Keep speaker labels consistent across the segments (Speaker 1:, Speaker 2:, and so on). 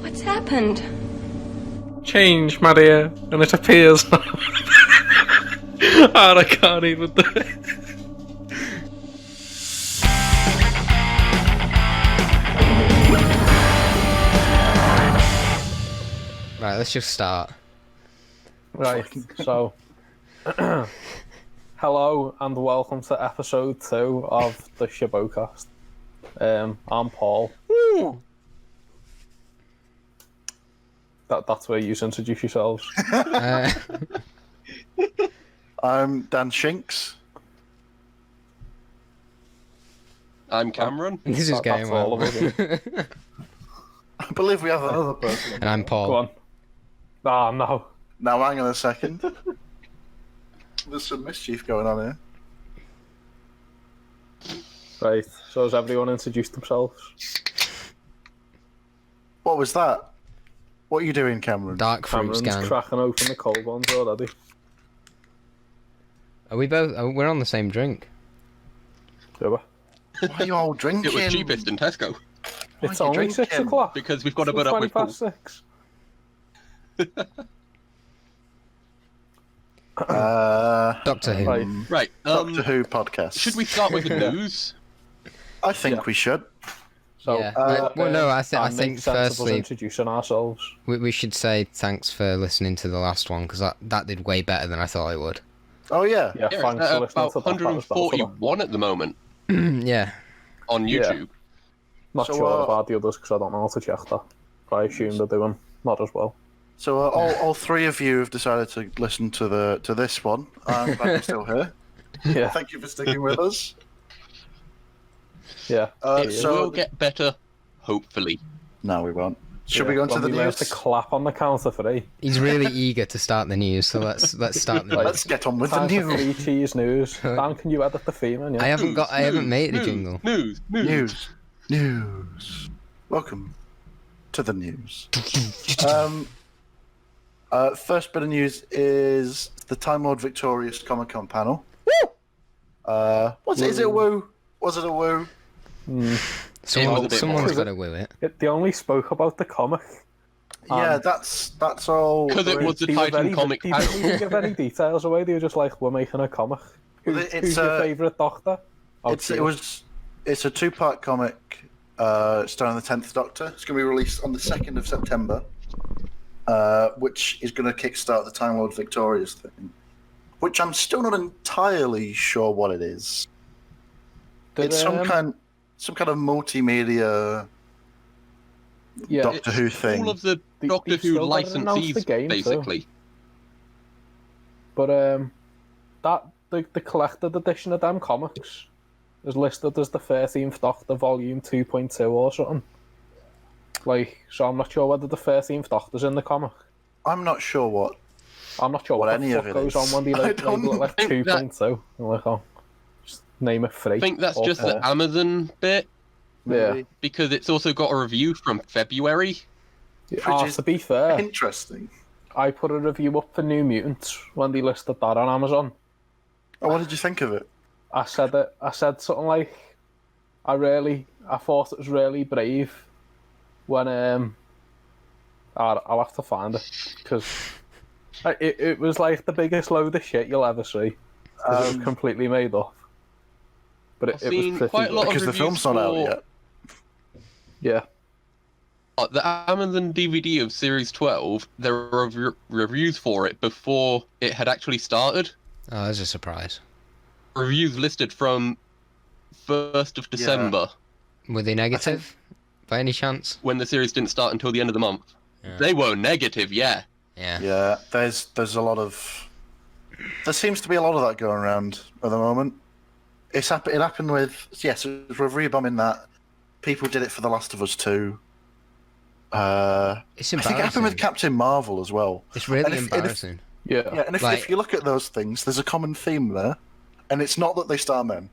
Speaker 1: What's happened?
Speaker 2: Change, Maria, and it appears. oh, I can't even do it.
Speaker 3: Right, let's just start.
Speaker 4: Right, so hello and welcome to episode two of the Shibocast. Um, I'm Paul. That, that's where you introduce yourselves.
Speaker 3: Uh,
Speaker 5: I'm Dan Shinks.
Speaker 6: I'm Cameron.
Speaker 3: this is
Speaker 4: That-
Speaker 3: going
Speaker 4: that's all
Speaker 3: well.
Speaker 4: of us.
Speaker 5: I believe we have another person.
Speaker 3: and I'm Paul.
Speaker 4: Go on. Ah, no.
Speaker 5: Now, hang on a second. There's some mischief going on here.
Speaker 4: Right, so has everyone introduced themselves?
Speaker 5: What was that? What are you doing, Cameron?
Speaker 3: Dark fruit
Speaker 4: Cameron's
Speaker 3: scan.
Speaker 4: cracking open the cold ones already.
Speaker 3: Are we both? Oh, we're on the same drink.
Speaker 4: Do we?
Speaker 5: Why are you all drinking?
Speaker 6: It was cheapest in Tesco
Speaker 5: Why
Speaker 4: It's
Speaker 5: are you
Speaker 4: only six
Speaker 5: drinking?
Speaker 4: o'clock.
Speaker 6: because we've got a
Speaker 4: It's
Speaker 6: bit up
Speaker 4: 20
Speaker 6: with Paul.
Speaker 4: past six.
Speaker 5: Uh,
Speaker 3: Doctor Who.
Speaker 4: Right.
Speaker 6: Right. Um,
Speaker 5: Doctor Who podcast.
Speaker 6: should we start with the news?
Speaker 5: I think
Speaker 4: Yeah.
Speaker 5: we should.
Speaker 4: So,
Speaker 3: yeah.
Speaker 5: uh,
Speaker 3: Like, well, no, I, th- I
Speaker 4: and
Speaker 3: think
Speaker 4: make sense of us
Speaker 3: firstly
Speaker 4: introducing ourselves.
Speaker 3: we, we should say thanks for listening to the last one because that, that did way better than I thought it would.
Speaker 5: Oh yeah.
Speaker 4: Yeah,
Speaker 6: Yeah,
Speaker 4: thanks
Speaker 6: it's
Speaker 4: for listening
Speaker 6: at about
Speaker 4: to that. That was helpful.
Speaker 6: 141 at the moment
Speaker 3: yeah.
Speaker 6: on
Speaker 4: Yeah.
Speaker 6: YouTube.
Speaker 4: Not
Speaker 5: So,
Speaker 4: sure
Speaker 5: uh,
Speaker 4: about the others because I don't know how to check that. But I assume they're doing not as well.
Speaker 5: So uh, all, all three of you have decided to listen to the to this one. I'm glad you're still here.
Speaker 4: Yeah,
Speaker 5: Thank you for sticking with us.
Speaker 4: yeah.
Speaker 5: Uh,
Speaker 6: it
Speaker 5: so
Speaker 6: will get better, hopefully.
Speaker 5: no, we won't. Should
Speaker 4: yeah.
Speaker 5: we go into
Speaker 4: When
Speaker 5: the
Speaker 4: we learn
Speaker 5: news?
Speaker 4: to clap on the counter for eight.
Speaker 3: He's really eager to start the news, so let's let's start the news.
Speaker 5: Let's get on with the
Speaker 4: Time for
Speaker 5: news.
Speaker 4: three cheese news. Dan, can you edit the theme? in, Yeah.
Speaker 3: I haven't got. I haven't made the
Speaker 6: news,
Speaker 3: jingle.
Speaker 6: News, news.
Speaker 5: News. News. Welcome to the news. um, uh, first bit of news is the Time Lord Victorious Comic Con panel. Woo! Uh, was it, is it a woo? Was it a woo?
Speaker 6: was a
Speaker 3: Someone,
Speaker 6: bit
Speaker 3: someone's
Speaker 4: more.
Speaker 3: got to woo it.
Speaker 4: Hmm. It, they only spoke about the comic.
Speaker 5: yeah,
Speaker 4: Um,
Speaker 5: that's that's all.
Speaker 6: Because it
Speaker 5: there
Speaker 6: was
Speaker 5: is.
Speaker 6: the
Speaker 4: They were
Speaker 6: Titan
Speaker 4: very-
Speaker 6: comic
Speaker 4: They
Speaker 6: panel.
Speaker 4: didn't give any details away. They were just like, "We're making a comic." Who,
Speaker 5: It's,
Speaker 4: who's your
Speaker 5: uh,
Speaker 4: favourite Doctor? Oh,
Speaker 5: It's, it
Speaker 4: Hugh.
Speaker 5: was. It's a two-part comic, uh, starring the Tenth Doctor. It's going to be released on the second of September, uh, which is going to kickstart the Time Lord Victorious thing, which I'm still not entirely sure what it is.
Speaker 4: Did,
Speaker 5: it's some
Speaker 4: um,
Speaker 5: kind, some kind of multimedia
Speaker 4: Yeah,
Speaker 5: Doctor Who thing.
Speaker 6: All of the
Speaker 4: They-
Speaker 6: Doctor
Speaker 4: they've
Speaker 6: Who
Speaker 4: still gotta announce
Speaker 6: licensees,
Speaker 4: the game, so-
Speaker 6: basically.
Speaker 4: But um, that the, the collected edition of them comics is listed as the thirteenth Doctor Volume Two Point Two or something. Like, so I'm not sure whether the thirteenth Doctor's in the comic.
Speaker 5: I'm not sure what.
Speaker 4: I'm not sure
Speaker 5: What
Speaker 4: what,
Speaker 5: any
Speaker 4: the
Speaker 5: of
Speaker 4: fuck
Speaker 5: it
Speaker 4: goes on
Speaker 5: is.
Speaker 4: when they
Speaker 5: I
Speaker 4: like,
Speaker 5: don't
Speaker 4: label it like two
Speaker 6: think that-
Speaker 4: point two. Like, oh, just name it three.
Speaker 6: I think that's
Speaker 4: or
Speaker 6: just
Speaker 4: four. Ah,
Speaker 6: the Amazon bit
Speaker 4: yeah.
Speaker 5: really
Speaker 6: because it's also got a review from February.
Speaker 4: Ah,
Speaker 5: is-
Speaker 4: to be fair,
Speaker 5: Interesting.
Speaker 4: I put a review up for New Mutants when they listed that on Amazon.
Speaker 5: Oh, what did you think of it?
Speaker 4: I said it. I said something like, "I really, I thought it was really brave." When um, I- I'll have to find it because it, it was like the biggest load of shit you'll ever see. 'cause it was
Speaker 5: Um,
Speaker 4: completely made up. But it,
Speaker 6: I've
Speaker 4: it
Speaker 6: seen
Speaker 4: was pretty
Speaker 6: quite a lot
Speaker 4: good.
Speaker 6: of
Speaker 5: because the
Speaker 6: reviews
Speaker 5: film's not out
Speaker 6: for-
Speaker 5: yet.
Speaker 4: Yeah,
Speaker 6: Uh, the Amazon DVD of Series 12, there were rev- reviews for it before it had actually started.
Speaker 3: Oh, that's a surprise.
Speaker 6: Reviews listed from 1st of December,
Speaker 3: Were they negative, by any chance?
Speaker 6: when the series didn't start until the end of the month.
Speaker 3: Yeah.
Speaker 6: They were negative, yeah.
Speaker 3: Yeah.
Speaker 5: Yeah, there's there's a lot of. There seems to be a lot of that going around at the moment. It's hap- It happened with yes, it was review bombing that. People did it for The Last of Us too. Uh,
Speaker 3: It's
Speaker 5: I think
Speaker 3: embarrassing.
Speaker 5: it happened with Captain Marvel as well.
Speaker 3: it's really
Speaker 5: and if- and if-
Speaker 3: embarrassing.
Speaker 4: yeah,
Speaker 5: Yeah, and if,
Speaker 3: Like-
Speaker 5: if you look at those things, there's a common theme there, and it's not that they star men.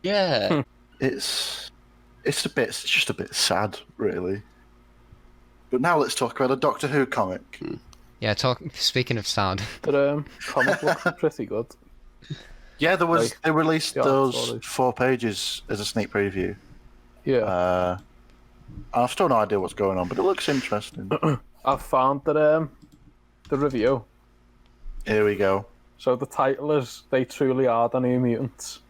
Speaker 4: Hmm.
Speaker 6: Yeah. Um,
Speaker 5: it's it's a bit it's just a bit sad really but now let's talk about a doctor who comic
Speaker 3: Yeah. Talk. Speaking of sad,
Speaker 4: But um, comic books are pretty good.
Speaker 5: yeah there was
Speaker 4: Like,
Speaker 5: they released
Speaker 4: yeah,
Speaker 5: those
Speaker 4: sorry.
Speaker 5: four pages as a sneak preview
Speaker 4: Yeah,
Speaker 5: uh I've still no idea what's going on, but it looks interesting.
Speaker 4: I've found that um, the review.
Speaker 5: Here we go.
Speaker 4: So the title is "They Truly Are the New Mutants,"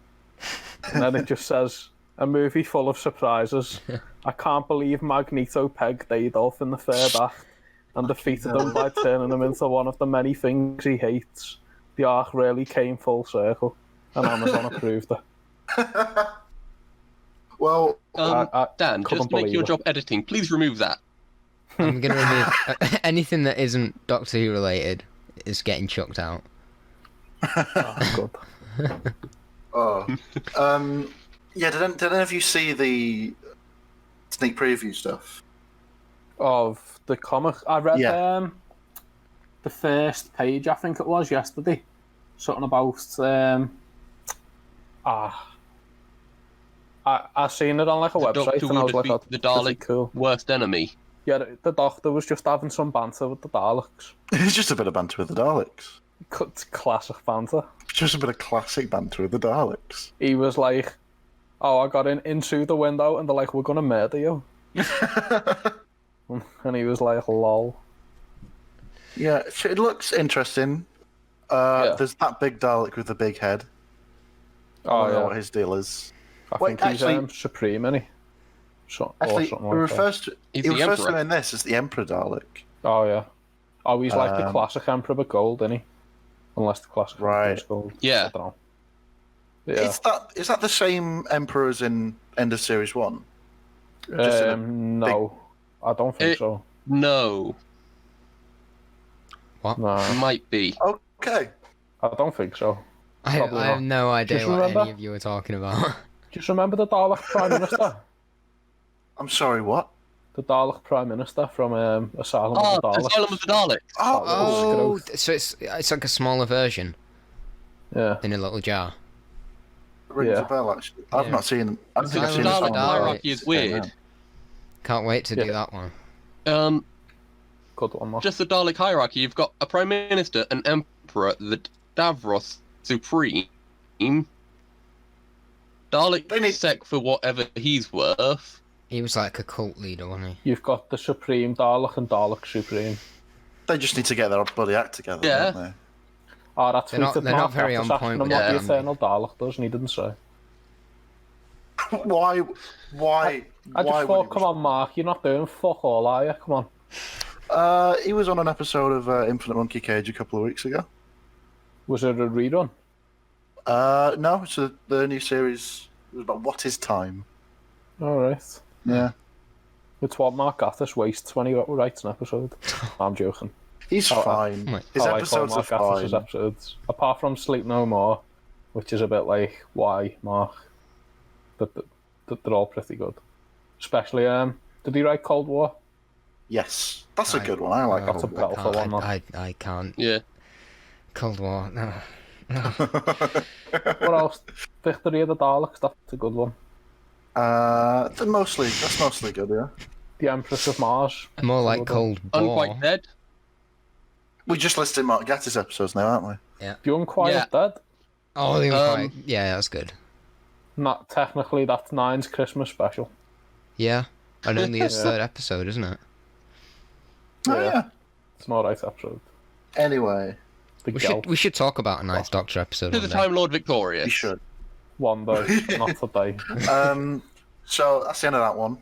Speaker 4: and then it just says a movie full of surprises. I can't believe Magneto pegged Adolf in the fair back and defeated him by turning him into one of the many things he hates. The arc really came full circle, and Amazon approved it.
Speaker 5: Well,
Speaker 6: Um,
Speaker 4: I- I
Speaker 6: Dan,
Speaker 4: couldn't
Speaker 6: just make
Speaker 4: believe
Speaker 6: your
Speaker 4: it.
Speaker 6: job editing. Please remove that.
Speaker 3: I'm gonna remove uh, anything that isn't Doctor Who related is getting chucked out.
Speaker 4: Oh, good.
Speaker 5: oh, um, yeah. Did any, did any of you see the sneak preview stuff?
Speaker 4: Of the comic, I read
Speaker 5: Yeah.
Speaker 4: um, the first page. I think it was yesterday. Something about um, ah. I, I seen it on like a
Speaker 6: The
Speaker 4: website
Speaker 6: Doctor
Speaker 4: and I
Speaker 6: will
Speaker 4: was like,
Speaker 6: defeat
Speaker 4: oh,
Speaker 6: the
Speaker 4: pretty
Speaker 6: Dalek.
Speaker 4: cool.
Speaker 6: Worst enemy.
Speaker 4: Yeah, the- the doctor was just having some banter with the Daleks.
Speaker 5: It's just a bit of banter with the Daleks.
Speaker 4: C- It's classic banter.
Speaker 5: Just a bit of classic banter with the Daleks.
Speaker 4: He was like, "Oh, I got in into the window," and they're like, "We're gonna murder you," and he was like, "Lol."
Speaker 5: Yeah, it- it looks interesting. Uh,
Speaker 4: Yeah.
Speaker 5: There's that big Dalek with the big head. I
Speaker 4: Oh
Speaker 5: don't know
Speaker 4: yeah,
Speaker 5: what his deal is.
Speaker 4: I
Speaker 5: Wait,
Speaker 4: think he's
Speaker 5: actually-
Speaker 4: um, supreme, is he? So, or
Speaker 5: Actually, it
Speaker 4: something like that.
Speaker 5: refers to
Speaker 6: He's
Speaker 5: it
Speaker 6: the
Speaker 5: refers to
Speaker 6: Emperor.
Speaker 5: him in this as the Emperor Dalek.
Speaker 4: Oh yeah. Oh, he's like the
Speaker 5: Um,
Speaker 4: classic emperor but gold, isn't he? Unless the classic emperor
Speaker 5: Right.
Speaker 4: is gold.
Speaker 6: Yeah.
Speaker 4: I don't know. Yeah.
Speaker 5: Is that is that the same Emperor as in End of Series One? just in a
Speaker 4: Um, no, I don't think
Speaker 6: It-
Speaker 4: so.
Speaker 6: No,
Speaker 4: No, I
Speaker 6: might be.
Speaker 4: Um,
Speaker 5: Okay.
Speaker 4: don't think so.
Speaker 3: I,
Speaker 4: Probably
Speaker 3: I
Speaker 4: not.
Speaker 3: have no idea
Speaker 4: Just
Speaker 3: what
Speaker 4: remember-
Speaker 3: any of you are talking about.
Speaker 4: Just remember the Dalek prime minister.
Speaker 5: I'm sorry. What?
Speaker 4: the Dalek Prime Minister from um, Asylum
Speaker 6: Oh,
Speaker 4: of the Daleks.
Speaker 6: Asylum of the Daleks.
Speaker 5: Oh,
Speaker 4: Oh,
Speaker 3: Oh, th- so it's it's like a smaller version
Speaker 4: Yeah,
Speaker 3: in a little jar.
Speaker 5: rings
Speaker 4: yeah.
Speaker 5: a bell. Actually, I've
Speaker 3: Yeah.
Speaker 5: not seen. I don't think I've
Speaker 6: The
Speaker 3: Dalek
Speaker 5: seen this one.
Speaker 6: Dalek
Speaker 5: in a
Speaker 3: Dalek.
Speaker 5: while.
Speaker 6: hierarchy is weird.
Speaker 3: Can't wait to
Speaker 4: Yeah.
Speaker 3: do that one.
Speaker 6: Um,
Speaker 4: good one. that.
Speaker 6: just the Dalek hierarchy. You've got a prime minister, an emperor, the Davros Supreme, Dalek
Speaker 5: They need-
Speaker 6: sec for whatever he's worth.
Speaker 3: He was like a cult leader, wasn't he?
Speaker 4: You've got the Supreme Dalek and Dalek Supreme.
Speaker 5: They just need to get their bloody act together.
Speaker 6: Yeah.
Speaker 5: Don't
Speaker 4: Oh, that's
Speaker 3: They're not-
Speaker 4: tweeted
Speaker 3: they're
Speaker 4: Mark
Speaker 3: not very
Speaker 4: Gatiss
Speaker 3: on
Speaker 4: asking
Speaker 3: point
Speaker 4: him
Speaker 3: with
Speaker 4: what
Speaker 6: that,
Speaker 4: the
Speaker 6: are
Speaker 3: they?
Speaker 4: Eternal Dalek does, and he didn't say.
Speaker 5: they? Why? Why?
Speaker 4: I
Speaker 5: why
Speaker 4: just
Speaker 5: would
Speaker 4: thought,
Speaker 5: he
Speaker 4: come on, Mark, you're not doing fuck all, are you? Come on.
Speaker 5: Uh, he was on an episode of uh, Infinite Monkey Cage a couple of weeks ago.
Speaker 4: Was it a rerun?
Speaker 5: Uh, no, it's a, the new series. It was about what is time?
Speaker 4: All right.
Speaker 5: Yeah,
Speaker 4: It's what Mark Gatiss wastes when he writes an episode. I'm joking.
Speaker 5: he's
Speaker 4: Oh, uh,
Speaker 5: fine.
Speaker 3: Wait.
Speaker 5: His
Speaker 4: I like all
Speaker 5: episodes are
Speaker 4: Mark Gatiss's
Speaker 5: fine.
Speaker 4: episodes. Apart from Sleep No More, which is a bit like, why, Mark? But th- th- they're all pretty good. Especially, um, did he write Cold War?
Speaker 5: Yes, that's a
Speaker 3: I-
Speaker 5: good one. I like
Speaker 4: That's a
Speaker 5: that
Speaker 4: belter,
Speaker 3: I can't.
Speaker 4: Oh, one, man.
Speaker 3: I, I, I can't.
Speaker 6: Yeah.
Speaker 3: Cold War. No.
Speaker 5: one.
Speaker 4: What else? Victory of the Daleks, that's a good one.
Speaker 5: uh, they're mostly that's mostly good. Yeah,
Speaker 4: The Empress of Mars.
Speaker 3: More like Cold War.
Speaker 6: Unquite dead.
Speaker 5: we're just listing Mark Gatiss episodes now, aren't we?
Speaker 4: The Unquiet Dead.
Speaker 3: Oh, the
Speaker 6: Um,
Speaker 3: Unquite. Yeah, that's good.
Speaker 4: Not technically, that's Nine's Christmas special.
Speaker 3: Yeah. And only his
Speaker 4: Yeah.
Speaker 3: third episode, isn't it?
Speaker 5: Oh,
Speaker 4: Yeah.
Speaker 5: yeah.
Speaker 4: It's an alright episode.
Speaker 5: Anyway,
Speaker 4: The Oh. girl,
Speaker 3: We should we should talk about a Ninth Doctor episode.
Speaker 6: To
Speaker 3: One
Speaker 6: the
Speaker 3: day.
Speaker 6: Time Lord Victorious.
Speaker 5: you should.
Speaker 4: one day, not today.
Speaker 5: um, so that's the end of that one.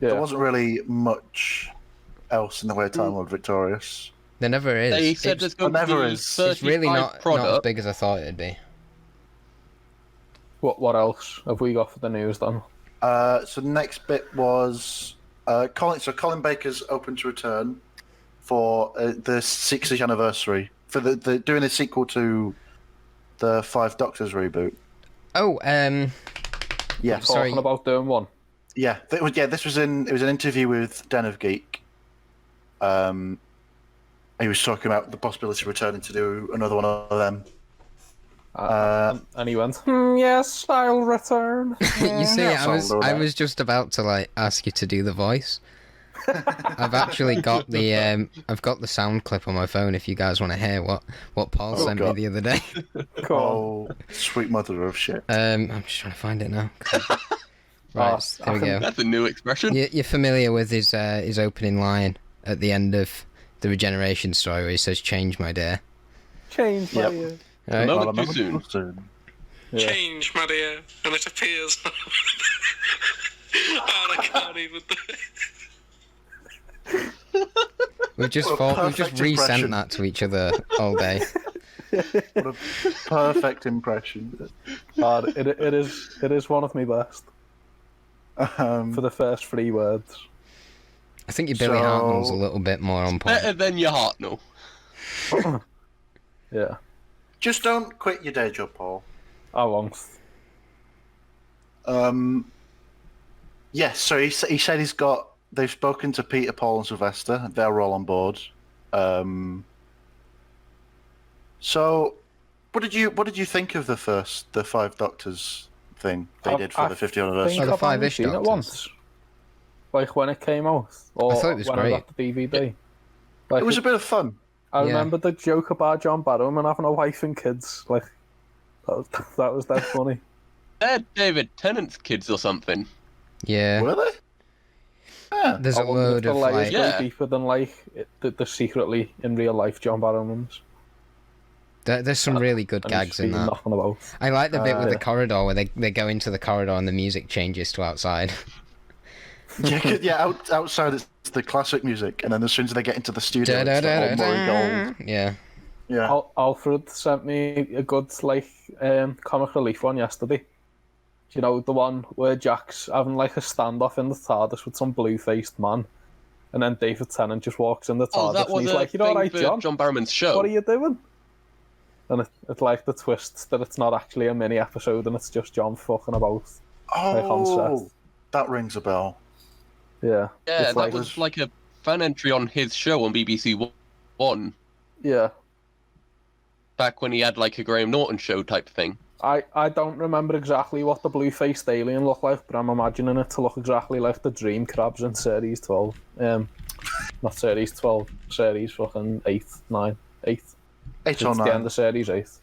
Speaker 4: Yeah.
Speaker 5: There wasn't really much else in the way of Time Lord Victorious.
Speaker 3: There never is.
Speaker 6: They
Speaker 3: It's-
Speaker 6: said there's going to
Speaker 5: Whatever
Speaker 6: be
Speaker 5: is-
Speaker 3: it's
Speaker 6: 35
Speaker 3: really not, not as
Speaker 6: products.
Speaker 3: big as I thought it'd be.
Speaker 4: What, what else have we got for the news then?
Speaker 5: Uh, so the next bit was uh, Colin. So Colin Baker's open to return for uh, the 60th anniversary for the, the doing a sequel to the Five Doctors reboot.
Speaker 3: Oh, um,
Speaker 5: Yeah,
Speaker 3: Sorry.
Speaker 4: Talking about doing one.
Speaker 5: yeah. That was, yeah, this was in. It was an interview with Den of Geek. Um, he was talking about the possibility of returning to do another one of them. Uh,
Speaker 4: And, and he went, hmm, yes, I'll return.
Speaker 3: you see, I
Speaker 5: sounds
Speaker 3: was
Speaker 5: all
Speaker 3: I
Speaker 5: right.
Speaker 3: was just about to like ask you to do the voice. I've actually got the um, I've got the sound clip on my phone. If you guys want to hear what what Paul
Speaker 5: Oh,
Speaker 3: sent
Speaker 5: God.
Speaker 3: me the other day,
Speaker 4: Cool.
Speaker 5: Oh, sweet mother of shit.
Speaker 3: um, I'm just trying to find it now. God. Right,
Speaker 4: Oh,
Speaker 3: there we go.
Speaker 6: That's a new expression.
Speaker 3: You, you're familiar with his uh, his opening line at the end of the regeneration story where he says, "Change my dear."
Speaker 4: Change
Speaker 5: Yep.
Speaker 4: my ear.
Speaker 3: Right?
Speaker 6: No.
Speaker 5: I'll
Speaker 6: Moment too
Speaker 5: remember soon.
Speaker 4: Yeah.
Speaker 2: Change, my dear, and it appears. oh, I can't even do it.
Speaker 3: We've just
Speaker 5: What a
Speaker 3: fought, we've just
Speaker 5: perfect
Speaker 3: resent
Speaker 5: impression.
Speaker 3: that to each other all day.
Speaker 5: What a perfect impression.
Speaker 4: God, it, it is it is one of my best
Speaker 5: Um,
Speaker 4: for the first three words.
Speaker 3: I think your Billy
Speaker 5: So-
Speaker 3: Hartnell's a little bit more on
Speaker 6: Better
Speaker 3: point.
Speaker 6: than your Hartnell.
Speaker 4: Yeah,
Speaker 5: Just don't quit your day job, Paul.
Speaker 4: I won't.
Speaker 5: Um, yes, so he, s- he said he's got. They've spoken to Peter, Paul, and Sylvester. and They're all on board. Um, so, what did you what did you think of the first the five doctors thing they
Speaker 4: I-
Speaker 5: did for
Speaker 4: I
Speaker 5: the 50th
Speaker 4: I
Speaker 5: anniversary?
Speaker 4: think
Speaker 3: Oh, the
Speaker 4: I've only
Speaker 3: five-ish
Speaker 4: seen it
Speaker 3: doctors.
Speaker 4: once, like when it came out, or
Speaker 3: I thought it was
Speaker 4: when I got the DVD. Like
Speaker 5: It was a bit of fun.
Speaker 4: I
Speaker 3: Yeah.
Speaker 4: remember the joke about John Barrowman having a wife and kids. Like that was that was that funny.
Speaker 6: They're David Tennant's kids or something.
Speaker 3: Yeah,
Speaker 5: Were they? Yeah.
Speaker 3: there's
Speaker 4: I
Speaker 3: a
Speaker 4: wonder if
Speaker 3: load
Speaker 4: the
Speaker 3: of
Speaker 4: layers
Speaker 3: like,
Speaker 4: go
Speaker 6: Yeah.
Speaker 4: deeper than like it, the, the secretly in real life John Barrowman's.
Speaker 3: there, there's some really good
Speaker 4: and
Speaker 3: gags in
Speaker 4: speaking
Speaker 3: that.
Speaker 4: Nothing about.
Speaker 3: I like the bit with
Speaker 5: Uh,
Speaker 3: the corridor where they, they go into the corridor and the music changes to outside.
Speaker 5: yeah, 'cause- yeah, out, outside it's the classic music, and then as soon as they get into the studio,
Speaker 3: Da, da,
Speaker 5: it's
Speaker 3: da, da,
Speaker 5: like, all Murray
Speaker 3: da.
Speaker 5: Gold.
Speaker 3: Yeah,
Speaker 5: Yeah.
Speaker 4: Al- Alfred sent me a good like um, comic relief one yesterday. You know the one where Jack's having like a standoff in the TARDIS with some blue-faced man, and then David Tennant just walks in the TARDIS
Speaker 6: Oh, that was
Speaker 4: and
Speaker 6: a
Speaker 4: he's like, "You
Speaker 6: thing
Speaker 4: all right,
Speaker 6: for
Speaker 4: John?
Speaker 6: John Barrowman's show.
Speaker 5: Oh.
Speaker 4: What are you doing?" And it, it like the twist that it's not actually a mini episode and it's just John fucking about. Like on
Speaker 5: Oh,
Speaker 4: set.
Speaker 5: that rings a bell.
Speaker 4: Yeah,
Speaker 6: yeah,
Speaker 4: it's
Speaker 6: that
Speaker 4: like-
Speaker 6: was like a fan entry on his show on BBC One
Speaker 4: yeah.
Speaker 6: back when he had like a Graham Norton show type thing.
Speaker 4: I, I don't remember exactly what the blue-faced alien looked like, but I'm imagining it to look exactly like the dream crabs in series 12. Um, not series 12, series fucking 8, 9, 8.
Speaker 5: Eight or
Speaker 4: It's the end
Speaker 5: nine.
Speaker 4: of series 8, last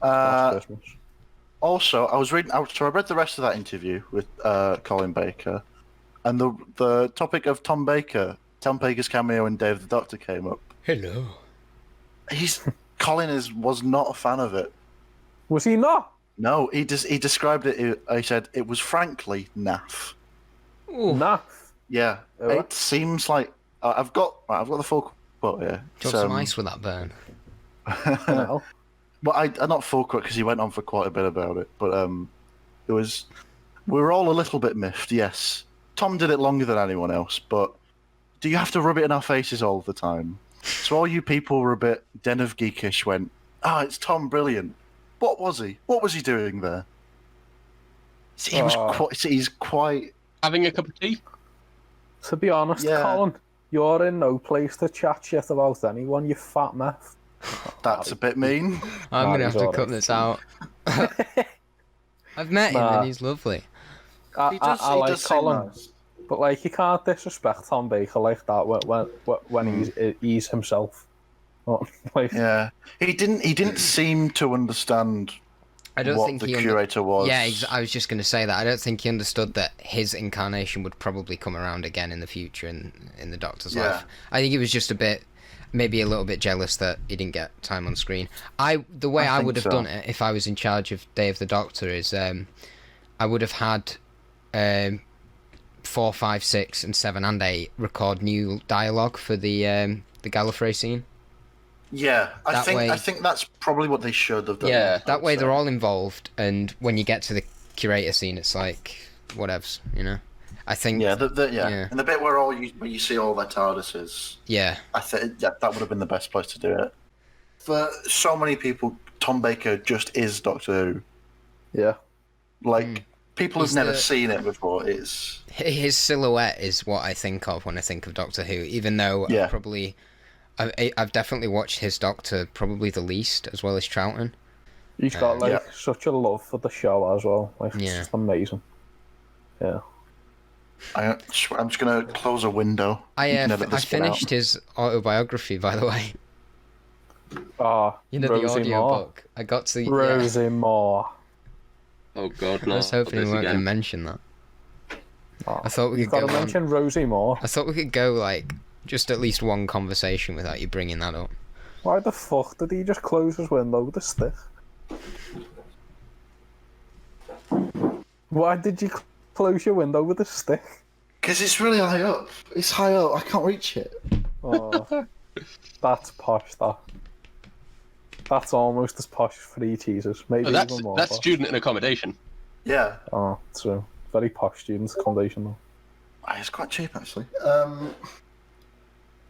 Speaker 5: Uh,
Speaker 4: Christmas.
Speaker 5: also, I was reading. I- So I read the rest of that interview with uh, Colin Baker, and the the topic of Tom Baker, Tom Baker's cameo in Dave the Doctor came up.
Speaker 3: hello.
Speaker 5: He's Colin is was not a fan of it.
Speaker 4: Was he not?
Speaker 5: No, he des- he described it. He said it was frankly naff.
Speaker 4: Nah.
Speaker 5: Yeah,
Speaker 4: Oh,
Speaker 5: it
Speaker 4: what?
Speaker 5: seems like I- I've got right, I've got the full quote here.
Speaker 3: Do you want some ice with that burn?
Speaker 4: Well,
Speaker 5: Well, I uh, not full quote because he went on for quite a bit about it, but um, it was we were all a little bit miffed. Yes, Tom did it longer than anyone else, but do you have to rub it in our faces all the time? So all you people were a bit den of geekish. Went, ah, it's Tom, brilliant. What was he? What was he doing there? See, he was
Speaker 3: Oh.
Speaker 4: Ah.
Speaker 5: quite. See, he's quite.
Speaker 6: Having a cup of tea?
Speaker 4: to be honest,
Speaker 5: Yeah.
Speaker 4: Colin, you're in no place to chat shit about anyone, you fat mess.
Speaker 5: That's a bit mean.
Speaker 3: I'm
Speaker 4: Nah,
Speaker 3: gonna have
Speaker 4: he's
Speaker 3: to
Speaker 4: alright.
Speaker 3: cut this out. I've met him
Speaker 4: Nah.
Speaker 3: and he's lovely.
Speaker 4: I,
Speaker 5: He does.
Speaker 4: I, I
Speaker 5: he
Speaker 4: like
Speaker 5: does seem
Speaker 4: Colin,
Speaker 5: nice.
Speaker 4: but like you can't disrespect Tom Baker like that when when, when
Speaker 3: Mm.
Speaker 4: he's he's himself. Oh, like,
Speaker 5: Yeah, he didn't. He didn't seem to understand
Speaker 3: I don't
Speaker 5: what
Speaker 3: think
Speaker 5: the
Speaker 3: he. under-
Speaker 5: curator was.
Speaker 3: Yeah, ex- I was just going to say that. I don't think he understood that his incarnation would probably come around again in the future in in the Doctor's
Speaker 5: Yeah.
Speaker 3: life. I think he was just a bit, maybe a little bit jealous that he didn't get time on screen. I the way
Speaker 5: I
Speaker 3: I,
Speaker 5: think
Speaker 3: would have
Speaker 5: so.
Speaker 3: done it if I was in charge of Day of the Doctor is, um, I would have had, um, four, five, six, and seven and eight record new dialogue for the um the Gallifrey scene.
Speaker 5: Yeah, I
Speaker 3: That
Speaker 5: think
Speaker 3: way-
Speaker 5: I think that's probably what they should have done.
Speaker 6: Yeah.
Speaker 5: I'd
Speaker 3: That way
Speaker 5: say.
Speaker 3: they're all involved, and when you get to the curator scene, it's like whatevs, you know. I think
Speaker 5: Yeah, the, the, yeah,
Speaker 3: Yeah.
Speaker 5: and the bit where all you where you see all their TARDISes,
Speaker 3: Yeah,
Speaker 5: I think that, that would have been the best place to do it. For so many people, Tom Baker just is Doctor
Speaker 4: yeah.
Speaker 5: Who. Like people
Speaker 3: Mm. He's
Speaker 5: have never
Speaker 3: the-
Speaker 5: seen it before. It's
Speaker 3: H- his silhouette is what I think of when I think of Doctor Who. Even though
Speaker 5: Yeah.
Speaker 3: I've probably, I- I, I've definitely watched his Doctor probably the least, as well as Troughton.
Speaker 4: He's got like
Speaker 5: Yeah.
Speaker 4: such a love for the show as well. Like it's
Speaker 3: Yeah.
Speaker 4: just amazing.
Speaker 5: I, I'm just gonna close a window.
Speaker 3: I uh,
Speaker 5: and edit
Speaker 3: f- I
Speaker 5: this bit out.
Speaker 3: finished his autobiography, by the way.
Speaker 4: Ah,
Speaker 3: You know
Speaker 4: Rosie
Speaker 3: the audio
Speaker 4: Moore.
Speaker 3: book. I got to. yeah.
Speaker 4: Rosie Moore.
Speaker 6: Oh god,
Speaker 3: I was hoping he weren't going to mention that.
Speaker 4: Oh,
Speaker 3: I thought we
Speaker 4: you've
Speaker 3: could
Speaker 4: got to
Speaker 3: go on.
Speaker 4: mention Rosie Moore.
Speaker 3: I thought we could go like just at least one conversation without you bringing that up.
Speaker 4: Why the fuck did he just close his window with a stick? Why did you cl- close your window with a stick?
Speaker 5: Because it's really high up. It's high up. I can't reach it.
Speaker 4: Oh, that's posh. That. That's almost as posh E as three cheeses, maybe
Speaker 6: Oh, that's
Speaker 4: even more.
Speaker 6: that's
Speaker 4: posh.
Speaker 6: student and accommodation.
Speaker 5: Yeah.
Speaker 4: oh, true. Very posh students' accommodation though.
Speaker 5: Ah, It's quite cheap, actually. Um,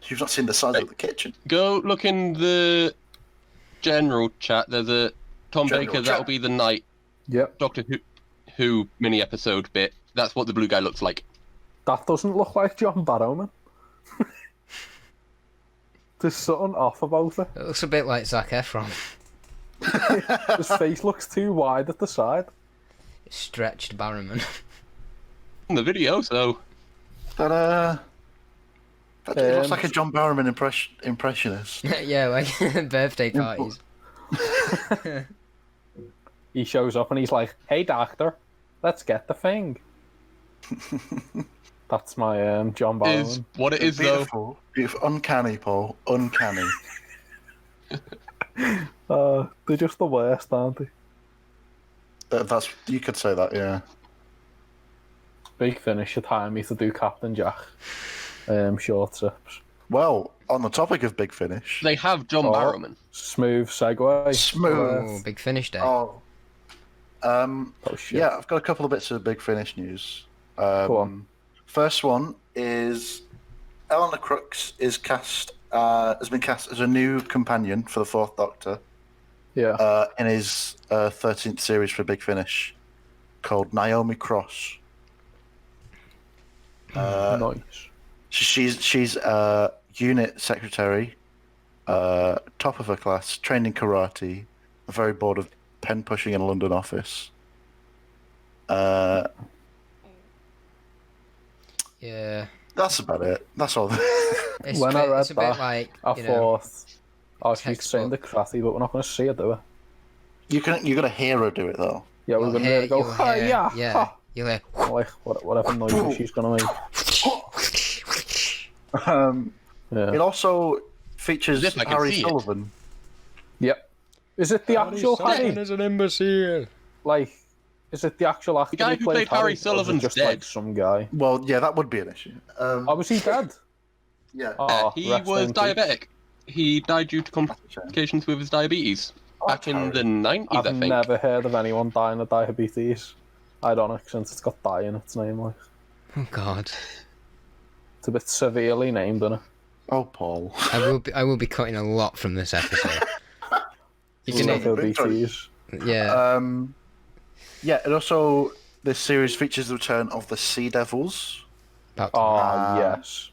Speaker 5: you've not seen the size of the kitchen.
Speaker 6: Go look in the general chat. There's a Tom
Speaker 5: General
Speaker 6: Baker.
Speaker 5: chat.
Speaker 6: That'll be the night
Speaker 4: Yep.
Speaker 6: Doctor Who, Who mini episode bit. That's what the blue guy looks like.
Speaker 4: That doesn't look like John Barrowman. There's something off about it.
Speaker 3: It looks a bit like Zac Efron,
Speaker 4: His face looks too wide at the side.
Speaker 3: stretched Barrowman.
Speaker 6: In the video, so
Speaker 5: But uh,
Speaker 6: Um,
Speaker 5: that it looks
Speaker 4: Um,
Speaker 5: like a John Barrowman impression, impressionist.
Speaker 3: yeah, like birthday
Speaker 5: Yeah, but-
Speaker 3: parties.
Speaker 4: He shows up and he's like, "Hey, doctor, let's get the thing." That's my um, John
Speaker 6: is
Speaker 4: Barrowman.
Speaker 6: what it is though.
Speaker 5: beautiful, beautiful, uncanny, Paul, uncanny.
Speaker 4: Uh, they're just the worst, aren't they?
Speaker 5: that, that's you could say that, yeah.
Speaker 4: Big finish should hire me to do Captain Jack. Um, short trips.
Speaker 5: Well, on the topic of Big Finish,
Speaker 6: They have John
Speaker 4: Oh.
Speaker 6: Barrowman.
Speaker 4: Smooth segue. uh,
Speaker 5: smooth.
Speaker 3: Oh, big finish day.
Speaker 5: Oh, um,
Speaker 4: Oh shit.
Speaker 5: yeah, I've got a couple of bits of Big Finish news. Um,
Speaker 4: Go on.
Speaker 5: First one is Eleanor Crooks is cast uh, has been cast as a new companion for the Fourth Doctor
Speaker 4: Yeah.
Speaker 5: uh, in his thirteenth series for Big Finish, called Naomi Cross.
Speaker 3: Uh,
Speaker 4: nice.
Speaker 5: So she's she's a unit secretary, uh, top of her class, trained in karate, very bored of pen pushing in a London office. Uh,
Speaker 3: Yeah,
Speaker 5: that's about it. That's all.
Speaker 3: it's,
Speaker 4: When I
Speaker 3: bit-
Speaker 4: read
Speaker 3: it's a bit
Speaker 4: that,
Speaker 3: like
Speaker 4: I
Speaker 3: you know,
Speaker 4: thought, oh, she's saying the cratty, but we're not going to see her do it.
Speaker 5: you can you got to hear her do it though.
Speaker 4: Yeah, we're
Speaker 3: you'll
Speaker 4: going
Speaker 3: hear-
Speaker 4: to go,
Speaker 3: you'll
Speaker 4: "Ha,
Speaker 3: hear-
Speaker 4: yeah,
Speaker 3: yeah,
Speaker 4: ha."
Speaker 3: you'll hear.
Speaker 4: Like, what, whatever noise she's going to make.
Speaker 5: Um,
Speaker 4: Yeah.
Speaker 5: it also features
Speaker 6: Yes, I can
Speaker 5: Harry
Speaker 6: see it.
Speaker 5: Sullivan.
Speaker 4: Yep. Is it the actual Harry?
Speaker 3: is an imbecile.
Speaker 4: Like, is it the actual actor
Speaker 6: guy who played Harry
Speaker 4: or is it
Speaker 6: Sullivan's
Speaker 4: just like
Speaker 6: dead?
Speaker 4: some guy?
Speaker 5: Well, yeah, that would be an issue. Um,
Speaker 4: Oh, was he dead?
Speaker 5: yeah.
Speaker 4: Oh,
Speaker 6: Uh, he
Speaker 4: rest
Speaker 6: was
Speaker 4: in peace.
Speaker 6: diabetic. He died due to complications with his diabetes back in
Speaker 5: Harry.
Speaker 6: the 90s,
Speaker 4: Oh, I've
Speaker 6: I think.
Speaker 4: never heard of anyone dying of diabetes. Ironic, since it's got "die" in its name. Like,
Speaker 3: Oh God,
Speaker 4: it's a bit severely named, isn't it?
Speaker 5: Oh, Paul.
Speaker 3: I will be. I will be cutting a lot from this episode. you
Speaker 5: It's
Speaker 3: can,
Speaker 5: not
Speaker 4: diabetes.
Speaker 3: yeah.
Speaker 4: Uh,
Speaker 5: Um, yeah, and also this series features the return of the Sea Devils.
Speaker 3: about
Speaker 4: Oh
Speaker 3: time.
Speaker 4: yes.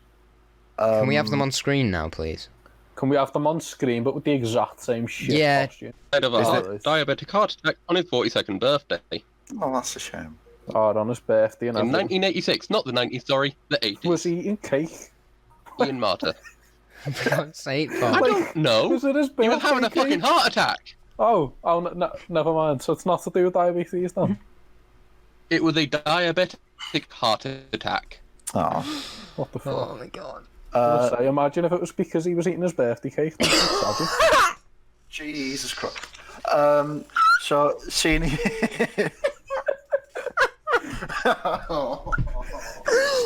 Speaker 5: Um,
Speaker 3: can we have them on screen now, please?
Speaker 4: Can we have them on screen, but with the exact same shit
Speaker 3: Yeah.
Speaker 4: costume?
Speaker 6: Died of a
Speaker 5: Is
Speaker 6: heart-
Speaker 5: it-
Speaker 6: diabetic heart attack on his 42nd birthday.
Speaker 5: Oh, that's a shame.
Speaker 4: Oh, on his birthday and
Speaker 6: In
Speaker 4: everything.
Speaker 6: 1986, not the 90s, sorry, the 80s.
Speaker 4: Was he eating cake?
Speaker 6: Ian Martyr.
Speaker 3: For God's sake,
Speaker 6: I
Speaker 3: Bob.
Speaker 6: don't know.
Speaker 4: Was it his birthday?
Speaker 6: He was having a fucking
Speaker 4: cake?
Speaker 6: heart attack.
Speaker 4: Oh, oh, n- n- never mind. So it's not to do with diabetes then.
Speaker 6: It was a diabetic heart attack.
Speaker 5: Oh.
Speaker 4: what the fuck?
Speaker 3: Oh my God.
Speaker 5: Uh,
Speaker 4: I imagine if it was because he was eating his birthday cake. That's savage.
Speaker 5: Jesus Christ. Um, so, senior.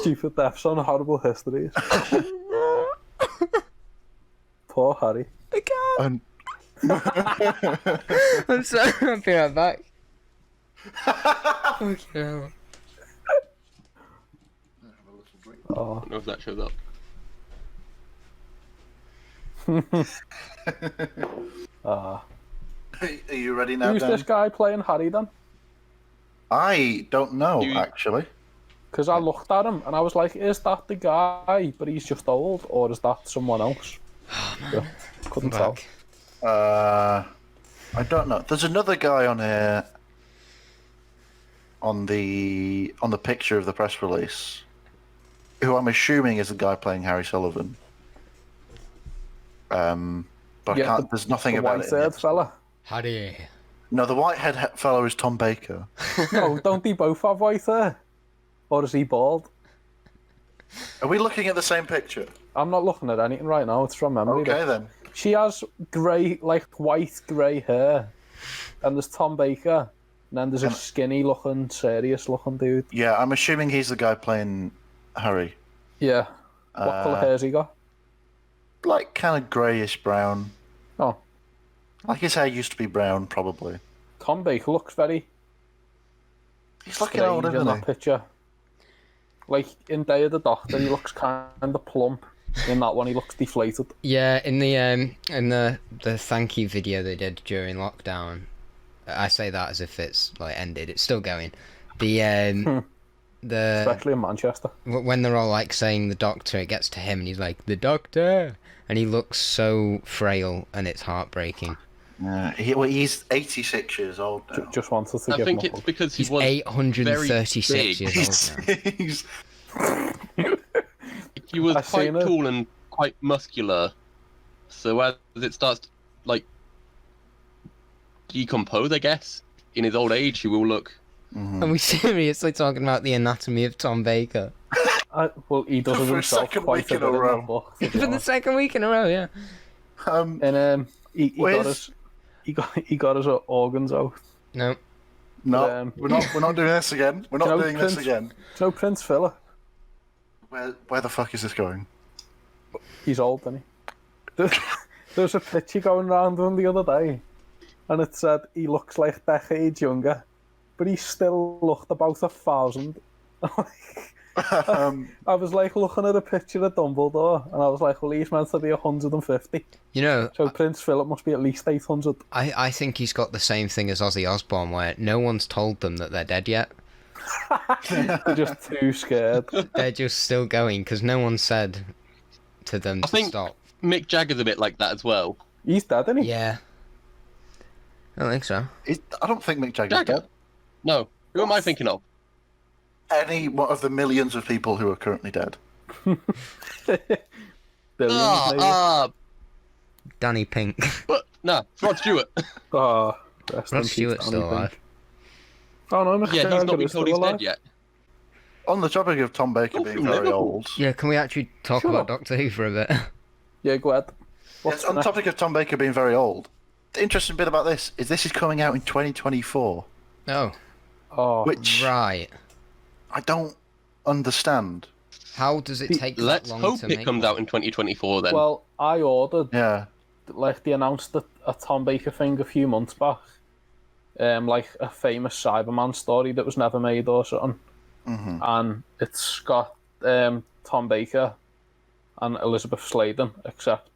Speaker 4: Stupid deaths on horrible histories. Poor Harry.
Speaker 3: I can't.
Speaker 5: um,
Speaker 3: I'm sorry. I'll be right back. Fucking hell.
Speaker 4: Oh,
Speaker 6: I don't know if that shows up.
Speaker 4: ah.
Speaker 5: are you ready now,
Speaker 4: Who's this
Speaker 5: Dan?
Speaker 4: guy playing Harry then?
Speaker 5: I don't know,
Speaker 6: You-
Speaker 5: actually.
Speaker 4: Because I looked at him and I was like, is that the guy? But he's just old, or is that someone else? Yeah,
Speaker 3: I'm
Speaker 4: couldn't tell.
Speaker 3: back.
Speaker 5: Uh, I don't know. There's another guy on here on the on the picture of the press release, who I'm assuming is the guy playing Harry Sullivan. Um, but I
Speaker 4: Yeah,
Speaker 5: can't, there's nothing
Speaker 4: The
Speaker 5: about it. in the
Speaker 4: white-haired
Speaker 5: episode.
Speaker 4: fella.
Speaker 3: Harry.
Speaker 5: No, the white-haired he- fellow is Tom Baker.
Speaker 4: Oh, No, don't they both have white hair? Or is he bald?
Speaker 5: Are we looking at the same picture?
Speaker 4: I'm not looking at anything right now. It's from memory.
Speaker 5: Okay then.
Speaker 4: but She has grey, like white grey hair, and there's Tom Baker, and then there's a skinny looking, serious looking dude.
Speaker 5: Yeah, I'm assuming he's the guy playing Harry.
Speaker 4: Yeah. What colour hair's he got?
Speaker 5: Like kind of greyish brown.
Speaker 4: Oh,
Speaker 5: Like his hair used to be brown, probably.
Speaker 4: Tom Baker looks very
Speaker 5: He's looking
Speaker 4: strange
Speaker 5: old,
Speaker 4: in that
Speaker 5: isn't he?
Speaker 4: picture. Like in Day of the Doctor, he looks kind of plump. In that one, he looks deflated.
Speaker 3: Yeah, in the um, in the the thank you video they did during lockdown, I say that as if it's like ended. It's still going. The um, the
Speaker 4: especially in Manchester.
Speaker 3: w- when they're all like saying the doctor, it gets to him and he's like the doctor, and he looks so frail and it's heartbreaking.
Speaker 5: Yeah, he, well, he's 86 years old now.
Speaker 4: Just wanted to
Speaker 6: I
Speaker 4: give
Speaker 6: think
Speaker 4: him a
Speaker 6: it's
Speaker 4: hug.
Speaker 6: because he
Speaker 3: He's
Speaker 6: was
Speaker 3: eight hundred and
Speaker 6: very
Speaker 3: thirty-six
Speaker 6: big.
Speaker 3: years
Speaker 5: He's,
Speaker 3: old now.
Speaker 5: he's-
Speaker 6: he was
Speaker 4: I've
Speaker 6: quite
Speaker 4: seen it.
Speaker 6: tall and quite muscular. So as it starts to, like decompose, I guess, in his old age, he will look.
Speaker 3: Are we seriously talking about the anatomy of Tom Baker
Speaker 4: I, well, he does
Speaker 5: For
Speaker 4: it
Speaker 5: a
Speaker 4: himself
Speaker 5: second
Speaker 4: quite
Speaker 5: week in
Speaker 4: a bit
Speaker 5: a
Speaker 4: in
Speaker 5: row.
Speaker 4: that book. to be
Speaker 3: for the
Speaker 4: honest.
Speaker 3: second week in a row? Yeah.
Speaker 5: um,
Speaker 4: And um, he, he got
Speaker 5: Where's-
Speaker 4: his he got he got his organs out.
Speaker 3: No.
Speaker 5: no,
Speaker 4: um,
Speaker 5: we're not. We're not doing this again. We're not
Speaker 4: No,
Speaker 5: doing this
Speaker 4: Prince-
Speaker 5: again.
Speaker 4: No, Prince Philip.
Speaker 5: Where, where the fuck is this going?
Speaker 4: He's old, isn't he? There, there was a picture going around of him the other day, and it said he looks like decades younger, but he still looked about a thousand.
Speaker 5: um,
Speaker 4: I was like looking at a picture of Dumbledore, and I was like, well, he's meant to be 150.
Speaker 3: You know,
Speaker 4: So Prince Philip must be at least 800.
Speaker 3: I, I think he's got the same thing as Ozzy Osbourne, where no one's told them that they're dead yet.
Speaker 4: They're just too scared.
Speaker 3: They're just still going because no one said to them
Speaker 6: I
Speaker 3: to
Speaker 6: think-
Speaker 3: stop.
Speaker 6: Mick Jagger's a bit like that as well.
Speaker 4: He's dead, isn't he?
Speaker 3: Yeah. I don't think so.
Speaker 5: it, I don't think Mick Jagger's
Speaker 6: Jagger?
Speaker 5: dead.
Speaker 6: No. Who am I thinking of?
Speaker 5: Any one of the millions of people who are currently dead.
Speaker 4: Billions,
Speaker 6: Ah,
Speaker 4: maybe.
Speaker 6: ah,
Speaker 3: Danny Pink.
Speaker 6: but no, it's Rod Stewart.
Speaker 4: Oh, rest in
Speaker 3: Rod
Speaker 4: peace,
Speaker 3: Stewart's
Speaker 4: Danny
Speaker 3: still alive.
Speaker 4: Pink. Oh no, Mick
Speaker 6: Yeah, he's
Speaker 4: Jagger
Speaker 6: not been
Speaker 4: is
Speaker 6: told
Speaker 4: still
Speaker 6: he's
Speaker 4: alive.
Speaker 6: dead yet.
Speaker 5: On the topic of Tom Baker
Speaker 6: Oh,
Speaker 5: being
Speaker 6: from
Speaker 5: very
Speaker 6: Liverpool.
Speaker 5: old.
Speaker 3: Yeah, can we actually talk
Speaker 4: Sure.
Speaker 3: about Doctor Who for a bit?
Speaker 4: Yeah, go ahead. What's
Speaker 5: Yes, on the
Speaker 4: next?
Speaker 5: topic of Tom Baker being very old. The interesting bit about this is this is coming out in 2024,
Speaker 3: oh,
Speaker 4: Oh,
Speaker 5: which
Speaker 3: right.
Speaker 5: I don't understand.
Speaker 3: How does it take that
Speaker 6: Let's
Speaker 3: long
Speaker 6: hope
Speaker 3: to
Speaker 6: it
Speaker 3: make
Speaker 6: comes
Speaker 3: one?
Speaker 6: out in 2024 then.
Speaker 4: well, I ordered
Speaker 5: Yeah.
Speaker 4: like they announced a, a Tom Baker thing a few months back, um, like a famous Cyberman story that was never made or something,
Speaker 3: Mm-hmm.
Speaker 4: and it's got um, Tom Baker and Elizabeth Sladen, except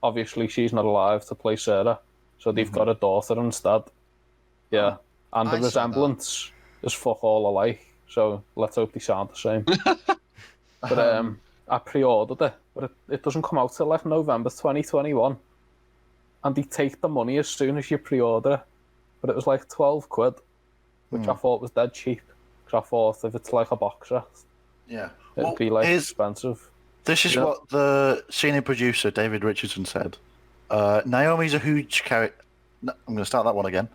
Speaker 4: obviously she's not alive to play Sarah, so they've got a daughter instead. Yeah, and the
Speaker 3: Mm-hmm. Oh, I saw that.
Speaker 4: resemblance is fuck all alike. So let's hope they sound the same. but um, I pre-ordered it, but it, it doesn't come out till like November 2021 and they take the money as soon as you pre-order it. But it was like twelve quid, which
Speaker 3: Hmm.
Speaker 4: I thought was dead cheap. Because I thought if it's like a box set,
Speaker 5: Yeah.
Speaker 4: it'd
Speaker 5: Well,
Speaker 4: be like
Speaker 5: here's-
Speaker 4: expensive.
Speaker 5: This is
Speaker 4: Yeah.
Speaker 5: what the senior producer David Richardson said. Uh, Naomi's a huge character. I'm going to start that one again.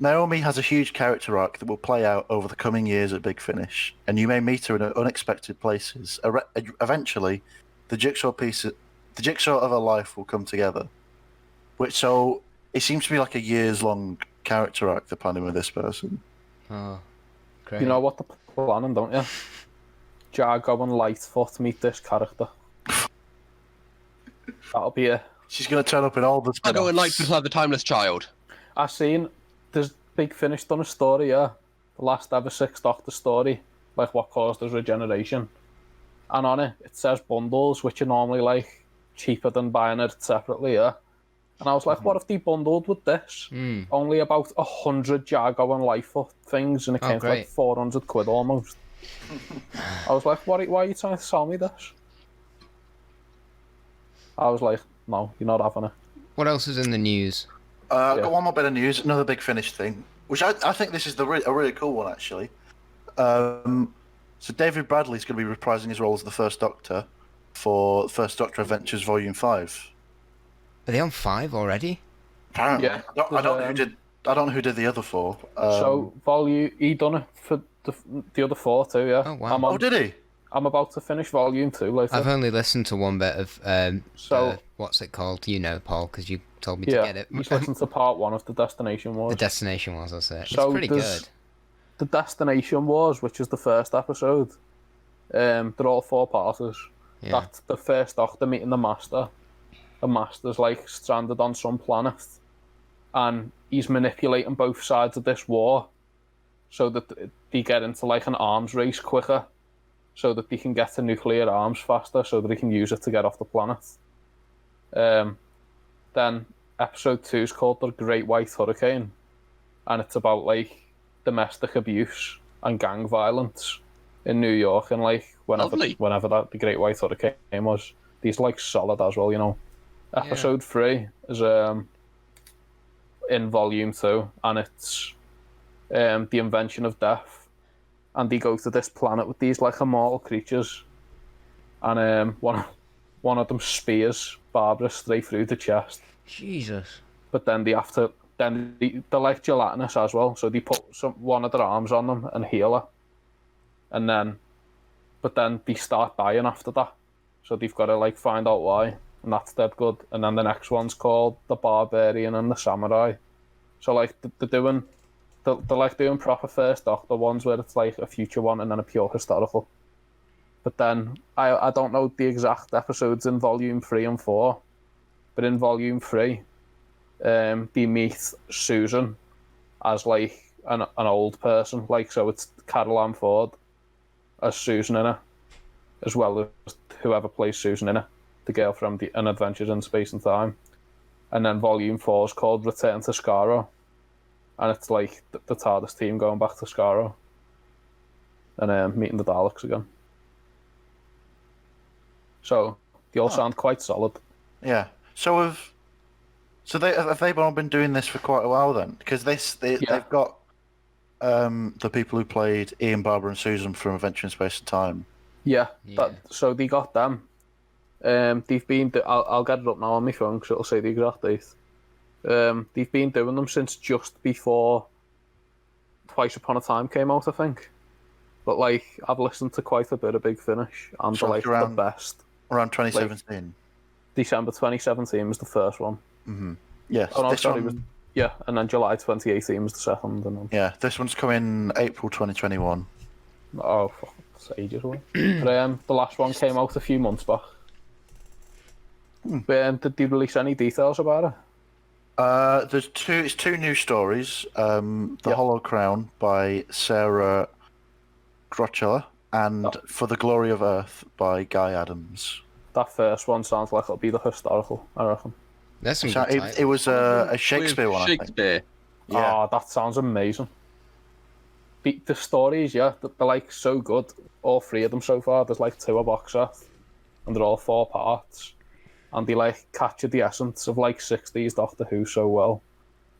Speaker 5: Naomi has a huge character arc that will play out over the coming years at Big Finish, and you may meet her in unexpected places. Are- Eventually, the jigsaw piece, the jigsaw of her life, will come together. Which so it seems to be like a years long character arc they're planning with this person.
Speaker 3: Oh, great.
Speaker 4: You know what the plan, is, don't you? Jago and Lightfoot meet this character. That'll be it.
Speaker 5: She's going to turn up in all the.
Speaker 6: I go and like
Speaker 5: spin-offs.
Speaker 6: to have the timeless child.
Speaker 4: I seen there's Big Finish done a story, yeah. The last ever Six Doctor story, like what caused his regeneration. And on it, it says bundles, which are normally like cheaper than buying it separately, yeah. And I was like, what if they bundled with this?
Speaker 3: Mm.
Speaker 4: Only about a hundred Jago and Lifefoot things, and it
Speaker 3: Oh,
Speaker 4: came to like
Speaker 3: great.
Speaker 4: four hundred quid almost. I was like, what? are- Why are you trying to sell me this? I was like, no, you're not having it.
Speaker 3: What else is in the news?
Speaker 5: Uh, I've
Speaker 4: Yeah.
Speaker 5: Got one more bit of news, another big finish thing, which I, I think this is the re- a really cool one actually. Um, so David Bradley's going to be reprising his role as the First Doctor for First Doctor Adventures Volume Five.
Speaker 3: Are they on five already?
Speaker 5: Apparently,
Speaker 4: Yeah,
Speaker 5: I don't, I don't know who
Speaker 4: um,
Speaker 5: did. I don't know who did the other four. Um,
Speaker 4: So volume he done it for the, the other four too. Yeah.
Speaker 3: Oh, wow.
Speaker 4: I'm, on,
Speaker 5: Oh, did he?
Speaker 4: I'm about to finish volume two later.
Speaker 3: I've only listened to one bit of um,
Speaker 4: So-
Speaker 3: uh, what's it called? You know, Paul, because you told me
Speaker 4: yeah.
Speaker 3: to get it.
Speaker 4: You should listen to part one of the Destination Wars.
Speaker 3: The destination was that's it.
Speaker 4: So
Speaker 3: it's pretty
Speaker 4: there's-
Speaker 3: good.
Speaker 4: the Destination Wars, which is the first episode. Um, they're all four parties.
Speaker 3: Yeah.
Speaker 4: That's the first Doctor meeting the Master. The Master's like stranded on some planet, and he's manipulating both sides of this war, so that th- they get into like an arms race quicker, so that they can get to nuclear arms faster, so that he can use it to get off the planet. Um, then episode two is called the Great White Hurricane, and it's about like domestic abuse and gang violence in New York and like whenever
Speaker 6: Lovely.
Speaker 4: whenever that the Great White Hurricane was. These like solid as well, you know. Episode three is um in volume two, and it's um the invention of death, and they go to this planet with these like immortal creatures, and um one one of them spears Barbara straight through the chest,
Speaker 3: Jesus.
Speaker 4: but then they have to then they, they're like gelatinous as well, so they put some one of their arms on them and heal her, and then but then they start dying after that, so they've got to like find out why, and that's dead good. And then the next one's called the Barbarian and the Samurai, so like th- they're doing. They're, they're like doing proper first doctor ones where it's like a future one and then a pure historical. But then I I don't know the exact episodes in volume three and four, but in volume three, um, they meet Susan as like an an old person, like so it's Caroline Ford as Susan in her, as well as whoever plays Susan in her, the girl from the An Adventures in Space and Time, and then Volume Four is called Return to Skaro, and it's like the, the TARDIS team going back to Skaro and um, meeting the Daleks again. So they all sound quite solid.
Speaker 5: Yeah. So have so they have they all been doing this for quite a while then? Because they, s- they
Speaker 4: Yeah.
Speaker 5: they've got um, the people who played Ian, Barbara, and Susan from Adventure in Space and Time.
Speaker 4: Yeah,
Speaker 3: Yeah.
Speaker 4: That, so they got them. Um, they've been. Do- I'll, I'll get it up now on my phone because it'll say the exact date. Um, they've been doing them since just before Twice Upon a Time came out, I think. But like, I've listened to quite a bit of Big Finish, and
Speaker 5: So
Speaker 4: they're, like
Speaker 5: it's around-
Speaker 4: the best.
Speaker 5: Around 2017.
Speaker 4: December 2017 was the first one.
Speaker 5: yes.
Speaker 4: Oh, no,
Speaker 5: Mm-hmm. this
Speaker 4: sorry,
Speaker 5: one,
Speaker 4: it was- Yeah, and then July 2018 was the second. And then,
Speaker 5: Yeah, this one's coming April 2021.
Speaker 4: oh, fuck, it's ages away. but um, the last one came out a few months back. But, um, did they release any details about it?
Speaker 5: Uh, there's two. It's two new stories. Um, the
Speaker 4: Yeah.
Speaker 5: Hollow Crown by Sarah Grotula and
Speaker 4: Oh.
Speaker 5: For the Glory of Earth by Guy Adams.
Speaker 4: That first one sounds like it'll be the historical, I reckon.
Speaker 3: There's some
Speaker 5: So
Speaker 3: good
Speaker 5: it, it
Speaker 3: titles.
Speaker 5: was a, a
Speaker 6: With
Speaker 5: Shakespeare one, I think.
Speaker 6: Shakespeare.
Speaker 5: Yeah.
Speaker 4: Ah, that sounds amazing. The, the stories, yeah, th- they're like so good. All three of them so far. There's like two a box set, and they're all four parts. And they like capture the essence of like 60s Doctor Who so well,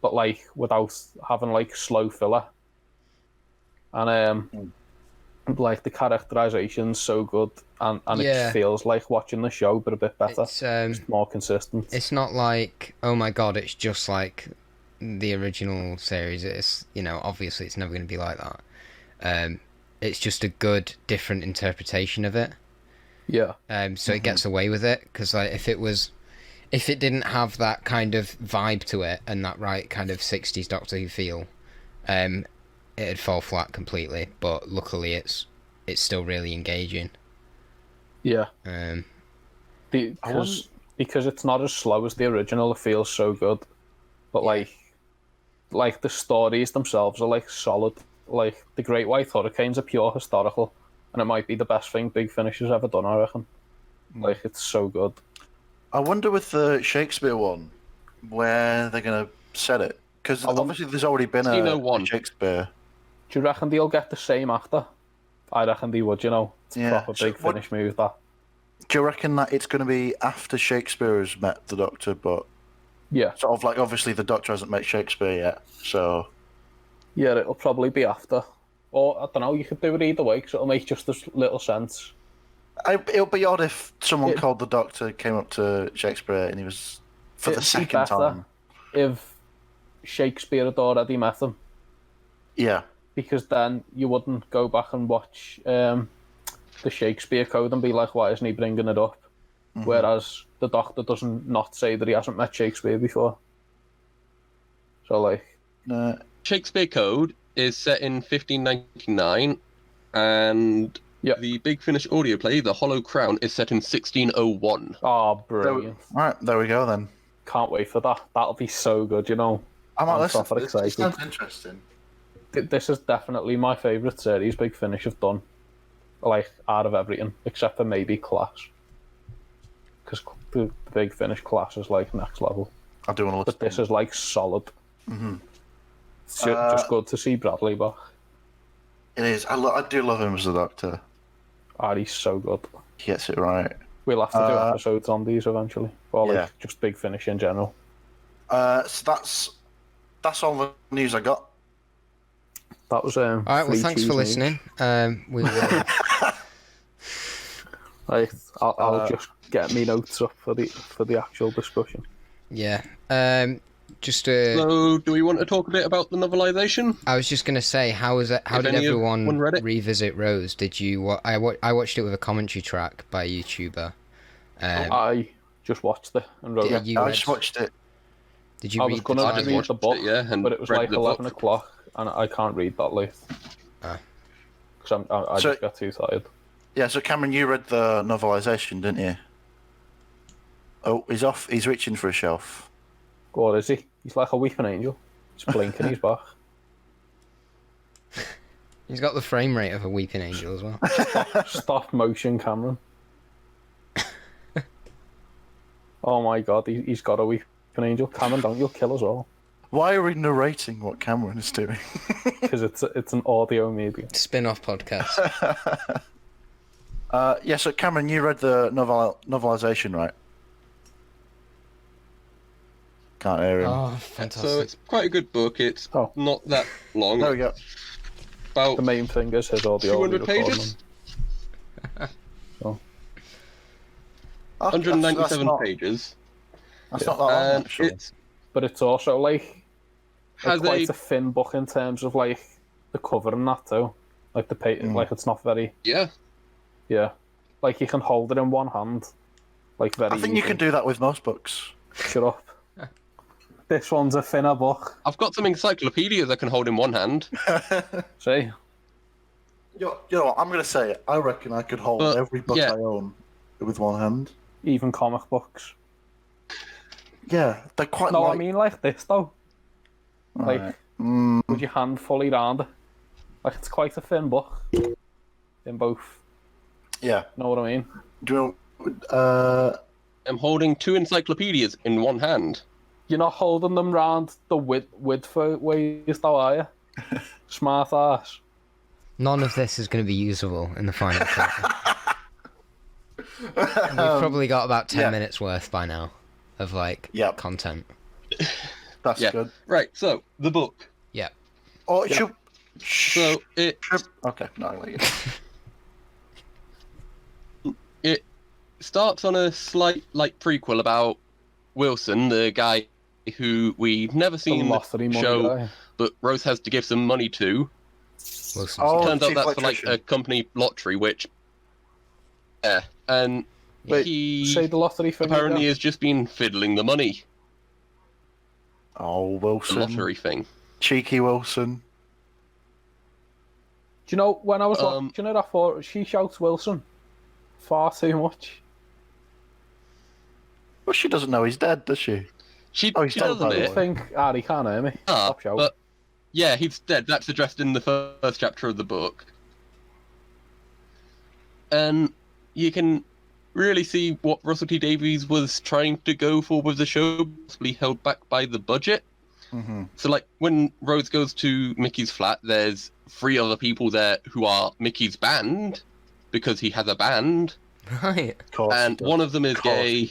Speaker 4: but like without having like slow filler. And um, like the characterization's so good, and, and
Speaker 3: Hmm. Yeah.
Speaker 4: it feels like watching the show, but a bit better,
Speaker 3: It's um,
Speaker 4: more consistent.
Speaker 3: it's not like oh my god, it's just like the original series. It's you know obviously it's never going to be like that. Um, it's just a good different interpretation of it.
Speaker 4: Yeah.
Speaker 3: um,
Speaker 6: Mm-hmm.
Speaker 3: so it gets away with it because like if it was if it didn't have that kind of vibe to it and that right kind of 60s doctor who feel um, it'd fall flat completely but luckily it's it's still really engaging
Speaker 4: Yeah.
Speaker 3: um,
Speaker 4: because because it's not as slow as the original. It feels so good, but like like the stories themselves are like solid. Like the Great White Hurricane's a pure historical, and it might be the best thing Big Finish has ever done. I reckon.
Speaker 5: Mm.
Speaker 4: Like it's so good.
Speaker 5: I wonder with the Shakespeare one where they're going to set it. Because
Speaker 4: wonder-
Speaker 5: obviously there's already been
Speaker 6: Do you know
Speaker 5: a
Speaker 6: one?
Speaker 5: Shakespeare.
Speaker 4: Do you reckon they'll get the same actor? I reckon they would. You know, it's a
Speaker 5: Yeah.
Speaker 4: proper
Speaker 5: So
Speaker 4: Big
Speaker 5: what-
Speaker 4: Finish move. That
Speaker 5: Do you reckon that it's going to be after Shakespeare has met the Doctor, but
Speaker 4: yeah,
Speaker 5: sort of like obviously the Doctor hasn't met Shakespeare yet, so
Speaker 4: yeah. It'll probably be after. Or I don't know. You could do it either way because it'll make just as little sense.
Speaker 5: I, it'll be odd if someone
Speaker 4: It-
Speaker 5: called the Doctor came up to Shakespeare and he was for the
Speaker 4: It'd be
Speaker 5: second
Speaker 4: better.
Speaker 5: time.
Speaker 4: If Shakespeare had already met him,
Speaker 5: Yeah,
Speaker 4: because then you wouldn't go back and watch um, the Shakespeare Code and be like, why isn't he bringing it up?
Speaker 5: Mm-hmm.
Speaker 4: Whereas the Doctor doesn't not say that he hasn't met Shakespeare before. So like,
Speaker 5: No,
Speaker 6: Shakespeare Code is set in 1599, and
Speaker 4: Yep.
Speaker 6: the Big Finish audio play, The Hollow Crown, is set in 1601.
Speaker 4: oh,
Speaker 5: there we-
Speaker 4: brilliant!
Speaker 5: all right, there we go then.
Speaker 4: Can't wait for that. That'll be so good, you know.
Speaker 5: I might
Speaker 4: I'm
Speaker 5: listen.
Speaker 4: proper
Speaker 5: to this. This
Speaker 4: excited.
Speaker 5: sounds interesting.
Speaker 4: Th- This is definitely my favourite series Big Finish have done. Like, out of everything, except for maybe Class. Because the the Big Finish Class is like next level.
Speaker 5: I do want to listen.
Speaker 4: But this is like solid.
Speaker 5: Mhm.
Speaker 4: It's ju-
Speaker 5: Uh,
Speaker 4: just good to see Bradley back.
Speaker 5: It is. I, lo- I do love him as a doctor.
Speaker 4: Ah, he's so good.
Speaker 5: He gets it right.
Speaker 4: We'll have to do
Speaker 5: Uh,
Speaker 4: episodes on these eventually. Or like
Speaker 5: yeah.
Speaker 4: just Big Finish in general.
Speaker 5: Uh, so that's that's all the news I got.
Speaker 4: That was um.
Speaker 3: All right. Well,
Speaker 4: free
Speaker 3: thanks for
Speaker 4: cheese news.
Speaker 3: listening. Um, we will.
Speaker 4: Like, I'll, I'll
Speaker 5: Uh,
Speaker 4: just get me notes up for the for the actual discussion.
Speaker 3: yeah. Um, just uh,
Speaker 6: So, do we want to talk a bit about the novelization?
Speaker 3: I was just gonna say, how is that? How
Speaker 6: If
Speaker 3: did
Speaker 6: any of-
Speaker 3: everyone
Speaker 6: one read it?
Speaker 3: revisit Rose? Did you? Wa- I wa- I watched it with a commentary track by a YouTuber. Um,
Speaker 4: I just watched it and wrote
Speaker 3: did,
Speaker 4: it.
Speaker 3: you
Speaker 5: I
Speaker 3: read-
Speaker 5: just watched it.
Speaker 3: did you
Speaker 4: I
Speaker 3: read
Speaker 4: was
Speaker 3: the
Speaker 4: gonna
Speaker 6: I
Speaker 3: title?
Speaker 6: just
Speaker 4: read
Speaker 6: watched
Speaker 4: the book,
Speaker 6: it, yeah, and
Speaker 4: but it was
Speaker 6: read
Speaker 4: like
Speaker 6: the
Speaker 4: eleven
Speaker 6: book.
Speaker 4: o'clock, and I can't read that late
Speaker 3: Ah.
Speaker 4: because I'm I, I
Speaker 5: So-
Speaker 4: just got too tired.
Speaker 5: Yeah. So Cameron, you read the novelisation, didn't you? Oh, he's off. He's reaching for a shelf.
Speaker 4: Or is he? He's like a weeping angel. He's blinking. he's back.
Speaker 3: He's got the frame rate of a weeping angel as well.
Speaker 4: Stop motion, Cameron. oh my god, he, he's got a weeping angel. Cameron, don't you kill us all
Speaker 5: Why are we narrating what Cameron is doing?
Speaker 4: because it's it's an audio medium.
Speaker 3: Spin-off podcast.
Speaker 5: Uh, yeah. So Cameron, you read the novel novelisation, right? Can't hear
Speaker 6: Uh,
Speaker 5: him.
Speaker 3: Oh,
Speaker 6: So,
Speaker 3: fantastic!
Speaker 6: it's quite a good book. It's
Speaker 4: Oh.
Speaker 6: not that long.
Speaker 5: There we go.
Speaker 6: About
Speaker 4: The main thing is his audio.
Speaker 6: 200
Speaker 4: recording.
Speaker 6: pages?
Speaker 5: Okay, Ah, that's-
Speaker 6: 197
Speaker 5: that's not-
Speaker 6: pages.
Speaker 5: That's not that long,
Speaker 6: And
Speaker 5: actually.
Speaker 6: it
Speaker 4: But it's also like
Speaker 6: has a
Speaker 4: quite a thin book in terms of like the cover and that too. Like the patent,
Speaker 5: Mm.
Speaker 4: like it's not very
Speaker 6: yeah.
Speaker 4: yeah. Like you can hold it in one hand, like very.
Speaker 5: I think you
Speaker 4: easily.
Speaker 5: can do that with most books.
Speaker 4: Shut up. this one's a thinner book.
Speaker 6: I've got some encyclopedias I can hold in one hand.
Speaker 4: See,
Speaker 5: You know, you know what? I'm going to say it. I reckon I could hold
Speaker 6: But,
Speaker 5: every book
Speaker 6: yeah.
Speaker 5: I own with one hand.
Speaker 4: even comic books.
Speaker 5: Yeah, they're quite
Speaker 4: No, I
Speaker 5: light.
Speaker 4: mean like this though. Like
Speaker 5: Mm,
Speaker 4: with your hand fully round it. Like it's quite a thin book. In both,
Speaker 5: yeah.
Speaker 4: know what I mean?
Speaker 5: Do you know, uh,
Speaker 6: I'm holding two encyclopedias in one hand.
Speaker 4: You're not holding them round the width width ways though, are you? Smart ass.
Speaker 3: None of this is going to be usable in the final cut. We've
Speaker 6: Um,
Speaker 3: probably got about ten
Speaker 5: Um, yeah.
Speaker 3: minutes worth by now of like
Speaker 5: Yep.
Speaker 3: content.
Speaker 5: that's
Speaker 6: Yeah.
Speaker 5: good.
Speaker 6: Right, so the book.
Speaker 3: Yeah.
Speaker 5: Or it should.
Speaker 6: So it
Speaker 5: should- okay, no, I'll let you.
Speaker 6: it starts on a slight like prequel about Wilson, the guy who we've never
Speaker 4: The
Speaker 6: seen in the
Speaker 4: lottery money
Speaker 6: show,
Speaker 4: guy.
Speaker 6: but Rose has to give some money to.
Speaker 3: Wilson's
Speaker 5: Oh,
Speaker 6: Turns out
Speaker 5: chief
Speaker 6: that's for like a
Speaker 5: electrician.
Speaker 6: company lottery, which yeah, and
Speaker 4: Wait, Say
Speaker 6: he
Speaker 4: the lottery thing.
Speaker 6: apparently
Speaker 4: again.
Speaker 6: has just been fiddling the money,
Speaker 5: Oh,
Speaker 6: the
Speaker 5: Wilson.
Speaker 6: lottery thing.
Speaker 5: Cheeky Wilson.
Speaker 4: Do you know when I was
Speaker 6: Um,
Speaker 4: watching it, I thought she shouts Wilson far too much.
Speaker 5: Well, she doesn't know he's dead, does she?
Speaker 6: She,
Speaker 5: Oh, he's
Speaker 6: she
Speaker 5: dead,
Speaker 6: doesn't
Speaker 5: by the
Speaker 6: it.
Speaker 4: I think ah, he can't hear me.
Speaker 6: Ah,
Speaker 4: Stop shouting.
Speaker 6: but yeah, he's dead. That's addressed in the first chapter of the book. And you can really see what Russell T Davies was trying to go for with the show, possibly held back by the budget.
Speaker 5: Mm-hmm.
Speaker 6: So, like, when Rose goes to Mickey's flat, there's three other people there who are Mickey's band because he has a band,
Speaker 3: right.
Speaker 5: Of course.
Speaker 6: and one of them is gay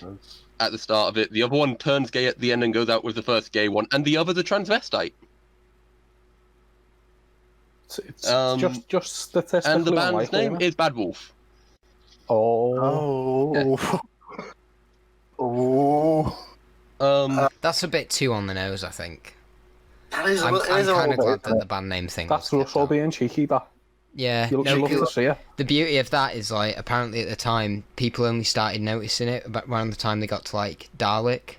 Speaker 6: at the start of it. The other one turns gay at the end and goes out with the first gay one, and the other's a transvestite.
Speaker 4: It's, it's
Speaker 6: Um,
Speaker 4: just just statistically
Speaker 6: and the band's
Speaker 4: unlikely,
Speaker 6: name
Speaker 4: innit?
Speaker 6: is Bad Wolf.
Speaker 4: Oh,
Speaker 5: Oh. oh.
Speaker 6: Um,
Speaker 3: That's a bit too on the nose, I think.
Speaker 5: That It is a
Speaker 3: I'm,
Speaker 5: little- it
Speaker 3: I'm
Speaker 5: is a
Speaker 3: kind of
Speaker 5: little
Speaker 3: glad
Speaker 5: bit,
Speaker 3: that
Speaker 5: isn't
Speaker 3: the band name thing.
Speaker 4: That's
Speaker 3: was kept
Speaker 4: Russell
Speaker 3: out.
Speaker 4: being cheeky. That
Speaker 3: Yeah,
Speaker 4: you
Speaker 3: no,
Speaker 4: love
Speaker 3: cool.
Speaker 4: to see it.
Speaker 3: the beauty of that is like apparently at the time people only started noticing it about around the time they got to like Dalek.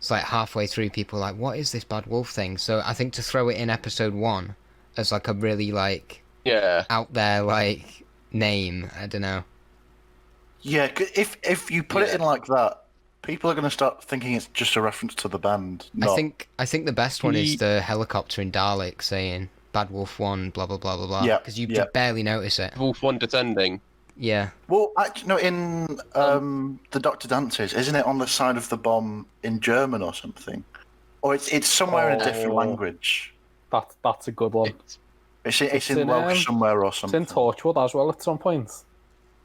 Speaker 3: It's like halfway through, people were like, "What is this bad wolf thing?" So I think to throw it in episode one as like a really like
Speaker 6: Yeah.
Speaker 3: out there like name, I don't know.
Speaker 5: Yeah, 'cause if if you put it
Speaker 6: Yeah.
Speaker 5: in like that, people are going to start thinking it's just a reference to the band. Not,
Speaker 3: I think I think the best one is
Speaker 6: Ye-
Speaker 3: the helicopter in Dalek saying "Bad Wolf One," blah blah blah blah blah,
Speaker 5: Yeah,
Speaker 3: because you
Speaker 5: yeah.
Speaker 3: just barely notice it.
Speaker 6: Wolf one descending.
Speaker 3: Yeah,
Speaker 5: Well, actually, no. In um, the Doctor Dances, isn't it on the side of the bomb in German or something? Or it's it's somewhere in a different
Speaker 4: Oh.
Speaker 5: language.
Speaker 4: That that's a good one.
Speaker 6: It's-
Speaker 5: It's in, it's
Speaker 4: It's
Speaker 5: in,
Speaker 4: in,
Speaker 5: Welsh
Speaker 4: um,
Speaker 5: somewhere or
Speaker 4: It's
Speaker 5: something.
Speaker 4: in Torchwood as well at some point.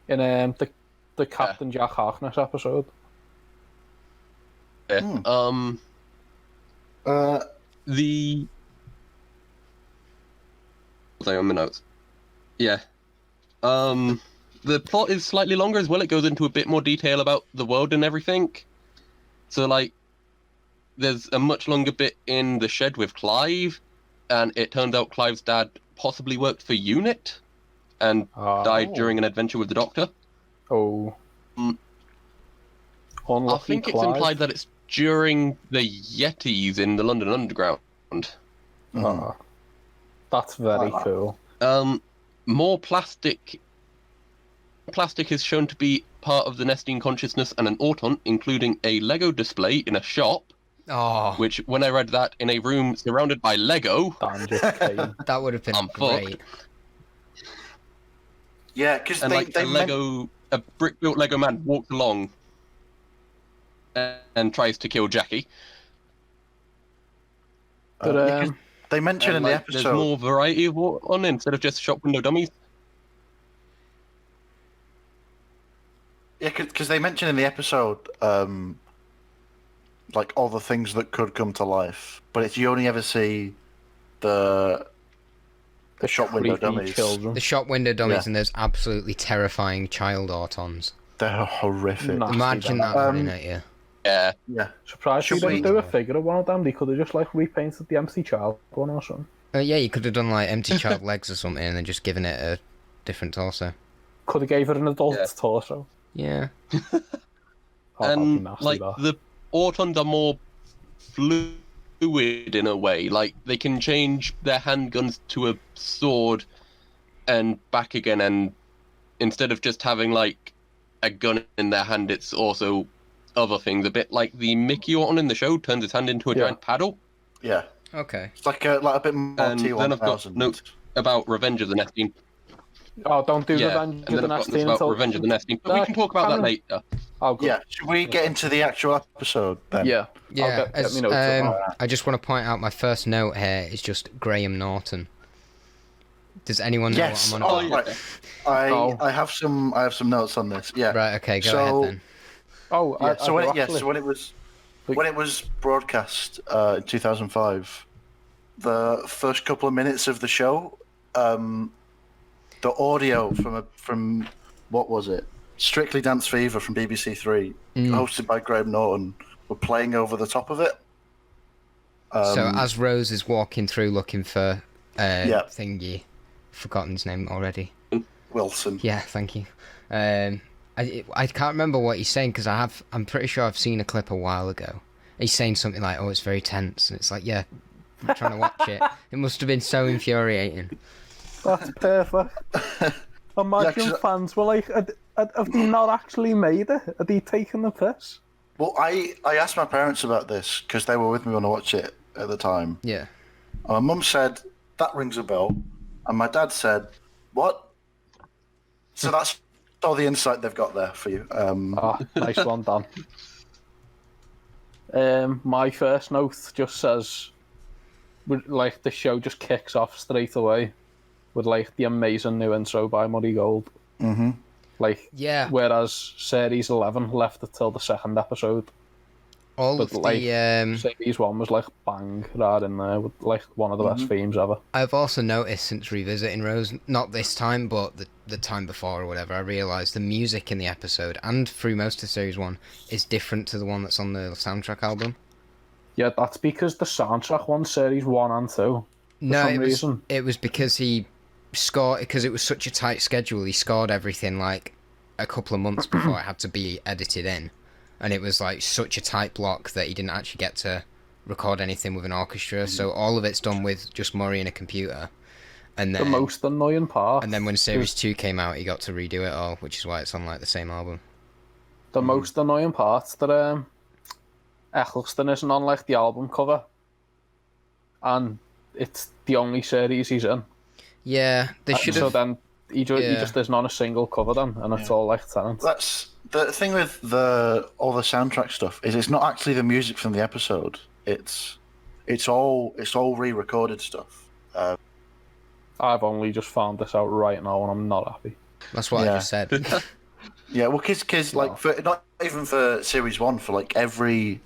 Speaker 4: In um the the Captain Jack Harkness episode.
Speaker 6: yeah.
Speaker 5: Hmm.
Speaker 6: Um,
Speaker 5: uh,
Speaker 6: the. Hang on my notes. Yeah. Um, the plot is slightly longer as well. It goes into a bit more detail about the world and everything. So like, there's a much longer bit in the shed with Clive, and it turns out Clive's dad possibly worked for UNIT, and
Speaker 4: Uh,
Speaker 6: died during an adventure with the Doctor.
Speaker 4: Oh.
Speaker 6: Mm. I
Speaker 4: Unlucky
Speaker 6: think it's
Speaker 4: Clive.
Speaker 6: implied that it's during the Yetis in the London Underground. Oh.
Speaker 5: mm.
Speaker 4: Ah. that's very
Speaker 5: Like that.
Speaker 4: cool.
Speaker 6: Um, more plastic. Plastic is shown to be part of the nesting consciousness and an auton, including a Lego display in a shop.
Speaker 3: oh,
Speaker 6: Which, when I read that, in a room surrounded by Lego,
Speaker 4: Dan just came.
Speaker 3: that would have been
Speaker 6: I'm fucked.
Speaker 3: great.
Speaker 5: Yeah, because they,
Speaker 6: and like
Speaker 5: they
Speaker 6: a
Speaker 5: meant-
Speaker 6: Lego, a brick-built Lego man walks along and, and tries to kill Jackie.
Speaker 5: uh,
Speaker 4: But,
Speaker 5: yeah, 'cause
Speaker 4: um,
Speaker 5: they mention
Speaker 6: And,
Speaker 5: in the
Speaker 6: like,
Speaker 5: episode.
Speaker 6: There's more variety of what on instead of just shop window dummies.
Speaker 5: Yeah, because they mention in the episode, um, like all the things that could come to life, but it's you only ever see the the shop window
Speaker 4: Creepy
Speaker 5: dummies.
Speaker 4: children.
Speaker 3: The shop window dummies
Speaker 5: Yeah.
Speaker 3: and those absolutely terrifying child autons.
Speaker 5: They're horrific.
Speaker 4: Nah. Absolutely.
Speaker 3: Imagine that
Speaker 5: Um,
Speaker 3: running at you.
Speaker 6: Yeah.
Speaker 5: Yeah,
Speaker 4: Surprised you
Speaker 5: Should
Speaker 4: didn't
Speaker 5: we-
Speaker 4: do a figure of one of them. They could have just like repainted the MC Child one or something.
Speaker 3: Uh, yeah, you could have done like empty child legs or something and then just given it a different torso.
Speaker 4: Could have gave her an adult
Speaker 6: Yeah.
Speaker 4: torso.
Speaker 3: Yeah.
Speaker 4: Oh, that'd be
Speaker 6: and
Speaker 4: nasty,
Speaker 6: Um, like
Speaker 4: that.
Speaker 6: the Autons are more fluid in a way. Like they can change their handguns to a sword and back again, and instead of just having like a gun in their hand, it's also other things. A bit like the Mickey Orton in the show turns his hand into a
Speaker 4: Yeah.
Speaker 6: giant paddle.
Speaker 5: yeah.
Speaker 3: Okay.
Speaker 5: It's like a like a bit more
Speaker 6: And
Speaker 5: T
Speaker 6: then
Speaker 5: one
Speaker 6: I've got
Speaker 5: thousand.
Speaker 6: notes about Revenge of the Nesting.
Speaker 4: Oh, don't do
Speaker 6: Yeah, and
Speaker 4: Revenge of
Speaker 6: then
Speaker 4: the
Speaker 6: I've
Speaker 4: Next
Speaker 6: got notes
Speaker 4: Team
Speaker 6: about
Speaker 4: until...
Speaker 6: Revenge of the Nesting. But we
Speaker 4: No,
Speaker 6: can talk about that
Speaker 4: Cameron.
Speaker 6: later.
Speaker 4: Oh, good.
Speaker 5: Yeah, should we get into the actual episode then?
Speaker 4: Yeah.
Speaker 3: Yeah.
Speaker 4: get- get
Speaker 3: as,
Speaker 4: me notes
Speaker 3: um,
Speaker 4: about
Speaker 3: I just want to point out my first note here is just Graham Norton. Does anyone know
Speaker 5: Yes.
Speaker 3: what I'm on
Speaker 5: Oh,
Speaker 3: about?
Speaker 5: right. I
Speaker 4: Oh.
Speaker 5: I have some I have some notes on this. Oh, Yeah.
Speaker 3: Right, okay, go
Speaker 5: So-
Speaker 3: ahead then.
Speaker 4: Oh, I,
Speaker 5: Yeah, so when it, yeah,
Speaker 4: actually-
Speaker 5: so when it was
Speaker 4: But-
Speaker 5: when it was broadcast uh, in 2005, the first couple of minutes of the show, um, the audio from a, from what was it? Strictly Dance Fever from BBC Three,
Speaker 4: Mm.
Speaker 5: hosted by Graham Norton, were playing over the top of it. Um,
Speaker 3: so as Rose is walking through looking for uh
Speaker 5: Yeah.
Speaker 3: thingy. Forgotten his name already.
Speaker 5: Wilson,
Speaker 3: Yeah, thank you. Um, I it- I can't remember what he's saying because I have I'm pretty sure I've seen a clip a while ago. He's saying something like, "Oh, it's very tense," and it's like, yeah, I'm trying to watch it. It must have been so infuriating.
Speaker 4: That's perfect. Imagine
Speaker 5: Yeah, 'cause-
Speaker 4: fans were like, "Had- had- have they not actually made it? Are they taking the piss?
Speaker 5: Well, I, I asked my parents about this because they were with me when I watched it at the time.
Speaker 3: Yeah,
Speaker 5: And my mum said, that rings a bell. And my dad said, what? So that's all the insight they've got there for you. Um,
Speaker 4: Ah, nice one, Dan. Um, my first note just says, with- like, the show just kicks off straight away with, like, the amazing new intro by Muddy Gold.
Speaker 5: hmm
Speaker 4: Like,
Speaker 3: yeah.
Speaker 4: whereas Series 11 left it till the second episode.
Speaker 3: All
Speaker 4: but
Speaker 3: of
Speaker 4: like-
Speaker 3: the um,
Speaker 4: Series 1 was, like, bang, right in there with, like, one of the best themes ever.
Speaker 3: I've also noticed since revisiting Rose, not this time, but the the time before or whatever, I realised the music in the episode and through most of series one is different to the one that's on the soundtrack album.
Speaker 4: Yeah, that's because the soundtrack won series one and two.
Speaker 3: No,
Speaker 4: some
Speaker 3: it was
Speaker 4: reason.
Speaker 3: it was because he scored because it was such a tight schedule. He scored everything like a couple of months before it had to be edited in, and it was like such a tight block that he didn't actually get to record anything with an orchestra. So all of it's done with just Murray and a computer, and
Speaker 4: The
Speaker 3: then
Speaker 4: most annoying part.
Speaker 3: and then when Series Two came out, he got to redo it all, which is why it's on like the same album.
Speaker 4: the
Speaker 5: Mhm.
Speaker 4: most annoying part that um, Eccleston isn't on like the album cover, and it's the only series he's in.
Speaker 3: Yeah, they should
Speaker 4: So
Speaker 3: have.
Speaker 4: then he, ju- he
Speaker 3: Yeah.
Speaker 4: just isn't on a single cover then, and it's all like Tennant.
Speaker 5: That's the thing with the all the soundtrack stuff is it's not actually the music from the episode. It's it's all it's all re-recorded stuff.
Speaker 4: I've only just found this out right now, and I'm not happy.
Speaker 3: That's what I
Speaker 5: yeah.
Speaker 3: just said.
Speaker 5: Yeah, well, kids, kids like for not even for series one for like every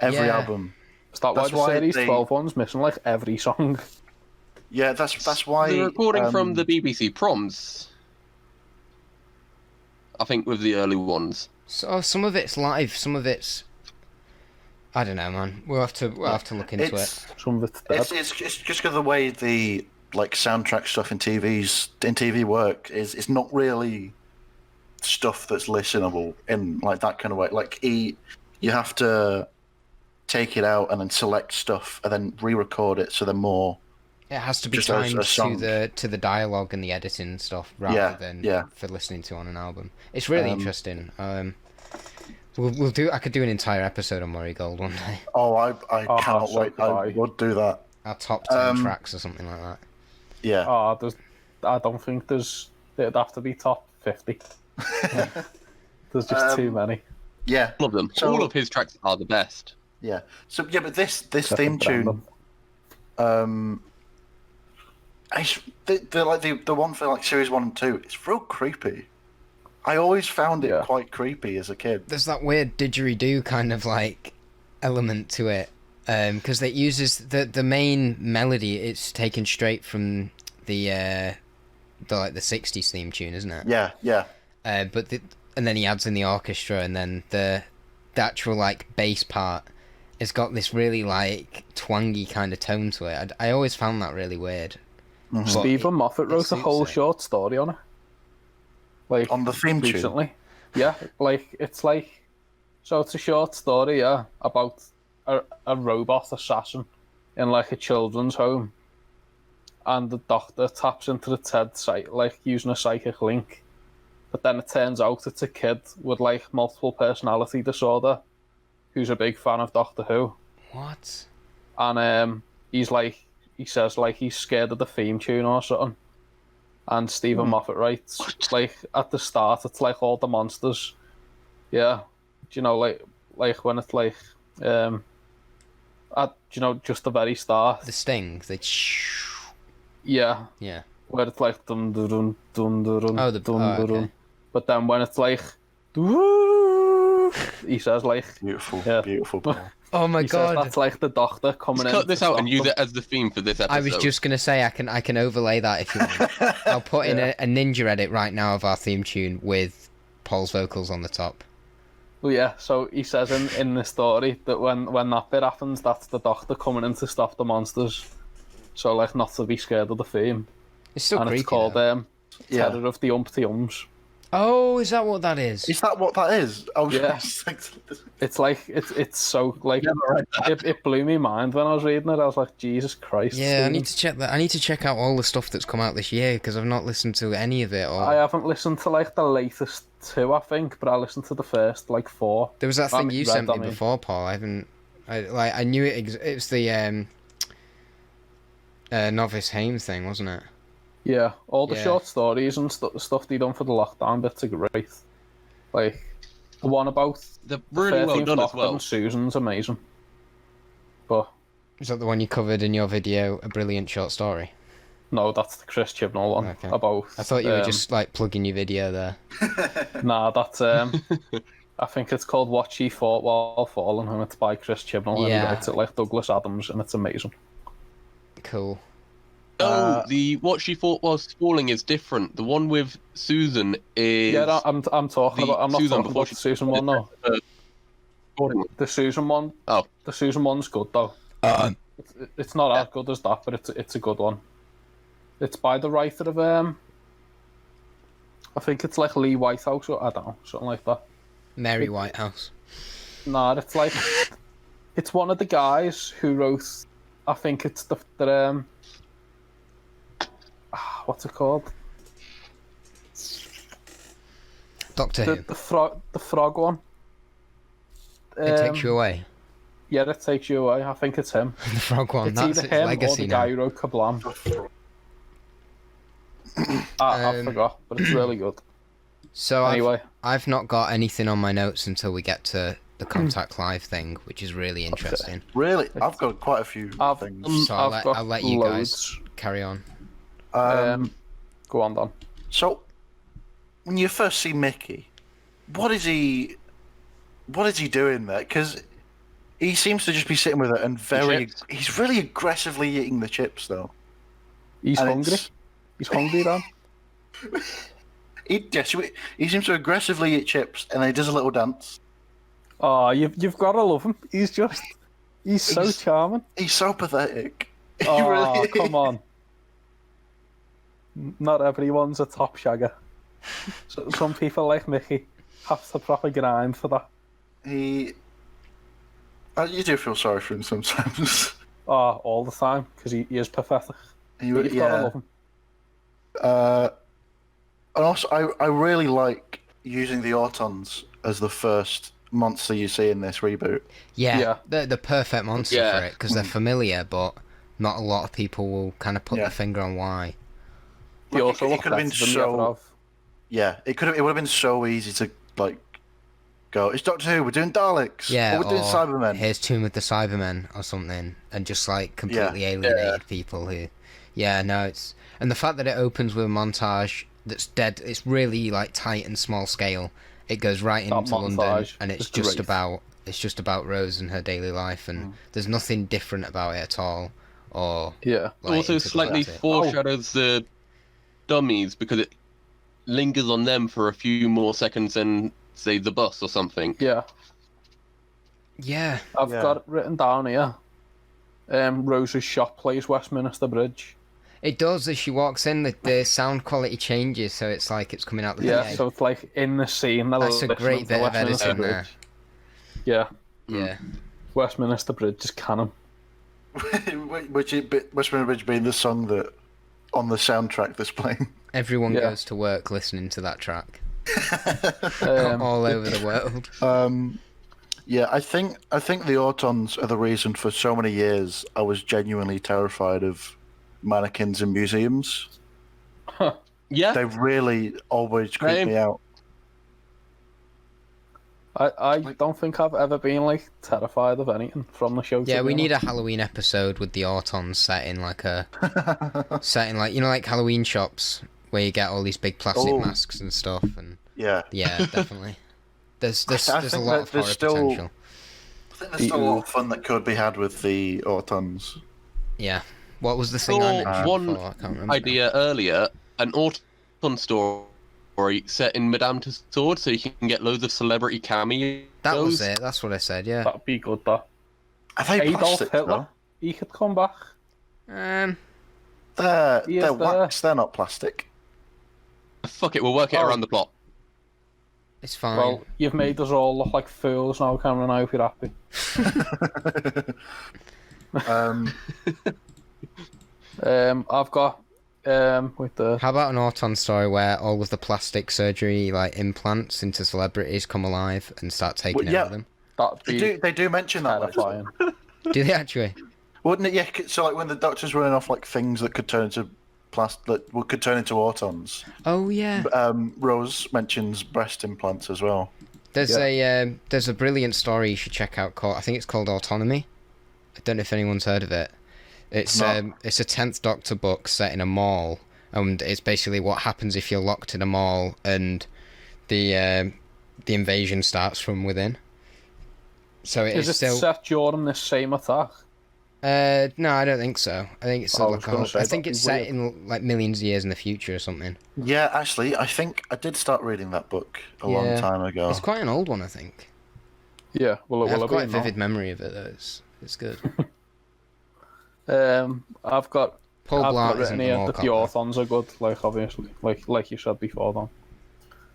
Speaker 5: every
Speaker 3: Yeah.
Speaker 5: album.
Speaker 4: Is that why
Speaker 5: That's
Speaker 4: the
Speaker 5: why
Speaker 4: series
Speaker 5: they-
Speaker 4: 12 one's missing like every song?
Speaker 5: Yeah, that's that's why
Speaker 6: the recording
Speaker 5: um,
Speaker 6: from the BBC proms. I think with the early ones.
Speaker 3: so some of it's live, some of it's. I don't know, man. We'll have to we'll have to look into it.
Speaker 5: it's,
Speaker 4: Some of it's dead.
Speaker 5: it's it's it's just 'cause of the way the like soundtrack stuff in TVs in TV work is it's not really stuff that's listenable in like that kind of way. Like e, you have to take it out and then select stuff and then re-record it so they're more
Speaker 3: It has to be
Speaker 5: Just as a
Speaker 3: timed to
Speaker 5: song.
Speaker 3: the to the dialogue and the editing and stuff rather
Speaker 5: Yeah,
Speaker 3: than
Speaker 5: yeah.
Speaker 3: for listening to on an album. It's really
Speaker 5: Um,
Speaker 3: interesting. Um, we'll, we'll do. I could do an entire episode on Murray Gold one day.
Speaker 5: oh I I
Speaker 4: Oh,
Speaker 5: cannot
Speaker 4: so
Speaker 5: wait
Speaker 4: could I.
Speaker 5: I would do that
Speaker 3: Our top ten
Speaker 5: Um,
Speaker 3: tracks or something like that.
Speaker 5: yeah
Speaker 4: Oh, there's, I don't think there's. It'd have to be top 50. there's just
Speaker 5: Um,
Speaker 4: too many.
Speaker 5: yeah
Speaker 6: All of them.
Speaker 5: So-
Speaker 6: All of his tracks are the best.
Speaker 5: yeah so yeah but this this
Speaker 4: Except
Speaker 5: theme
Speaker 4: for
Speaker 5: tune.
Speaker 4: Brandon.
Speaker 5: Um, it's the, the like the, the one for like series one and two. It's real creepy. I always found it
Speaker 4: Yeah.
Speaker 5: quite creepy as a kid.
Speaker 3: There's that weird didgeridoo kind of like element to it because it uses the the main melody. It's taken straight from the uh, the like the '60s theme tune, isn't it?
Speaker 5: Yeah, yeah,
Speaker 3: Uh, but the, and then he adds in the orchestra, and then the, the actual like bass part has got this really like twangy kind of tone to it. I, I always found that really weird. But
Speaker 4: Stephen Moffat
Speaker 3: it
Speaker 4: wrote a
Speaker 3: suits
Speaker 4: whole
Speaker 3: it.
Speaker 4: short story on it. Like
Speaker 5: On the theme tune?
Speaker 4: recently. Yeah, like it's like so it's a short story, yeah, about a, a robot assassin in like a children's home. And the doctor taps into the TED site like using a psychic link. But then it turns out it's a kid with like multiple personality disorder who's a big fan of Doctor Who
Speaker 3: what?
Speaker 4: and um, he's like, he says like he's scared of the theme tune or something. And
Speaker 3: Hmm.
Speaker 4: Stephen Moffat writes like at the start, it's like all the monsters, yeah. Do you know like like when it's like um, at do you know just the very start,
Speaker 3: The sting. The ch-
Speaker 4: yeah,
Speaker 3: yeah.
Speaker 4: where it's like dum dum dum dum dum
Speaker 3: Oh, the-
Speaker 4: dum
Speaker 3: oh, okay.
Speaker 4: dum. But then when it's like, "Doo-doo," he says like
Speaker 5: beautiful,
Speaker 4: Yeah.
Speaker 5: beautiful. Paul.
Speaker 3: Oh my
Speaker 4: he says
Speaker 3: god!
Speaker 4: that's like the doctor coming
Speaker 6: Just
Speaker 4: in.
Speaker 6: cut
Speaker 4: to
Speaker 6: this out
Speaker 4: stop
Speaker 6: and use
Speaker 4: them.
Speaker 6: it as the theme for this episode.
Speaker 3: I was just gonna say I can I can overlay that if you want. I'll put in a, a ninja edit right now of our theme tune with Paul's vocals on the top.
Speaker 4: Well, yeah. So he says in, in the story that when when that bit happens, that's the doctor coming in to stop the monsters. So like not to be scared of the theme,
Speaker 3: It's still
Speaker 4: and
Speaker 3: creepy.
Speaker 4: it's called
Speaker 3: though.
Speaker 4: um,
Speaker 5: Yeah.
Speaker 4: Terror of the Umpty Ums.
Speaker 3: oh, is that what that is?
Speaker 5: Is that what that is? Oh,
Speaker 4: Yeah. It's like it's it's so like it, it blew me mind when I was reading it. I was like, Jesus Christ!
Speaker 3: Yeah, I
Speaker 4: Stephen.
Speaker 3: need to check that. I need to check out all the stuff that's come out this year because I've not listened to any of it. Or
Speaker 4: I uh, haven't listened to like the latest two, I think, but I listened to the first like four.
Speaker 3: there was that
Speaker 4: I
Speaker 3: thing
Speaker 4: mean,
Speaker 3: you
Speaker 4: Red
Speaker 3: sent me
Speaker 4: Dummy.
Speaker 3: before, Paul. I haven't. I like. I knew it. Ex- it was the um, uh, novice Haim thing, wasn't it?
Speaker 4: Yeah, all the
Speaker 3: Yeah.
Speaker 4: short stories and stu stuff they done for the lockdown bits are great. Like the one about
Speaker 6: They're really well
Speaker 4: 13th
Speaker 6: done as
Speaker 4: Doctor
Speaker 6: well.
Speaker 4: and Susan's amazing. But
Speaker 3: Is that the one you covered in your video? A brilliant short story.
Speaker 4: no, that's the Chris Chibnall one
Speaker 3: Okay.
Speaker 4: about.
Speaker 3: I thought you were
Speaker 4: um,
Speaker 3: just like plugging your video there.
Speaker 4: Nah, that's um. I think it's called What She Thought While Falling, and it's by Chris Chibnall, and he
Speaker 3: Yeah.
Speaker 4: writes it like Douglas Adams, and it's amazing.
Speaker 3: Cool.
Speaker 6: oh, the what she thought whilst falling is different. The one with Susan is
Speaker 4: yeah, no, I'm I'm talking
Speaker 6: the
Speaker 4: about. I'm not
Speaker 6: Susan
Speaker 4: talking
Speaker 6: before
Speaker 4: about
Speaker 6: she-
Speaker 4: the Susan one now. But the Susan one,
Speaker 6: Oh. Uh,
Speaker 4: the Susan one's good though.
Speaker 3: Um,
Speaker 4: It's, it's not as good as that, but it's it's a good one. It's by the writer of um, I think it's like Lee Whitehouse or I don't know something like that.
Speaker 3: Mary Whitehouse.
Speaker 4: No, it's like it's one of the guys who wrote. I think it's the, the um, ah, what's it called?
Speaker 3: Doctor
Speaker 4: The
Speaker 3: Who.
Speaker 4: the frog the frog one.
Speaker 3: it
Speaker 4: Um,
Speaker 3: takes you away.
Speaker 4: Yeah, it takes you away. I think it's him.
Speaker 3: The frog one.
Speaker 4: it's
Speaker 3: that's
Speaker 4: either
Speaker 3: Oh, its
Speaker 4: him or the
Speaker 3: legacy
Speaker 4: guy
Speaker 3: now.
Speaker 4: who wrote Kablam. I, I
Speaker 3: Um,
Speaker 4: forgot, but it's really good.
Speaker 3: So I've,
Speaker 4: Anyway,
Speaker 3: I've not got anything on my notes until we get to
Speaker 4: Hmm.
Speaker 3: the Contact Live thing, which is really interesting.
Speaker 5: Really, I've got quite a few
Speaker 4: I've-
Speaker 5: things.
Speaker 4: um,
Speaker 3: So I'll
Speaker 4: I've
Speaker 3: let,
Speaker 4: got
Speaker 3: I'll let you
Speaker 4: loads.
Speaker 3: guys carry on.
Speaker 5: Um,
Speaker 4: um, go on, Dan.
Speaker 5: So, when you first see Mickey, what is he? What is he doing there? Because he seems to just be sitting with it and very.
Speaker 6: chips.
Speaker 5: He's really aggressively eating the chips, though.
Speaker 4: He's
Speaker 5: And
Speaker 4: hungry.
Speaker 5: it's-
Speaker 4: He's hungry, Dan.
Speaker 5: He, yes, he- he seems to aggressively eat chips, and he does a little dance.
Speaker 4: Oh, you've you've got to love him. He's just he's so
Speaker 5: He's-
Speaker 4: charming.
Speaker 5: He's so pathetic. He
Speaker 4: Oh,
Speaker 5: really
Speaker 4: come on. N- Not everyone's a top shagger. So, some people like Mickey have to proper grind for that.
Speaker 5: He. Uh, you do feel sorry for him sometimes.
Speaker 4: Oh, all the time because he, he is pathetic.
Speaker 5: He-
Speaker 4: But You've got to
Speaker 5: yeah.
Speaker 4: love him.
Speaker 5: Uh, and also, I, I really like using the Autons as the first monster you see in this reboot.
Speaker 3: Yeah,
Speaker 4: Yeah.
Speaker 3: they're the perfect monster
Speaker 6: Yeah.
Speaker 3: for it because they're familiar, but not a lot of people will kind of put
Speaker 5: Yeah.
Speaker 3: their finger on why.
Speaker 4: He
Speaker 5: Like,
Speaker 4: also
Speaker 5: it- it
Speaker 4: looks
Speaker 5: could've
Speaker 4: better
Speaker 5: been
Speaker 4: than
Speaker 5: so-
Speaker 4: the other half.
Speaker 5: Yeah, it could have. It would have been so easy to like go. It's Doctor Who. We're doing Daleks.
Speaker 3: Yeah,
Speaker 5: or we're doing
Speaker 3: or
Speaker 5: Cybermen.
Speaker 3: Here's Tomb of the Cybermen or something, and just like completely alienated people who, yeah, no, it's and the fact that it opens with a montage that's dead. It's really like tight and small scale. It goes right
Speaker 4: That
Speaker 3: into London,
Speaker 4: montage
Speaker 3: and it's
Speaker 4: is
Speaker 3: just
Speaker 4: great.
Speaker 3: about it's just about Rose and her daily life, and
Speaker 4: Mm.
Speaker 3: there's nothing different about it at all. Or
Speaker 4: Yeah.
Speaker 3: like,
Speaker 6: also
Speaker 3: into the
Speaker 6: slightly
Speaker 3: fact it-
Speaker 6: foreshadows the dummies because it lingers on them for a few more seconds than say the bus or something.
Speaker 4: Yeah.
Speaker 3: yeah,
Speaker 4: I've
Speaker 5: Yeah.
Speaker 4: got it written down here. Um, Rose's shop plays Westminster Bridge.
Speaker 3: It does. As she walks in, the, the sound quality changes, so it's like it's coming out the
Speaker 4: Yeah,
Speaker 3: PA.
Speaker 4: so it's like in the scene. they're
Speaker 3: That's a
Speaker 4: listening
Speaker 3: great
Speaker 4: to
Speaker 3: bit of
Speaker 4: Westminster
Speaker 3: editing there.
Speaker 4: Bridge. Yeah,
Speaker 3: yeah.
Speaker 4: Westminster Bridge is canon.
Speaker 5: Which is but Westminster Bridge being the song that on the soundtrack that's playing.
Speaker 3: Everyone
Speaker 4: Yeah.
Speaker 3: goes to work listening to that track
Speaker 4: Um,
Speaker 3: all over the world.
Speaker 5: Um, yeah, I think I think the Autons are the reason for so many years I was genuinely terrified of mannequins in museums.
Speaker 6: Yeah.
Speaker 5: They really always creep
Speaker 6: Same.
Speaker 5: me out.
Speaker 4: I, I don't think I've ever been like terrified of anything from the show. to
Speaker 3: Yeah,
Speaker 4: be
Speaker 3: we need
Speaker 4: honest.
Speaker 3: a Halloween episode with the Autons set in like a set in like you know like Halloween shops where you get all these big plastic
Speaker 5: Oh.
Speaker 3: masks and stuff and
Speaker 5: Yeah,
Speaker 3: yeah, definitely. There's there's,
Speaker 5: I
Speaker 3: there's a
Speaker 5: think
Speaker 3: lot
Speaker 5: that
Speaker 3: of
Speaker 5: there's
Speaker 3: horror
Speaker 5: still-
Speaker 3: potential.
Speaker 5: I think there's still a lot of fun that could be had with the Autons.
Speaker 3: Yeah. What was the thing I
Speaker 6: Saw
Speaker 3: mentioned
Speaker 6: one
Speaker 3: before? I can't remember. now.
Speaker 6: idea earlier, an autumn story set in Madame Tussauds, so you can get loads of celebrity cameos.
Speaker 3: That was it. That's what I said. Yeah.
Speaker 4: That'd be good, though.
Speaker 5: Are they
Speaker 4: Adolf
Speaker 5: plastic,
Speaker 4: Hitler.
Speaker 5: though?
Speaker 4: He could come back.
Speaker 3: Um.
Speaker 5: They're,
Speaker 4: He is
Speaker 5: they're
Speaker 4: the-
Speaker 5: wax, they're not plastic.
Speaker 6: Fuck it, we'll work it
Speaker 4: Oh.
Speaker 6: around the plot.
Speaker 3: It's fine.
Speaker 4: Well, you've made us all look like fools now, Cameron. I hope you're happy.
Speaker 5: Um,
Speaker 4: Um, I've got um with the
Speaker 3: How about an Auton story where all of the plastic surgery like implants into celebrities come alive and start taking
Speaker 5: Well, yeah.
Speaker 3: over them?
Speaker 4: that'd
Speaker 5: they,
Speaker 4: be
Speaker 5: do, they do mention that, later.
Speaker 4: terrifying.
Speaker 3: Do they actually?
Speaker 5: wouldn't it? Yeah, c- so like when the doctor's running off like things that could turn into plastic, that w- could turn into autons.
Speaker 3: Oh yeah.
Speaker 5: Um, Rose mentions breast implants as well.
Speaker 3: There's a um, there's a brilliant story you should check out called I think it's called Autonomy. I don't know if anyone's heard of it. It's
Speaker 5: No.
Speaker 3: um, it's a tenth Doctor book set in a mall, and it's basically what happens if you're locked in a mall and the um, the invasion starts from within. So it
Speaker 4: Is
Speaker 3: is
Speaker 4: it
Speaker 3: still
Speaker 4: set during the same attack?
Speaker 3: uh, no, I don't think so. I think it's still
Speaker 4: Oh, I was
Speaker 3: like a
Speaker 4: gonna
Speaker 3: whole-
Speaker 4: say
Speaker 3: I think
Speaker 4: that'd
Speaker 3: it's
Speaker 4: be
Speaker 3: set
Speaker 4: weird.
Speaker 3: in like millions of years in the future or something.
Speaker 5: Yeah, actually, I think I did start reading that book a long
Speaker 3: Yeah.
Speaker 5: time ago.
Speaker 3: It's quite an old one, I think.
Speaker 4: Yeah, well,
Speaker 3: I
Speaker 4: it Oh. will
Speaker 3: have
Speaker 4: have
Speaker 3: quite a
Speaker 4: been. no?
Speaker 3: vivid memory of it though. It's, it's good.
Speaker 4: Um, I've got.
Speaker 3: Paul
Speaker 4: I've
Speaker 3: Blart
Speaker 4: got written
Speaker 3: isn't the
Speaker 4: here
Speaker 3: more
Speaker 4: that the
Speaker 3: cop.
Speaker 4: Orthons are good, like obviously, like like you said before,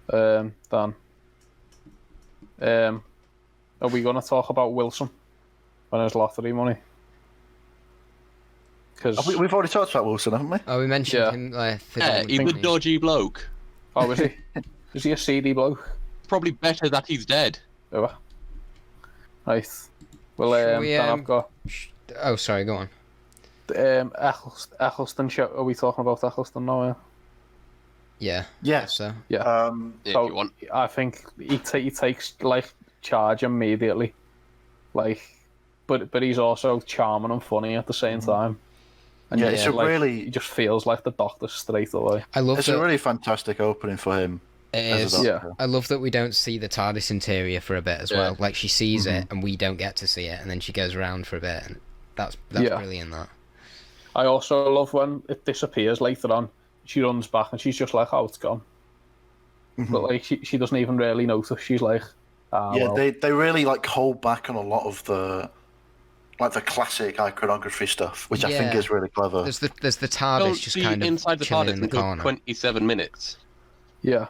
Speaker 4: then. Um, Dan. Um, are we gonna talk about Wilson and his lottery money? Because
Speaker 5: Have we, we've already talked about Wilson, haven't we?
Speaker 3: Oh, we mentioned
Speaker 4: Yeah.
Speaker 3: him. Uh, for
Speaker 6: Yeah,
Speaker 3: the-
Speaker 6: he was Eh, a dodgy bloke.
Speaker 4: oh, is he? is he a seedy bloke?
Speaker 6: It's probably better that he's dead.
Speaker 4: Oh, nice. Well,
Speaker 3: Shall
Speaker 4: um,
Speaker 3: we,
Speaker 4: then
Speaker 3: um,
Speaker 4: I've got
Speaker 3: Oh, sorry. Go on.
Speaker 4: um, Eccleston. Eccleston show. Are we talking about Eccleston now? Yeah?
Speaker 3: Yeah.
Speaker 5: Yes.
Speaker 3: So
Speaker 5: Um,
Speaker 6: If
Speaker 4: So-
Speaker 6: you want.
Speaker 4: I think he, ta he takes like charge immediately, like, but but he's also charming and funny at the same time.
Speaker 5: Mm-hmm. yeah, it's
Speaker 3: yeah,
Speaker 5: a
Speaker 4: like, he
Speaker 5: really,
Speaker 4: just feels like the doctor straight away.
Speaker 3: I love
Speaker 5: it's
Speaker 3: that.
Speaker 5: a really fantastic opening for him.
Speaker 3: it
Speaker 5: As
Speaker 3: is.
Speaker 5: a
Speaker 4: Yeah.
Speaker 5: doctor.
Speaker 3: I love that we don't see the TARDIS interior for a bit as well. Like she sees it and we don't get to see it, and then she goes around for a bit, and that's that's
Speaker 4: Yeah.
Speaker 3: brilliant. That.
Speaker 4: I also love when it disappears later on. She runs back and she's just like, "Oh, it's gone," but like she she doesn't even really notice. She's like, "Ah,
Speaker 5: Mm-hmm. yeah,
Speaker 4: well."
Speaker 5: they they really like hold back on a lot of the, like the classic iconography stuff, which I think
Speaker 3: Yeah.
Speaker 5: is really clever.
Speaker 3: There's the there's the
Speaker 6: Don't
Speaker 3: TARDIS just
Speaker 6: see
Speaker 3: kind of
Speaker 6: inside the
Speaker 3: chilling
Speaker 6: TARDIS
Speaker 3: in the
Speaker 6: until
Speaker 3: corner.
Speaker 6: 27 minutes.
Speaker 4: yeah."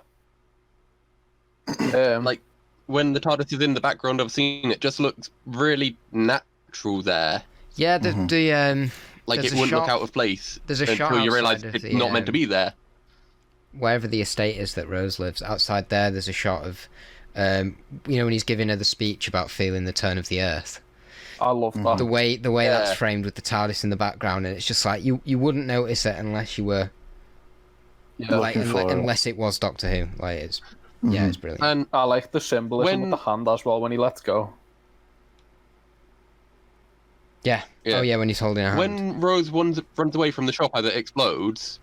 Speaker 4: Um,
Speaker 6: Like- When the TARDIS is in the background of a scene, it just looks really natural there.
Speaker 3: Yeah, the, the um
Speaker 6: Like
Speaker 3: There's
Speaker 6: it
Speaker 3: a
Speaker 6: wouldn't look
Speaker 3: shot-
Speaker 6: out of place
Speaker 3: there's a shot
Speaker 6: until you realize
Speaker 3: outside of
Speaker 6: it's
Speaker 3: the,
Speaker 6: not meant to
Speaker 3: um,
Speaker 6: be there.
Speaker 3: wherever the estate is that Rose lives, outside there, there's a shot of, um, you know, when he's giving her the speech about feeling the turn of the earth.
Speaker 4: I love that.
Speaker 5: mm-hmm.
Speaker 3: The way the way
Speaker 6: Yeah.
Speaker 3: that's framed with the TARDIS in the background, and it's just like you you wouldn't notice it unless you were
Speaker 4: Yeah.
Speaker 3: like
Speaker 5: Looking
Speaker 3: unle-
Speaker 5: for it.
Speaker 3: unless it was Doctor Who. Like it's yeah, it's brilliant.
Speaker 6: And
Speaker 4: I like the symbolism
Speaker 6: When-
Speaker 4: with the hand as well when he lets go.
Speaker 3: yeah.
Speaker 6: Yeah.
Speaker 3: Oh yeah, when he's holding her hand.
Speaker 6: when Rose runs, runs away from the shop as it explodes,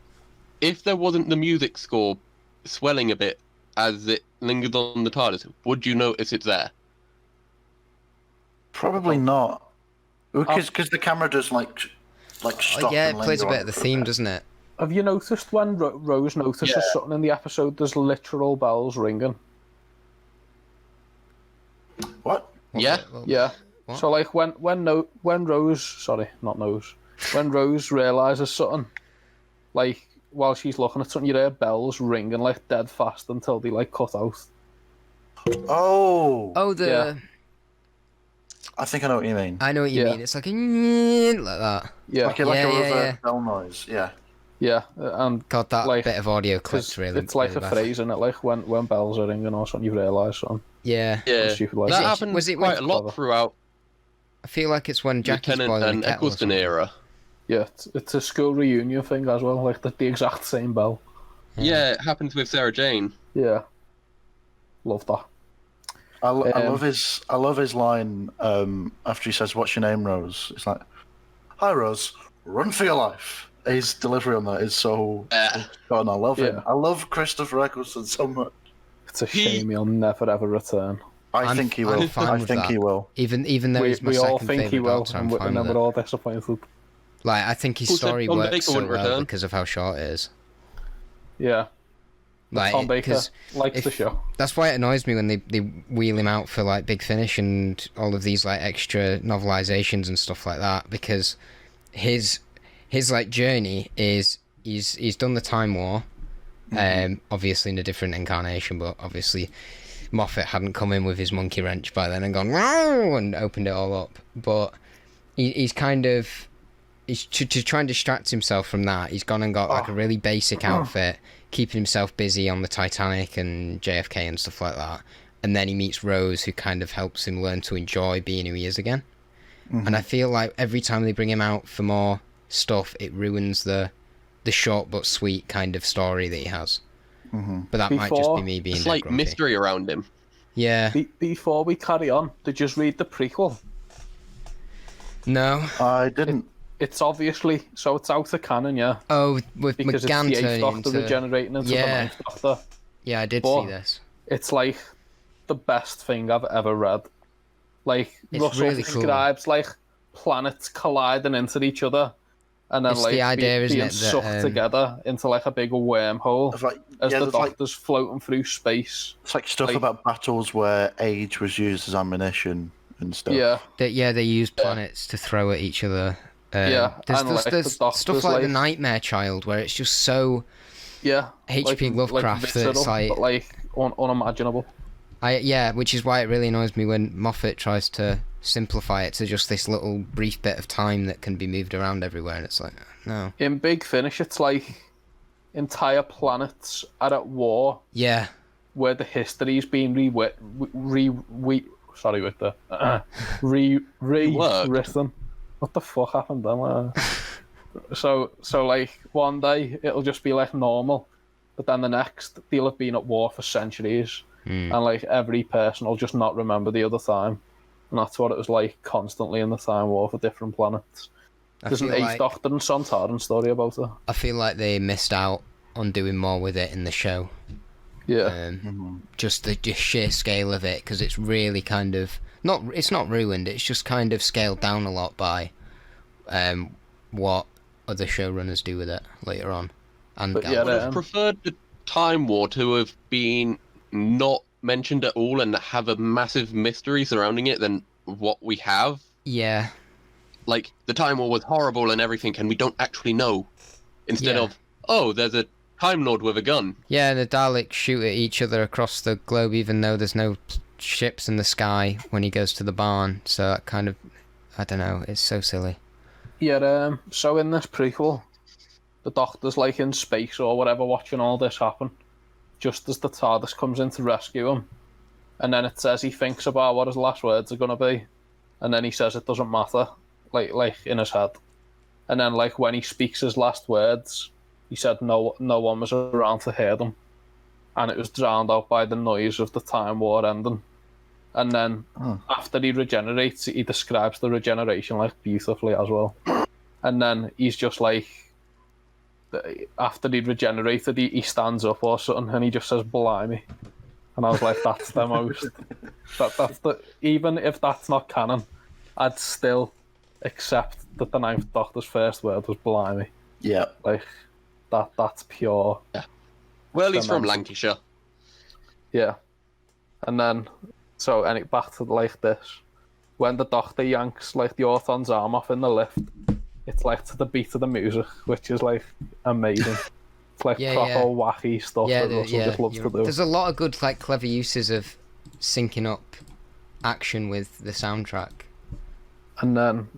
Speaker 6: if there wasn't the music score swelling a bit as it lingers on the TARDIS, would you notice it's
Speaker 3: Oh.
Speaker 6: there?
Speaker 5: Probably not, because the camera does like, sh- like
Speaker 3: Oh,
Speaker 5: stop.
Speaker 3: yeah, it
Speaker 5: and
Speaker 3: plays a
Speaker 5: linger
Speaker 3: bit
Speaker 5: on
Speaker 3: of the
Speaker 5: for
Speaker 3: theme,
Speaker 5: bit.
Speaker 3: doesn't it?
Speaker 4: Have you noticed when Ro- Rose notices
Speaker 6: Yeah.
Speaker 4: something in the episode? There's literal bells ringing.
Speaker 5: What?
Speaker 3: What
Speaker 6: Yeah.
Speaker 3: the- what-
Speaker 4: Yeah.
Speaker 3: What?
Speaker 4: So like when when no when Rose sorry not knows when Rose realizes something, like while she's looking at something, you hear bells ringing like dead fast until they like cut out.
Speaker 5: Oh,
Speaker 3: Oh, the
Speaker 4: Yeah.
Speaker 5: I think I know what you mean.
Speaker 3: I know what you
Speaker 4: Yeah.
Speaker 3: mean. It's like a like that.
Speaker 4: Yeah,
Speaker 5: like a, like
Speaker 3: Yeah,
Speaker 5: a
Speaker 3: yeah,
Speaker 5: reverb
Speaker 3: yeah.
Speaker 5: bell noise. Yeah.
Speaker 4: yeah, and
Speaker 3: God, that
Speaker 4: Like,
Speaker 3: bit of audio
Speaker 4: 'cause
Speaker 3: clips really.
Speaker 4: it's like
Speaker 3: really
Speaker 4: a
Speaker 3: bad.
Speaker 4: phrase in it, like when when bells are ringing or something, you realize something.
Speaker 3: Yeah.
Speaker 6: Yeah.
Speaker 4: Stupid like
Speaker 6: that
Speaker 4: that.
Speaker 6: happened
Speaker 3: was it with-
Speaker 6: quite a lot
Speaker 4: Clever.
Speaker 6: throughout
Speaker 3: I feel like it's when Jackie's
Speaker 6: Lieutenant
Speaker 3: boiling
Speaker 6: and
Speaker 3: a kettle. or
Speaker 6: Eccleston
Speaker 3: something.
Speaker 6: era.
Speaker 4: Yeah, it's, it's a school reunion thing as well, like the, the exact same bell.
Speaker 6: Yeah. it happens with Sarah Jane.
Speaker 4: Yeah, love that.
Speaker 5: I, lo- I
Speaker 4: Um,
Speaker 5: love his I love his line um, after he says, "What's your name, Rose?" It's like, "Hi, Rose, run for your life." His delivery on that is so
Speaker 6: Uh,
Speaker 5: fun. I love him.
Speaker 4: Yeah.
Speaker 5: I love Christopher Eccleston so much.
Speaker 4: It's a
Speaker 6: He-
Speaker 4: shame he'll never ever return.
Speaker 5: I
Speaker 3: I'm-
Speaker 5: think he
Speaker 3: I'm
Speaker 5: will.
Speaker 3: fine
Speaker 5: I
Speaker 3: with
Speaker 5: think
Speaker 3: that.
Speaker 5: he will.
Speaker 3: Even even though
Speaker 4: we
Speaker 3: he's my
Speaker 4: we
Speaker 3: second
Speaker 4: all think he
Speaker 3: favorite
Speaker 4: will,
Speaker 3: Doctor, I'm
Speaker 4: and, we,
Speaker 3: fine
Speaker 4: and then
Speaker 3: with
Speaker 4: we're
Speaker 3: it.
Speaker 4: all disappointed.
Speaker 3: Like I think his
Speaker 6: Who said
Speaker 3: story
Speaker 6: Tom
Speaker 3: works
Speaker 6: Baker
Speaker 3: so well
Speaker 6: wouldn't return?
Speaker 3: because of how short it is.
Speaker 4: Yeah,
Speaker 3: Like
Speaker 4: Tom Baker
Speaker 3: 'cause
Speaker 4: likes
Speaker 3: if-
Speaker 4: the show.
Speaker 3: That's why it annoys me when they, they wheel him out for like Big Finish and all of these like extra novelizations and stuff like that because his his like journey is he's he's done the Time War, um, obviously in a different incarnation, but obviously Moffat hadn't come in with his monkey wrench by then and gone wow and opened it all up. But he, he's kind of he's to, to try and distract himself from that. He's gone and got like a really basic outfit, keeping himself busy on the Titanic and JFK and stuff like that. And then he meets Rose, who kind of helps him learn to enjoy being who he is again. And I feel like every time they bring him out for more stuff, it ruins the the short but sweet kind of story that he has. But that might just
Speaker 4: Before-
Speaker 3: be me being
Speaker 6: it's
Speaker 3: dead
Speaker 6: like
Speaker 3: grumpy.
Speaker 6: mystery around him.
Speaker 3: Yeah.
Speaker 4: Be- before we carry on, did you just read the prequel?
Speaker 3: No.
Speaker 5: I didn't.
Speaker 4: It's obviously so it's out of canon, yeah,
Speaker 3: Oh, with
Speaker 4: because
Speaker 3: McGann
Speaker 4: it's the eighth
Speaker 3: turning
Speaker 4: Doctor
Speaker 3: into.
Speaker 4: regenerating into
Speaker 3: Yeah.
Speaker 4: the ninth Doctor.
Speaker 3: Yeah, I did
Speaker 4: But-
Speaker 3: see this.
Speaker 4: It's like the best thing I've ever read. Like
Speaker 3: It's
Speaker 4: Russell
Speaker 3: really cool.
Speaker 4: describes like planets colliding into each other, and then
Speaker 3: It's
Speaker 4: like
Speaker 3: the
Speaker 4: be-
Speaker 3: idea, isn't
Speaker 4: being
Speaker 3: it, that,
Speaker 4: sucked
Speaker 3: um,
Speaker 4: together into like a big wormhole
Speaker 5: It's like,
Speaker 4: as
Speaker 5: yeah,
Speaker 4: the
Speaker 5: there's like,
Speaker 4: doctor's floating through space.
Speaker 5: it's like stuff
Speaker 4: like-
Speaker 5: about battles where age was used as ammunition and stuff.
Speaker 4: Yeah,
Speaker 3: That yeah, they use planets to throw at each other. Um,
Speaker 4: Yeah,
Speaker 3: there's,
Speaker 4: and,
Speaker 3: there's,
Speaker 4: like, the
Speaker 3: there's stuff
Speaker 4: Doctor's
Speaker 3: like the
Speaker 4: Life.
Speaker 3: Nightmare Child, where it's just so
Speaker 4: yeah.
Speaker 3: H.P.
Speaker 4: Like-
Speaker 3: Lovecraft
Speaker 4: like,
Speaker 3: that it's
Speaker 4: visceral,
Speaker 3: like-
Speaker 4: but, like un- unimaginable.
Speaker 3: I yeah, which is why it really annoys me when Moffat tries to simplify it to just this little brief bit of time that can be moved around everywhere, and it's like no,
Speaker 4: In Big Finish, it's like entire planets are at war
Speaker 3: yeah,
Speaker 4: where the history is being rewi- re re we sorry with the uh, re re
Speaker 6: worked.
Speaker 4: written. What the fuck happened then? Uh, so so like one day it'll just be like normal, but then the next they'll have been at war for centuries,
Speaker 3: Hmm.
Speaker 4: and like every person will just not remember the other time, and that's what it was like constantly in the time war for different planets.
Speaker 3: I
Speaker 4: There's an
Speaker 3: feel
Speaker 4: Ace
Speaker 3: like
Speaker 4: Doctor and Sontaran story about it.
Speaker 3: I feel like they missed out on doing more with it in the show.
Speaker 4: Yeah.
Speaker 3: Um,
Speaker 4: Mm-hmm.
Speaker 3: Just the just sheer scale of it, because it's really kind of not. It's not ruined. It's just kind of scaled down a lot by um, what other showrunners do with it later on. And
Speaker 4: But yeah,
Speaker 3: Gallifrey.
Speaker 6: would have
Speaker 4: um,
Speaker 6: preferred the Time War to have been not mentioned at all and have a massive mystery surrounding it than what we have.
Speaker 3: yeah,
Speaker 6: Like, the Time War was horrible and everything, and we don't actually know. Instead
Speaker 3: Yeah.
Speaker 6: of, oh, there's a Time Lord with a gun.
Speaker 3: Yeah, the Daleks shoot at each other across the globe, even though there's no ships in the sky when he goes to the barn. So that kind of, I don't know, it's so silly.
Speaker 4: Yeah, um, so in this prequel, the Doctor's like in space or whatever watching all this happen, just as the TARDIS comes in to rescue him. And then it says he thinks about what his last words are going to be. And then he says it doesn't matter, like like in his head. And then, like, when he speaks his last words, he said no, no one was around to hear them. And it was drowned out by the noise of the Time War ending. And then,
Speaker 5: Oh.
Speaker 4: after he regenerates, he describes the regeneration, like, beautifully as well and then he's just like th- after he'd regenerated he, he stands up or something and he just says blimey and I was like that's the most that, that's the even if that's not canon I'd still accept that the ninth doctor's first word was blimey
Speaker 5: Yeah.
Speaker 4: like that that's pure
Speaker 6: Well, he's
Speaker 4: Some
Speaker 6: from
Speaker 4: nonsense.
Speaker 6: Lancashire.
Speaker 4: Yeah. And then, so, and it back to like this. When the doctor yanks like the Orthon's arm off in the lift, it's like to the beat of the music, which is like amazing. It's like
Speaker 3: Yeah,
Speaker 4: proper
Speaker 3: yeah.
Speaker 4: wacky stuff
Speaker 3: yeah,
Speaker 4: that
Speaker 3: the-
Speaker 4: Russell
Speaker 3: yeah.
Speaker 4: just loves
Speaker 3: you're-
Speaker 4: to do.
Speaker 3: There's a lot of good, like, clever uses of syncing up action with the soundtrack.
Speaker 4: And then,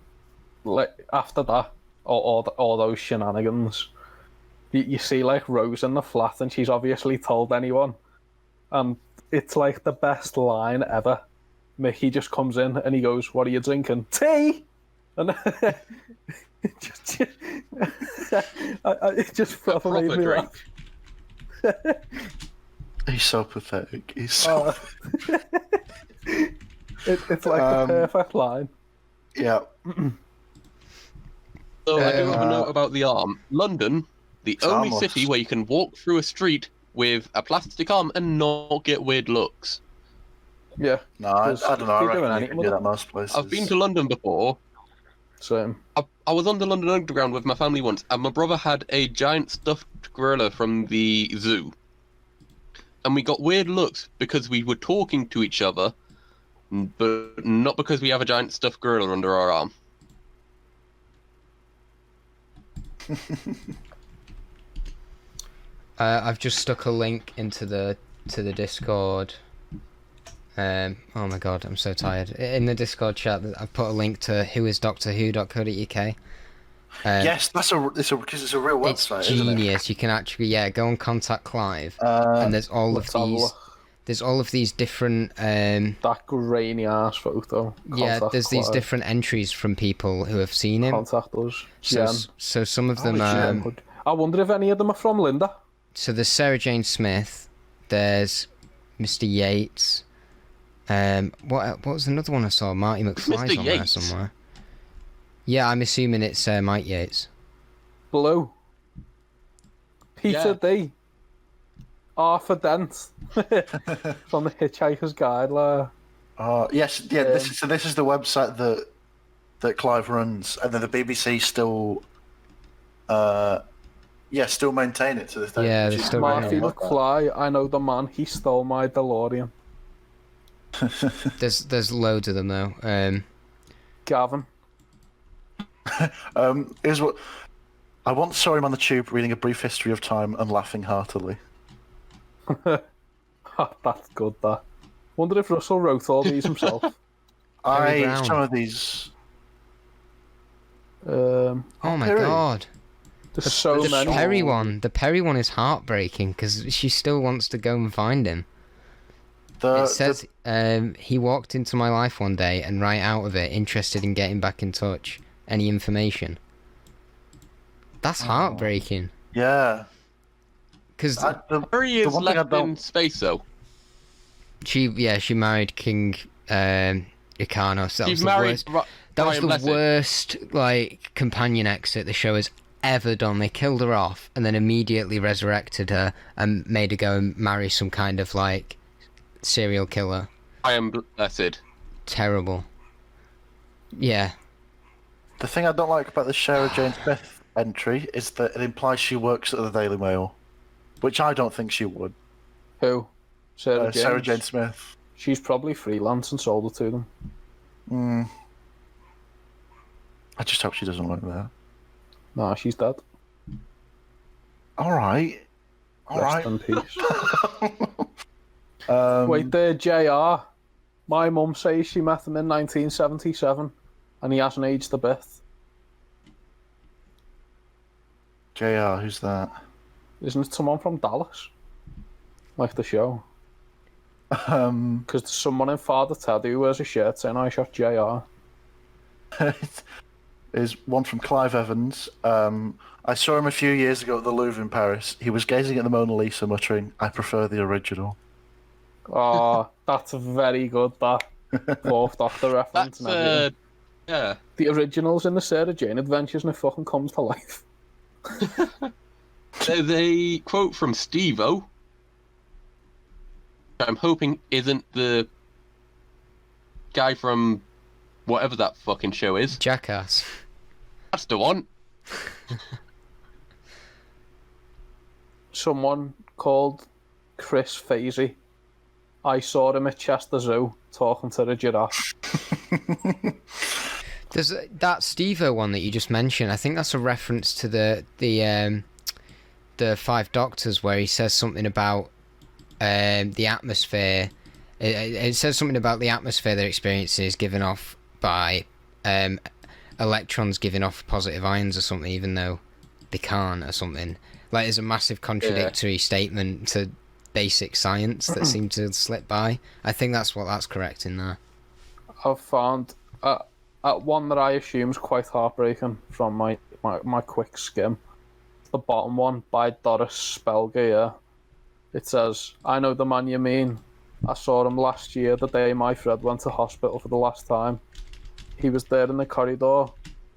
Speaker 4: like after that, all all, th- all those shenanigans, you, you see like Rose in the flat, and she's obviously told anyone, and it's like the best line ever. Mickey just comes in and he goes, "What are you drinking? Tea." And just, just, I, I, it just proper made
Speaker 6: Proper
Speaker 4: me
Speaker 6: drink.
Speaker 4: laugh.
Speaker 5: He's so pathetic. He's so.
Speaker 4: Oh. it, it's like
Speaker 5: Um,
Speaker 4: the perfect line.
Speaker 5: yeah.
Speaker 6: So I do
Speaker 3: Uh,
Speaker 6: have a note about the arm. London, the
Speaker 5: It's
Speaker 6: only
Speaker 5: armless.
Speaker 6: city where you can walk through a street with a plastic arm and not get weird looks.
Speaker 4: Yeah,
Speaker 5: No, I,
Speaker 4: Does-
Speaker 5: I don't know. I
Speaker 4: you doing
Speaker 5: reckon you
Speaker 4: anything
Speaker 5: can
Speaker 4: with
Speaker 5: do
Speaker 4: it?
Speaker 5: that most places.
Speaker 6: I've been to London before,
Speaker 4: same.
Speaker 6: I, I was on the London Underground with my family once, and my brother had a giant stuffed gorilla from the zoo. And we got weird looks because we were talking to each other, but not because we have a giant stuffed gorilla under our arm.
Speaker 3: Uh, I've just stuck a link into the to the Discord. Um, oh my god, I'm so tired. In the Discord chat, I've put a link to whoisdoctorwho.co.uk. Um,
Speaker 5: Yes, that's a. It's a because it's a real
Speaker 3: It's
Speaker 5: website, isn't it?
Speaker 3: genius. You can actually yeah go and contact Clive,
Speaker 5: Uh,
Speaker 3: and there's all of
Speaker 4: Let's have a
Speaker 3: these.
Speaker 4: look.
Speaker 3: There's all of these different. Um,
Speaker 4: That grainy ass photo.
Speaker 3: yeah,
Speaker 4: Contact
Speaker 3: there's these
Speaker 4: Clive.
Speaker 3: different entries from people who have seen him.
Speaker 4: contact us.
Speaker 3: So,
Speaker 4: Jen.
Speaker 3: s- so some of
Speaker 5: Oh,
Speaker 3: them.
Speaker 5: Jen.
Speaker 3: Um,
Speaker 4: Good. I wonder if any of them are from Linda.
Speaker 3: so there's Sarah Jane Smith. There's Mr. Yates. Um, what what was another one I saw? Marty McFly's on
Speaker 6: Yates?
Speaker 3: there somewhere. Yeah, I'm assuming it's uh, Mike Yates.
Speaker 4: Blue. Peter D. Arthur Dent. from the Hitchhiker's Guide. Like.
Speaker 5: Uh, yes, yeah. this is, so this is the website that that Clive runs, and then the BBC still uh, yeah, still maintain it to this day.
Speaker 3: Yeah,
Speaker 5: which
Speaker 3: they
Speaker 5: is
Speaker 3: still
Speaker 5: remarkable.
Speaker 4: Marty
Speaker 3: maintain it.
Speaker 4: McFly, I know the man. He stole my DeLorean.
Speaker 3: There's there's loads of them though. Um,
Speaker 4: Gavin.
Speaker 5: Um, here's what I once saw him on the tube reading a brief history of time and laughing heartily.
Speaker 4: Ha, That's good, that. Wonder if Russell wrote all these himself.
Speaker 3: Harry
Speaker 5: I
Speaker 3: Brown.
Speaker 5: some of these.
Speaker 4: um,
Speaker 3: oh my
Speaker 5: Perry. Oh.
Speaker 3: god,
Speaker 4: there's so
Speaker 5: There's
Speaker 4: many.
Speaker 5: so-
Speaker 3: Perry one. The Perry one is heartbreaking because she still wants to go and find him.
Speaker 5: Uh, The,
Speaker 3: it says um, he walked into my life one day and right out of it, interested in getting back in touch. Any information?
Speaker 5: Oh.
Speaker 3: That's heartbreaking.
Speaker 5: the- yeah.
Speaker 3: Because
Speaker 5: I, the,
Speaker 6: Hurry
Speaker 5: The
Speaker 6: is
Speaker 5: one thing I
Speaker 6: left
Speaker 5: don't-
Speaker 6: in space though.
Speaker 3: she, yeah, she married King um, Icarnos. That was
Speaker 6: She's
Speaker 3: the
Speaker 6: married.
Speaker 3: worst.
Speaker 6: Bri-
Speaker 3: That
Speaker 6: Brian
Speaker 3: was
Speaker 6: Blessed.
Speaker 3: the worst like companion exit the show has ever done. They killed her off and then immediately resurrected her and made her go and marry some kind of like serial killer.
Speaker 6: I am blessed.
Speaker 3: Terrible. Yeah.
Speaker 5: the thing I don't like about the Sarah Jane Smith entry is that it implies she works at the Daily Mail, which I don't think she would.
Speaker 4: Who? Sarah,
Speaker 5: Uh,
Speaker 4: Jane.
Speaker 5: Sarah Jane Smith.
Speaker 4: She's probably freelance and sold it to them.
Speaker 5: Mm. I just hope she doesn't work there.
Speaker 4: Nah, she's dead.
Speaker 5: All right. All
Speaker 4: Rest
Speaker 5: right.
Speaker 4: in peace.
Speaker 5: Um,
Speaker 4: Wait there, JR. My mum says she met him in 1977 and he hasn't aged a bit.
Speaker 5: Jr. Who's that?
Speaker 4: Isn't it someone from Dallas? Like the show.
Speaker 5: Um,
Speaker 4: Because there's someone in Father Ted who wears a shirt saying I shot JR.
Speaker 5: is one from Clive Evans. Um, I saw him a few years ago at the Louvre in Paris. He was gazing at the Mona Lisa, muttering, "I prefer the original."
Speaker 4: Oh, that's very good, that. Dwarfed off the reference
Speaker 6: That's
Speaker 4: and everything.
Speaker 6: uh, yeah.
Speaker 4: The originals in the Sarah Jane Adventures and it fucking comes to life.
Speaker 6: There's a quote from Steve O. I'm hoping isn't the guy from whatever that fucking show is.
Speaker 3: Jackass.
Speaker 6: That's the one.
Speaker 4: Someone called Chris Fazy. I saw him at Chester Zoo talking to the giraffe.
Speaker 3: There's uh, that Stevo one that you just mentioned. I think that's a reference to the the um, the Five Doctors where he says something about um, the atmosphere. It, it it says something about the atmosphere their experience is given off by um, electrons giving off positive ions or something, even though they can't or something. Like there's a massive contradictory statement to basic science that seemed to slip by. I think that's what that's correct in there.
Speaker 4: I've found uh, uh, one that I assume is quite heartbreaking from my, my, my quick skim. The bottom one by Doris Spelgear. It says, I know the man you mean. I saw him last year, the day my Fred went to hospital for the last time. He was there in the corridor,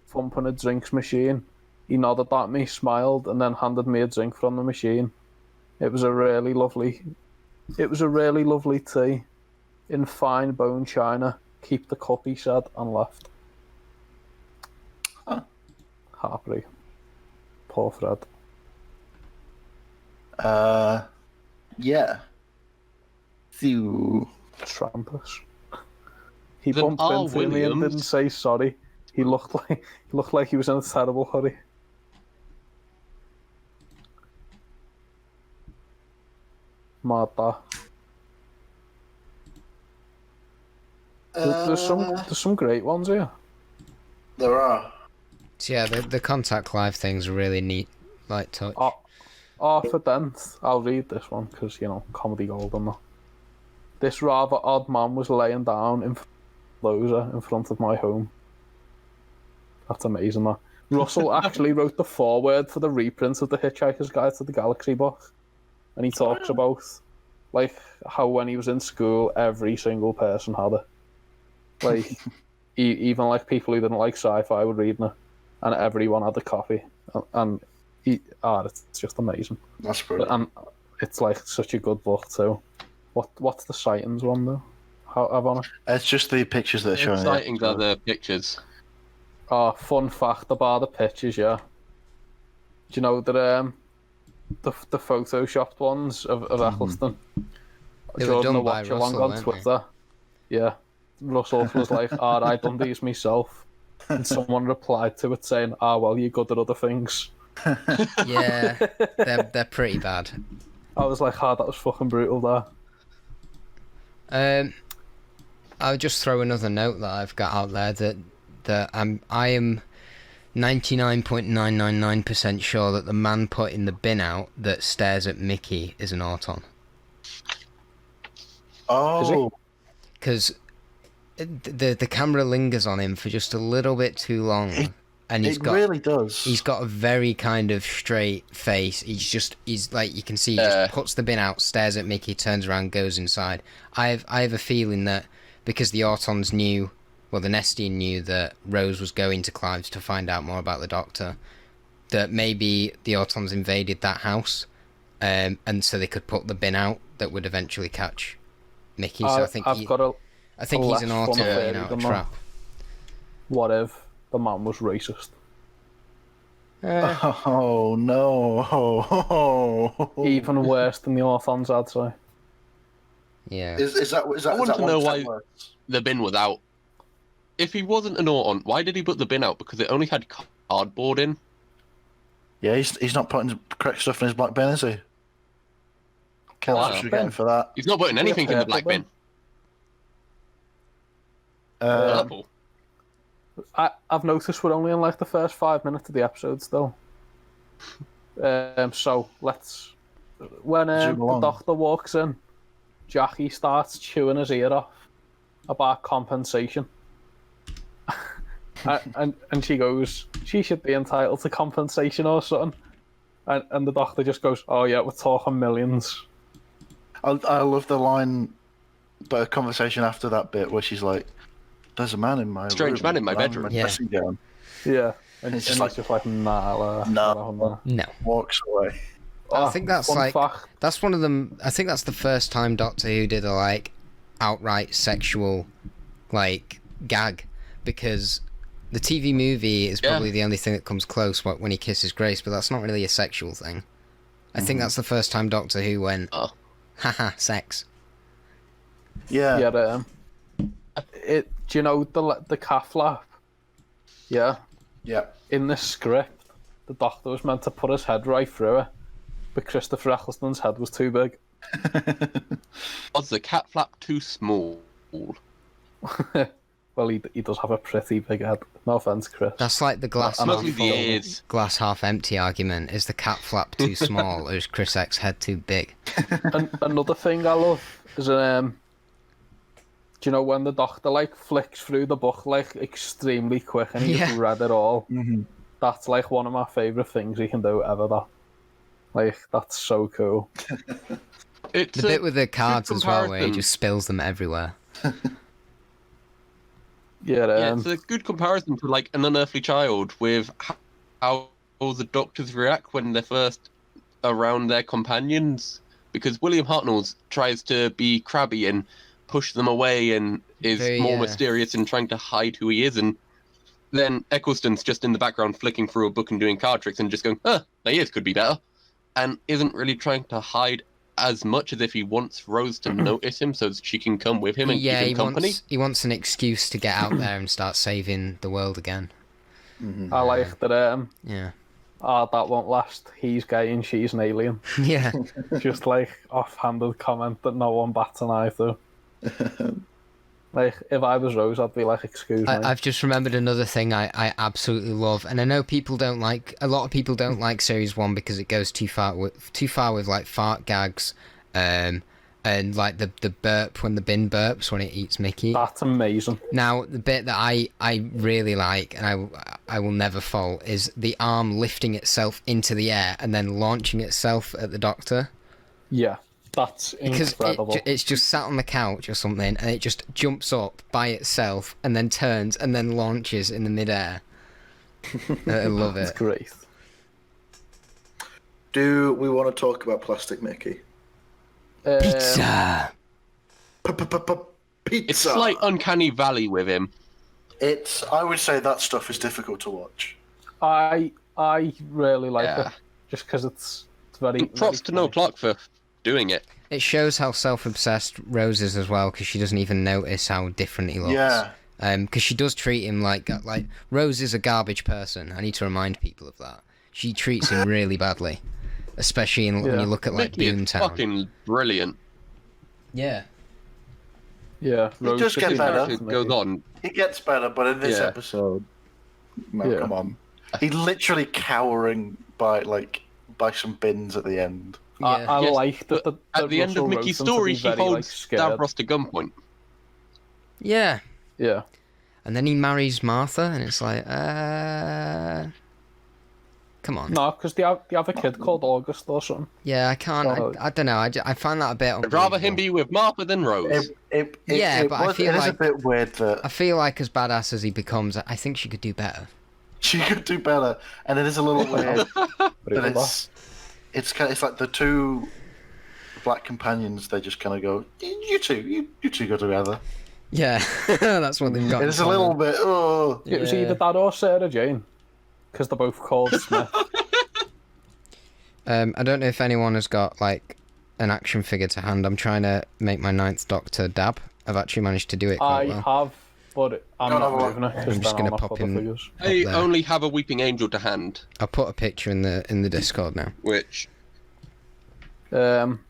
Speaker 4: thumping a drinks machine. He nodded at me, smiled, and then handed me a drink from the machine. It was a really lovely, it was a really lovely tea, in fine bone china. Keep the cup, he said, and left. Heartbreak. Poor Fred.
Speaker 5: Uh, yeah. Phew.
Speaker 4: Trampus. He
Speaker 6: Then
Speaker 4: bumped
Speaker 6: R.
Speaker 4: into me and
Speaker 6: Williams-
Speaker 4: didn't say sorry. He looked like he looked like he was in a terrible hurry. Mad that. There- there's some
Speaker 5: Uh,
Speaker 4: there's some great ones here.
Speaker 5: There are.
Speaker 3: So yeah, the the contact live thing's a really neat, like touch.
Speaker 4: Oh, Arthur Dent. I'll read this one because you know comedy gold and that. This rather odd man was laying down in loser in front of my home. That's amazing. That Russell actually wrote the foreword for the reprint of the Hitchhiker's Guide to the Galaxy book, and he talks about like how when he was in school, every single person had it. Like e- even like people who didn't like sci-fi were reading it, and everyone had a copy. And, and he, ah, it's it's just amazing.
Speaker 5: That's
Speaker 4: But,
Speaker 5: brilliant.
Speaker 4: and Um, it's like such a good book too. What what's the sightings one though? How have on it?
Speaker 5: It's just the pictures that are showing. it.
Speaker 4: oh,
Speaker 6: Sightings are the pictures.
Speaker 4: Ah, fun fact about the pictures, yeah. Do you know that um, the the photoshopped ones of, of Eccleston?
Speaker 3: Mm-hmm. They were
Speaker 4: Jordan
Speaker 3: done
Speaker 4: will
Speaker 3: by
Speaker 4: watch along
Speaker 3: Russell,
Speaker 4: on
Speaker 3: weren't they?
Speaker 4: Twitter. Yeah, Russell was like, "Ah, I done these myself," and someone replied to it saying, "Ah, well, you're good at other things."
Speaker 3: Yeah, they're they're pretty bad.
Speaker 4: I was like, "Ah, that was fucking brutal." There,
Speaker 3: Um, I'll just throw another note that I've got out there that that I'm I am ninety nine point nine nine nine percent sure that the man put in the bin out that stares at Mickey is an Auton
Speaker 5: Oh,
Speaker 3: because the the camera lingers on him for just a little bit too long, and he's
Speaker 5: it
Speaker 3: got.
Speaker 5: really does.
Speaker 3: He's got a very kind of straight face. He's just he's like you can see he
Speaker 6: Yeah.
Speaker 3: just puts the bin out, stares at Mickey, turns around, goes inside. I have I have a feeling that because the Autons knew well the Nestine knew that Rose was going to Clive's to find out more about the doctor, that maybe the Autons invaded that house. Um, and so they could put the bin out that would eventually catch Mickey. So
Speaker 4: I,
Speaker 3: I think
Speaker 4: have
Speaker 3: he,
Speaker 4: got a
Speaker 3: I think he's an
Speaker 4: less fun
Speaker 3: auto
Speaker 4: theory
Speaker 3: laying out a
Speaker 4: than that.
Speaker 3: trap.
Speaker 4: what if the man was racist?
Speaker 3: Uh,
Speaker 5: Oh no!
Speaker 4: Even worse than the Orthons, I'd say.
Speaker 3: yeah.
Speaker 5: Is, is that is that?
Speaker 6: I want
Speaker 5: is that
Speaker 6: to know
Speaker 5: one
Speaker 6: why-
Speaker 5: words?
Speaker 6: The bin was out. If he wasn't an Auton, why did he put the bin out? Because it only had cardboard in.
Speaker 5: Yeah, he's, he's not putting the correct stuff in his black bin, is he? Count
Speaker 6: Wow.
Speaker 5: wow. you're getting for that.
Speaker 6: He's not putting anything in the
Speaker 4: purple
Speaker 6: black
Speaker 4: bin.
Speaker 6: bin.
Speaker 5: Um,
Speaker 6: Purple.
Speaker 4: I, I've noticed we're only in like the first five minutes of the episode still. Um, so let's when um,
Speaker 5: Zoom
Speaker 4: the
Speaker 5: along.
Speaker 4: doctor walks in, Jackie starts chewing his ear off about compensation, and, and and she goes, she should be entitled to compensation or something, and and the doctor just goes, oh yeah, we're talking millions.
Speaker 5: I, I love the line, but a conversation after that bit where she's like, "There's a man in my
Speaker 6: Strange
Speaker 5: room,
Speaker 6: man in my
Speaker 5: and I'm
Speaker 6: bedroom."
Speaker 3: Yeah.
Speaker 5: dressing gown,"
Speaker 4: Yeah, and,
Speaker 5: It's
Speaker 4: it's
Speaker 5: just
Speaker 4: just,
Speaker 5: like-
Speaker 4: like, just like nah, nah,
Speaker 5: No.
Speaker 4: nah, nah.
Speaker 3: No.
Speaker 5: Walks away.
Speaker 3: I
Speaker 4: Oh,
Speaker 3: think that's
Speaker 4: fun
Speaker 3: like-
Speaker 4: fact.
Speaker 3: That's one of them. I think that's the first time Doctor Who did a like outright sexual like gag because the TV movie is
Speaker 6: Yeah.
Speaker 3: probably the only thing that comes close wh- when he kisses Grace, but that's not really a sexual thing. I think that's the first time Doctor Who went,
Speaker 6: Oh.
Speaker 3: haha, sex.
Speaker 5: Yeah.
Speaker 4: Yeah, but, um, it. Do you know the the calf lap? Yeah,
Speaker 5: yeah.
Speaker 4: in the script, the doctor was meant to put his head right through it, but Christopher Eccleston's head was too big.
Speaker 6: Was the cat flap too small?
Speaker 4: Well, he he does have a pretty big head. No offense, Chris.
Speaker 3: That's like the glass
Speaker 4: I'm
Speaker 3: half
Speaker 6: Mostly the
Speaker 3: full,
Speaker 6: ears.
Speaker 3: glass half empty argument. Is the cat flap too small, or is Chris X head too big?
Speaker 4: An- another thing I love is um. Do you know when the doctor like flicks through the book like extremely quick and he's
Speaker 3: Yeah. Mm-hmm.
Speaker 4: read it all?
Speaker 5: Mhm.
Speaker 4: That's like one of my favorite things he can do ever. That, like, that's so cool.
Speaker 6: It's
Speaker 3: The
Speaker 6: a-
Speaker 3: bit with the cards as well, where he
Speaker 6: comparison.
Speaker 3: just spills them everywhere.
Speaker 4: Yeah,
Speaker 6: yeah,
Speaker 4: um,
Speaker 6: it's a good comparison to like an unearthly child with h- how the doctors react when they're first around their companions. Because William Hartnell tries to be crabby and push them away and is
Speaker 3: Very,
Speaker 6: more
Speaker 3: uh,
Speaker 6: mysterious and trying to hide who he is. And then Eccleston's just in the background flicking through a book and doing card tricks and just going, huh, my ears could be better. And isn't really trying to hide as much as if he wants Rose to notice him so that she can come with him and
Speaker 3: Mm-hmm. yeah,
Speaker 6: keep him
Speaker 3: he
Speaker 6: company.
Speaker 3: wants he wants an excuse to get out there and start saving the world again.
Speaker 4: I like that. Um,
Speaker 3: Yeah,
Speaker 4: ah, that won't last. He's gay and she's an alien.
Speaker 3: yeah,
Speaker 4: Just like offhanded comment that no one bats an eye to. like if I was Rose, I'd be like, "Excuse me."
Speaker 3: I, I've just remembered another thing I, I absolutely love, and I know people don't like a lot of people don't like series one because it goes too far with too far with like fart gags, um, and like the the burp when the bin burps when it eats Mickey.
Speaker 4: That's amazing.
Speaker 3: Now, the bit that I, I really like and I, I will never fault is the arm lifting itself into the air and then launching itself at the doctor.
Speaker 4: Yeah, that's
Speaker 3: Because it,
Speaker 4: incredible.
Speaker 3: ju- it's just sat on the couch or something and it just jumps up by itself and then turns and then launches in the midair. I love
Speaker 4: it's
Speaker 3: it.
Speaker 4: great.
Speaker 5: Do we want to talk about plastic Mickey?
Speaker 4: Um,
Speaker 3: Pizza!
Speaker 5: Pizza.
Speaker 6: It's slight uncanny valley with him.
Speaker 5: It's. I would say that stuff is difficult to watch.
Speaker 4: I I really like
Speaker 6: Yeah.
Speaker 4: it just because it's, it's very. very
Speaker 6: Props to Noel
Speaker 4: funny.
Speaker 6: Clark for doing it.
Speaker 3: It shows how self-obsessed Rose is as well, because she doesn't even notice how different he looks.
Speaker 5: Yeah.
Speaker 3: because she does treat him like uh, like Rose is a garbage person. I need to remind people of that. She treats him really badly, especially in, when
Speaker 4: Yeah.
Speaker 3: you look at like
Speaker 6: Mickey is
Speaker 3: Boomtown.
Speaker 6: fucking brilliant.
Speaker 3: Yeah,
Speaker 4: Yeah, Rose
Speaker 5: does
Speaker 4: should
Speaker 5: get
Speaker 4: be
Speaker 5: better.
Speaker 4: nice,
Speaker 6: It
Speaker 4: maybe.
Speaker 6: goes on.
Speaker 5: It gets better, but in this
Speaker 6: Yeah.
Speaker 5: episode, no,
Speaker 4: Yeah.
Speaker 5: come on. He's literally cowering by like by some bins at the end.
Speaker 6: Uh,
Speaker 4: I,
Speaker 3: yeah.
Speaker 4: I
Speaker 6: Yes,
Speaker 4: like that. The,
Speaker 6: At the end of Mickey's story, she holds
Speaker 4: Davros.
Speaker 6: Stavros to gunpoint.
Speaker 3: yeah.
Speaker 4: Yeah,
Speaker 3: And then he marries Martha, and it's like, uh, come on.
Speaker 4: no, because they have they have a kid called August or something.
Speaker 3: Yeah, I can't.
Speaker 4: Oh.
Speaker 3: I, I don't know. I, ju- I find that a bit.
Speaker 6: I'd rather him
Speaker 3: unbelievable.
Speaker 6: be with Martha than Rose.
Speaker 5: It, it, it,
Speaker 3: Yeah,
Speaker 5: it
Speaker 3: but I
Speaker 5: was-
Speaker 3: feel
Speaker 5: it is a
Speaker 3: like-
Speaker 5: bit weird that
Speaker 3: I feel like as badass as he becomes, I- I think she could do better.
Speaker 5: she could do better, and it is a little weird that
Speaker 4: Really.
Speaker 5: it's it's kind of, it's like the two black companions. They just kind of go, you two, you, you two go together.
Speaker 3: Yeah, that's what they've got.
Speaker 5: It
Speaker 3: in
Speaker 5: is a little
Speaker 3: common.
Speaker 5: bit oh.
Speaker 4: It was
Speaker 3: Yeah.
Speaker 4: either that or Sarah Jane, because they're both called Smith.
Speaker 3: Oh, Um, I don't know if anyone has got like an action figure to hand. I'm trying to make my ninth Doctor dab. I've actually managed to do it
Speaker 4: I
Speaker 3: quite well.
Speaker 4: have, but I'm
Speaker 5: No,
Speaker 4: not
Speaker 5: no, no.
Speaker 4: moving it. 'cause
Speaker 3: I'm just
Speaker 4: then
Speaker 3: gonna
Speaker 4: I'll not
Speaker 3: pop
Speaker 4: put the
Speaker 3: him-
Speaker 4: figures.
Speaker 6: I
Speaker 3: there.
Speaker 6: only have a weeping angel to hand,
Speaker 3: I'll put a picture in the in the Discord now.
Speaker 6: which
Speaker 4: Um,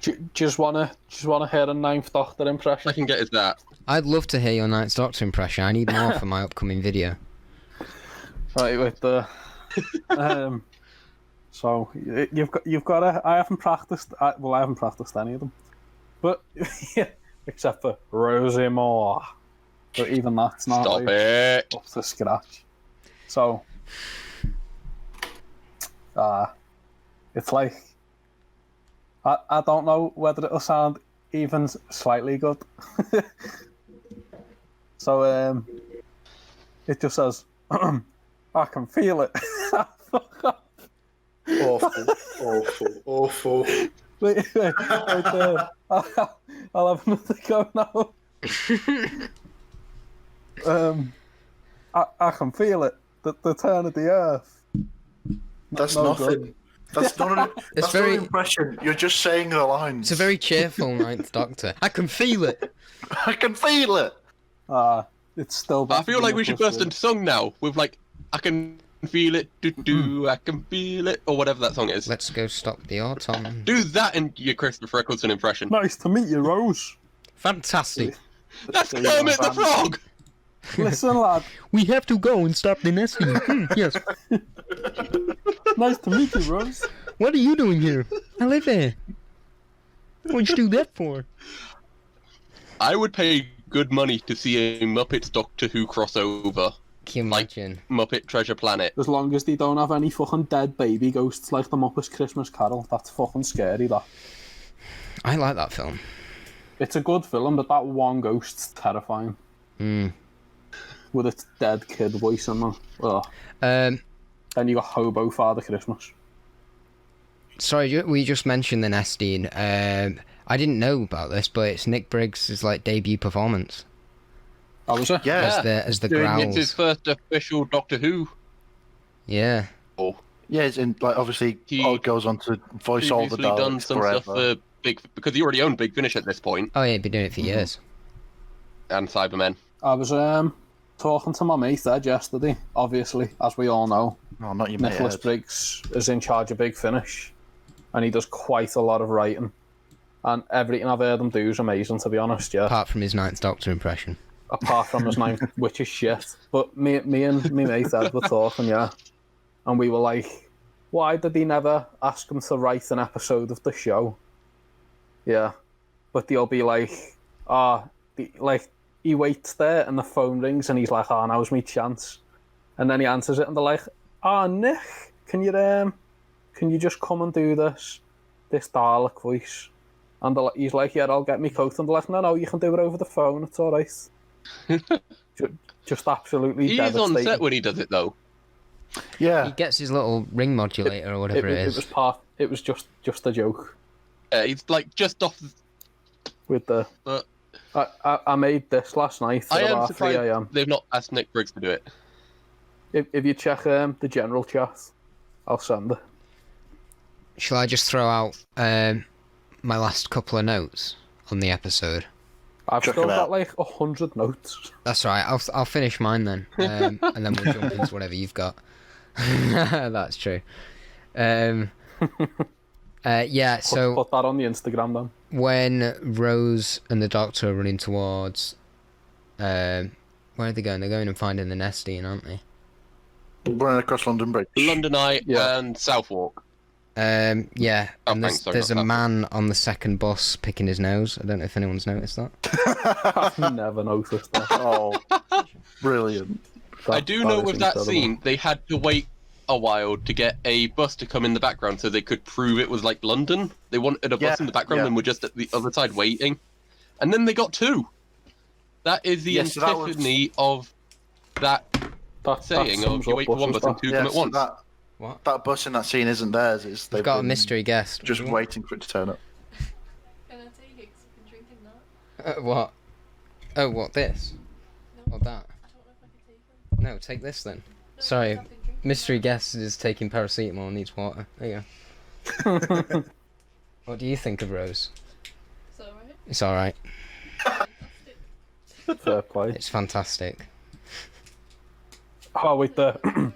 Speaker 4: ju- just wanna, just wanna hear a ninth Doctor
Speaker 6: I
Speaker 4: impression.
Speaker 6: can get is that.
Speaker 3: I'd love to hear your ninth Doctor impression. I need more for my upcoming video.
Speaker 4: Right with the, um, so y- you've got, you've got a. I haven't practiced. I, well, I haven't practiced any of them, but except for Rosie Moore. But even that's not
Speaker 6: Stop
Speaker 4: like,
Speaker 6: it.
Speaker 4: up to scratch. So, uh, it's like I, I don't know whether it'll sound even s- slightly good. so um, it just says, "I can feel it."
Speaker 5: awful, awful, awful.
Speaker 4: Wait, wait, wait, uh, I'll, I'll have another go now. um, I, I can feel it. The, the turn of the earth.
Speaker 5: That's
Speaker 4: No
Speaker 5: nothing.
Speaker 4: good.
Speaker 5: That's not an, that's
Speaker 3: very-
Speaker 5: not an impression. You're just saying the lines.
Speaker 3: It's a very cheerful ninth Doctor. I can feel it.
Speaker 5: I can feel it.
Speaker 4: Ah, it's still.
Speaker 6: I feel like we should burst into song now with like I can feel it, do do, I can feel it, or whatever that song is.
Speaker 3: Let's go stop the autumn.
Speaker 6: Do that in your Christopher Eccleston impression.
Speaker 4: Nice to meet you, Rose.
Speaker 3: Fantastic.
Speaker 6: That's
Speaker 4: do that,
Speaker 6: Kermit the
Speaker 4: man.
Speaker 6: Frog.
Speaker 4: Listen, lad.
Speaker 3: We have to go and stop the nesting. Hmm, yes.
Speaker 4: Nice to meet you, Rose.
Speaker 3: What are you doing here? I live here. What'd you do that for?
Speaker 6: I would pay good money to see a Muppets Doctor Who crossover,
Speaker 3: Can you imagine?
Speaker 6: Muppet Treasure Planet.
Speaker 4: As long as they don't have any fucking dead baby ghosts like the Muppets Christmas Carol, that's fucking scary. That
Speaker 3: I like that film.
Speaker 4: it's a good film, but that one ghost's terrifying.
Speaker 3: Hmm.
Speaker 4: With its dead kid voice and that. Ugh.
Speaker 3: Um,
Speaker 4: Then you got Hobo Father Christmas.
Speaker 3: Sorry, ju- we just mentioned the nesting. Um, I didn't know about this, but it's Nick Briggs' like debut performance
Speaker 4: That was it.
Speaker 5: Yeah.
Speaker 3: as the as the
Speaker 6: Doing it's
Speaker 3: growls.
Speaker 6: his first official Doctor Who.
Speaker 3: Yeah,
Speaker 6: Or
Speaker 5: Yeah, it's in, like obviously
Speaker 6: He
Speaker 5: oh, it goes on to voice all the
Speaker 6: previously done
Speaker 5: Daleks
Speaker 6: some
Speaker 5: forever.
Speaker 6: stuff for Big because he already owned Big Finish at this point
Speaker 3: oh yeah, he'd been doing it for years.
Speaker 6: and Cybermen.
Speaker 4: I was um talking to my mate Ed yesterday. Obviously, as we all know,
Speaker 5: No, Oh, not your mate.
Speaker 4: Nicholas
Speaker 5: Ed.
Speaker 4: Briggs is in charge of Big Finish, and he does quite a lot of writing. And everything I've heard him do is amazing, to be honest. Yeah,
Speaker 3: Apart from his Ninth Doctor impression.
Speaker 4: apart from his name, which is shit. But me, me and me mate Ed were talking, yeah, and we were like, why did he never ask him to write an episode of the show? Yeah, but they'll be like, ah, the like he waits there and the phone rings and he's like, ah, now's my chance, and then he answers it and they're like, ah, Nick, can you um, can you just come and do this, this Dalek voice? And they're like- he's like, yeah, I'll get me coat. And they're like, no, no, you can do it over the phone. It's all right. Ju- just absolutely
Speaker 6: He's on
Speaker 4: devastating.
Speaker 6: set when he does it though.
Speaker 3: He
Speaker 5: Yeah,
Speaker 3: gets his little ring modulator or
Speaker 4: it,
Speaker 3: whatever
Speaker 4: was-
Speaker 3: it
Speaker 4: it
Speaker 3: is.
Speaker 4: was part. It was just just a joke.
Speaker 6: Uh, he's like just off.
Speaker 4: with the.
Speaker 6: But-
Speaker 4: I, I, I made this last night
Speaker 6: I
Speaker 4: at
Speaker 6: am
Speaker 4: about 3
Speaker 6: surprised
Speaker 4: a.m.
Speaker 6: they've not asked Nick Briggs to do it.
Speaker 4: If, if you check um, the general chat, I'll send it.
Speaker 3: Shall I just throw out um, my last couple of notes on the episode?
Speaker 4: I've
Speaker 5: Check
Speaker 4: still
Speaker 5: it
Speaker 4: got
Speaker 5: out.
Speaker 4: like a hundred notes.
Speaker 3: That's right. I'll I'll finish mine then, um, and then we'll jump into whatever you've got. That's true. Um, uh, yeah.
Speaker 4: Put,
Speaker 3: So
Speaker 4: put that on the Instagram then.
Speaker 3: when Rose and the Doctor are running towards, um, where are they going? They're going and finding the Nestine, aren't they?
Speaker 5: Running across London Bridge.
Speaker 6: London Eye
Speaker 4: Yeah.
Speaker 6: and Southwark.
Speaker 3: Um, yeah.
Speaker 6: Oh,
Speaker 3: and there's,
Speaker 6: thanks, sorry,
Speaker 3: there's a
Speaker 6: not that.
Speaker 3: man on the second bus picking his nose. I don't know if anyone's noticed that.
Speaker 4: I've never noticed that.
Speaker 5: Oh, brilliant.
Speaker 4: That-
Speaker 6: I do know
Speaker 4: is
Speaker 6: with that
Speaker 4: incredible.
Speaker 6: scene, they had to wait a while to get a bus to come in the background so they could prove it was like London. They wanted a
Speaker 5: Yeah,
Speaker 6: bus in the background
Speaker 5: yeah.
Speaker 6: and were just at the other side waiting. And then they got two. That is the
Speaker 5: Yeah, so that was-
Speaker 6: antiphony of that
Speaker 4: That,
Speaker 6: saying
Speaker 4: that
Speaker 6: of
Speaker 4: sums
Speaker 6: you
Speaker 4: up
Speaker 6: wait for one
Speaker 4: buses,
Speaker 6: bus and
Speaker 4: that.
Speaker 6: two
Speaker 5: Yeah,
Speaker 6: come at
Speaker 5: so
Speaker 6: once.
Speaker 5: that,
Speaker 3: What?
Speaker 5: that bus in that scene isn't theirs. It's,
Speaker 3: We've
Speaker 5: they've
Speaker 3: got a
Speaker 5: been
Speaker 3: mystery guest.
Speaker 5: Just waiting for it to turn up.
Speaker 1: Can I take it? 'Cause I've been drinking that.
Speaker 3: Uh, what? Oh, what this?
Speaker 1: No,
Speaker 3: Or that?
Speaker 1: I don't know if I can take it.
Speaker 3: No, take this then.
Speaker 1: No,
Speaker 3: Sorry,
Speaker 1: because I've been drinking
Speaker 3: Mystery
Speaker 1: that.
Speaker 3: guest is taking paracetamol and needs water. There you go. what do you think of Rose?
Speaker 1: It's alright.
Speaker 3: It's all right.
Speaker 1: Fantastic.
Speaker 4: Fair play.
Speaker 3: It's fantastic.
Speaker 4: Oh wait, there.
Speaker 1: Therapy.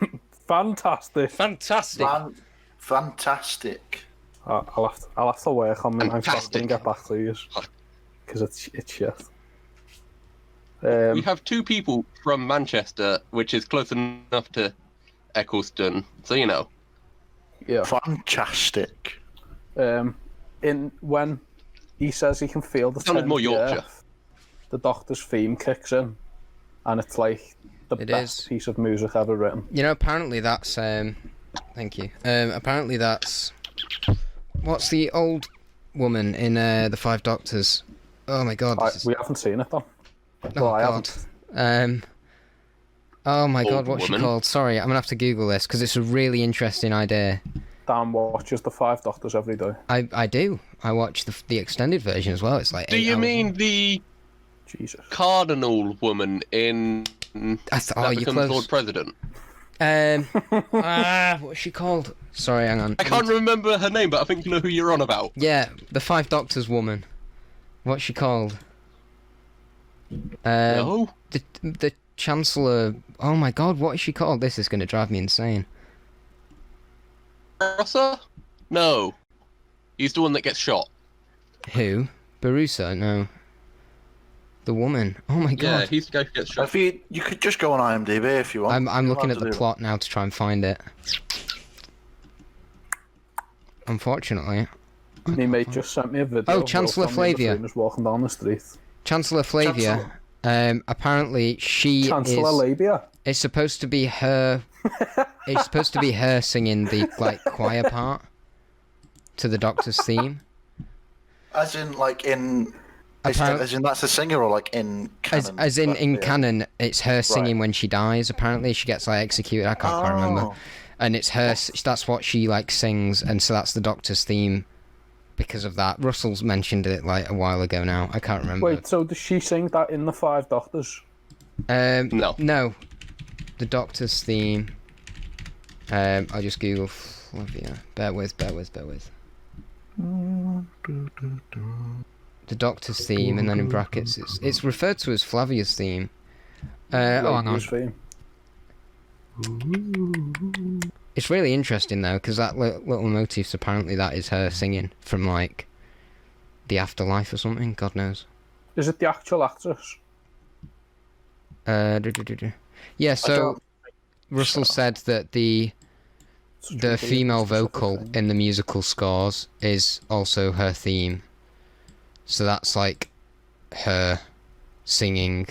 Speaker 4: Fantastic.
Speaker 3: Fantastic.
Speaker 5: Fan- fantastic.
Speaker 4: I- I'll have to, I'll have to work on my Minecraft
Speaker 6: Fantastic.
Speaker 4: and get back to you because it's it's shit.
Speaker 6: We
Speaker 4: Um,
Speaker 6: have two people from Manchester, which is close enough to Eccleston, so you know.
Speaker 4: yeah.
Speaker 5: Fantastic.
Speaker 4: Um, in when he says he can feel the
Speaker 6: Sounded
Speaker 4: tenth
Speaker 6: more Yorkshire.
Speaker 4: breath, the Doctor's theme kicks in, and it's like the
Speaker 3: It
Speaker 4: best
Speaker 3: is.
Speaker 4: piece of music ever written.
Speaker 3: You know, apparently that's um, thank you. Um, apparently that's what's the old woman in uh, the Five Doctors? Oh my God!
Speaker 4: I,
Speaker 3: this is-
Speaker 4: we haven't seen it though.
Speaker 3: oh
Speaker 4: well, I
Speaker 3: God. Um. Oh my
Speaker 6: Old
Speaker 3: God! What's she
Speaker 6: woman.
Speaker 3: called? Sorry, I'm gonna have to Google this because it's a really interesting idea.
Speaker 4: Dan watches the Five Doctors every day.
Speaker 3: I I do. I watch the the extended version as well. It's like.
Speaker 6: Do
Speaker 3: eight
Speaker 6: you
Speaker 5: um,
Speaker 3: hours long.
Speaker 6: mean the
Speaker 4: Jesus.
Speaker 6: cardinal woman in
Speaker 3: I th- oh,
Speaker 6: that
Speaker 3: you
Speaker 6: becomes
Speaker 3: close.
Speaker 6: Lord President?
Speaker 3: Um, ah, what's she called? Sorry, hang on.
Speaker 6: I can't remember her name, but I think you know who you're on about.
Speaker 3: Yeah, the Five Doctors woman. What's she called? Um,
Speaker 6: no?
Speaker 3: The the Chancellor. Oh my God, what is she called? This is going to drive me insane.
Speaker 6: Barrossa? No. He's the one that gets shot.
Speaker 3: Who? Barusa? No. The woman. Oh my
Speaker 6: Yeah,
Speaker 3: God.
Speaker 6: he's the guy who gets shot.
Speaker 5: If you you could just go on IMDb if you want.
Speaker 3: I'm I'm
Speaker 5: You'll
Speaker 3: looking at
Speaker 5: have to
Speaker 3: the
Speaker 5: do it.
Speaker 3: plot now to try and find it. Unfortunately,
Speaker 4: My mate just sent me a video.
Speaker 3: Oh,
Speaker 4: of Will
Speaker 3: Chancellor
Speaker 4: Tommy in the
Speaker 3: Flavia.
Speaker 4: frame is walking down the street.
Speaker 3: Chancellor Flavia. Um, apparently she
Speaker 4: Chancellor
Speaker 3: is.
Speaker 4: Labia.
Speaker 3: It's supposed to be her. it's supposed to be her singing the like choir part to the Doctor's theme.
Speaker 5: As in, like in. As,
Speaker 3: Apparent-
Speaker 5: as in, that's a singer, or like in
Speaker 3: As,
Speaker 5: canon.
Speaker 3: as in
Speaker 5: Like,
Speaker 3: in
Speaker 5: yeah.
Speaker 3: canon, it's her singing when she dies. Apparently, she gets like executed. I can't quite remember.
Speaker 5: Oh.
Speaker 3: And it's her. s- That's what she like sings, and so that's the Doctor's theme. Because of that, Russell's mentioned it like a while ago now. I can't remember.
Speaker 4: Wait, so does she sing that in the Five Doctors?
Speaker 3: Um,
Speaker 6: No.
Speaker 3: No. The Doctor's theme. Um, I'll just Google Flavia. Bear with, bear with, bear with. The Doctor's theme, and then in brackets, it's it's referred to as Flavia's theme. Uh, oh, hang on.
Speaker 4: Labia's theme.
Speaker 3: It's really interesting though, because that li- little motif's apparently that is her singing from like the afterlife or something. God knows.
Speaker 4: Is it the actual actress?
Speaker 3: Uh, do, do, do, do. yeah. So Russell said that the
Speaker 4: Such a
Speaker 3: the
Speaker 4: weird
Speaker 3: female
Speaker 4: specific
Speaker 3: vocal
Speaker 4: thing.
Speaker 3: in the musical scores is also her theme. So that's like her singing.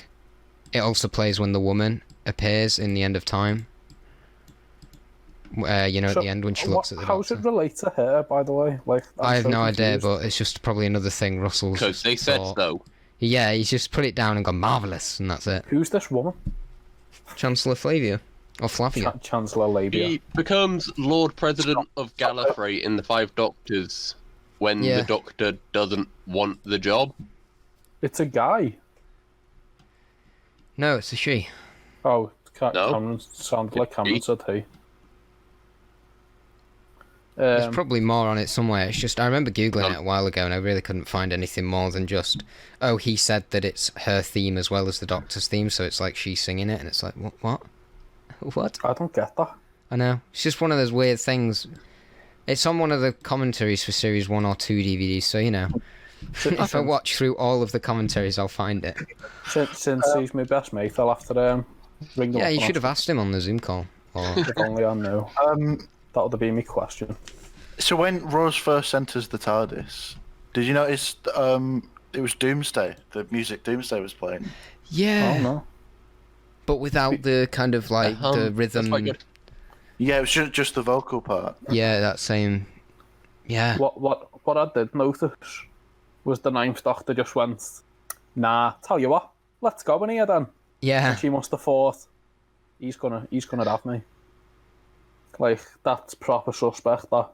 Speaker 3: It also plays when the woman appears in the end of time. Uh, you know,
Speaker 4: So,
Speaker 3: at the end when she
Speaker 4: what-
Speaker 3: looks at the
Speaker 4: How does it
Speaker 3: doctor.
Speaker 4: relate to her, by the way? Like I'm
Speaker 3: I have
Speaker 4: so
Speaker 3: no idea,
Speaker 4: confused.
Speaker 3: but it's just probably another thing Russell's.
Speaker 6: Because
Speaker 3: just
Speaker 6: they said
Speaker 3: thought.
Speaker 6: so.
Speaker 3: Yeah, he's just put it down and gone marvelous, and that's it.
Speaker 4: who's this woman?
Speaker 3: Chancellor Flavia or Flavia.
Speaker 4: Chan- Chancellor Labia.
Speaker 6: He becomes Lord President of Gallifrey in the Five Doctors when
Speaker 3: Yeah.
Speaker 6: the Doctor doesn't want the job.
Speaker 4: It's a guy.
Speaker 3: No, it's a she.
Speaker 4: Oh, Ca-
Speaker 6: No.
Speaker 4: Cameron sounded like Cameron
Speaker 6: be.
Speaker 4: said hey.
Speaker 3: There's
Speaker 4: Um,
Speaker 3: probably more on it somewhere. It's just I remember googling
Speaker 6: Um,
Speaker 3: it a while ago, and I really couldn't find anything more than just, oh, he said that it's her theme as well as the Doctor's theme, so it's like she's singing it, and it's like what, what, what?
Speaker 4: I don't get that.
Speaker 3: I know. It's just one of those weird things. It's on one of the commentaries for series one or two DVDs, so you know. if I watch through all of the commentaries, I'll find it.
Speaker 4: Since, since he's my best mate, I'll have to um, ring them
Speaker 3: Yeah,
Speaker 4: up
Speaker 3: you
Speaker 4: and
Speaker 3: should have asked him on the Zoom call. Or
Speaker 4: ask If only I know.
Speaker 5: Um,
Speaker 4: That would have been my question.
Speaker 5: so when Rose first enters the TARDIS, did you notice um, it was Doomsday? The music Doomsday was playing.
Speaker 4: I
Speaker 3: yeah,
Speaker 4: don't know.
Speaker 3: but without the kind of like
Speaker 6: Um,
Speaker 3: the
Speaker 6: that's
Speaker 3: rhythm.
Speaker 6: quite good.
Speaker 5: Yeah, it was ju- just the vocal part.
Speaker 3: Yeah, that same. Yeah.
Speaker 4: What what what I did notice was the ninth doctor just went, Nah, tell you what, let's go in here then.
Speaker 3: Yeah.
Speaker 4: And she must have thought he's gonna he's gonna have me. Like that's proper suspect that.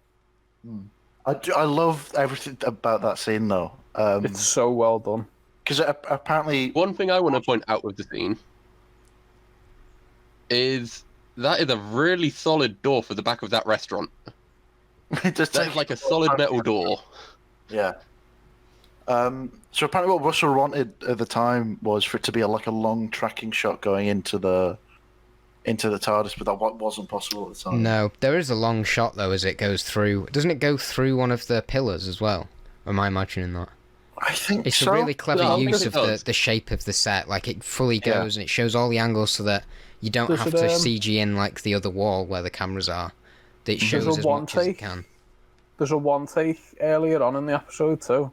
Speaker 5: I, do- I love everything about that scene though,
Speaker 4: It's
Speaker 5: because
Speaker 4: so well done.
Speaker 5: apparently
Speaker 6: One thing I want to point out with the scene is that is a really solid door for the back of that restaurant.
Speaker 5: it just
Speaker 6: That is like a solid metal door.
Speaker 5: Yeah. Um, so apparently, what Russell wanted at the time was for it to be a, like a long tracking shot going into the into the TARDIS, but that wa- wasn't possible at the time.
Speaker 3: No, there is a long shot though as it goes through. Doesn't it go through one of the pillars as well? Or am I imagining that?
Speaker 5: I think
Speaker 3: It's
Speaker 5: so.
Speaker 3: a really clever
Speaker 6: No, I think
Speaker 3: use
Speaker 6: it
Speaker 3: of the,
Speaker 6: does.
Speaker 3: the shape of the set. Like it fully
Speaker 5: Yeah.
Speaker 3: goes and it shows all the angles so that you don't
Speaker 4: Does
Speaker 3: have
Speaker 4: it,
Speaker 3: to
Speaker 4: um,
Speaker 3: CG in like the other wall where the cameras are. That it
Speaker 4: There's
Speaker 3: shows
Speaker 4: a
Speaker 3: as
Speaker 4: one
Speaker 3: much as it
Speaker 4: take.
Speaker 3: can.
Speaker 4: There's a one take earlier on in the episode too,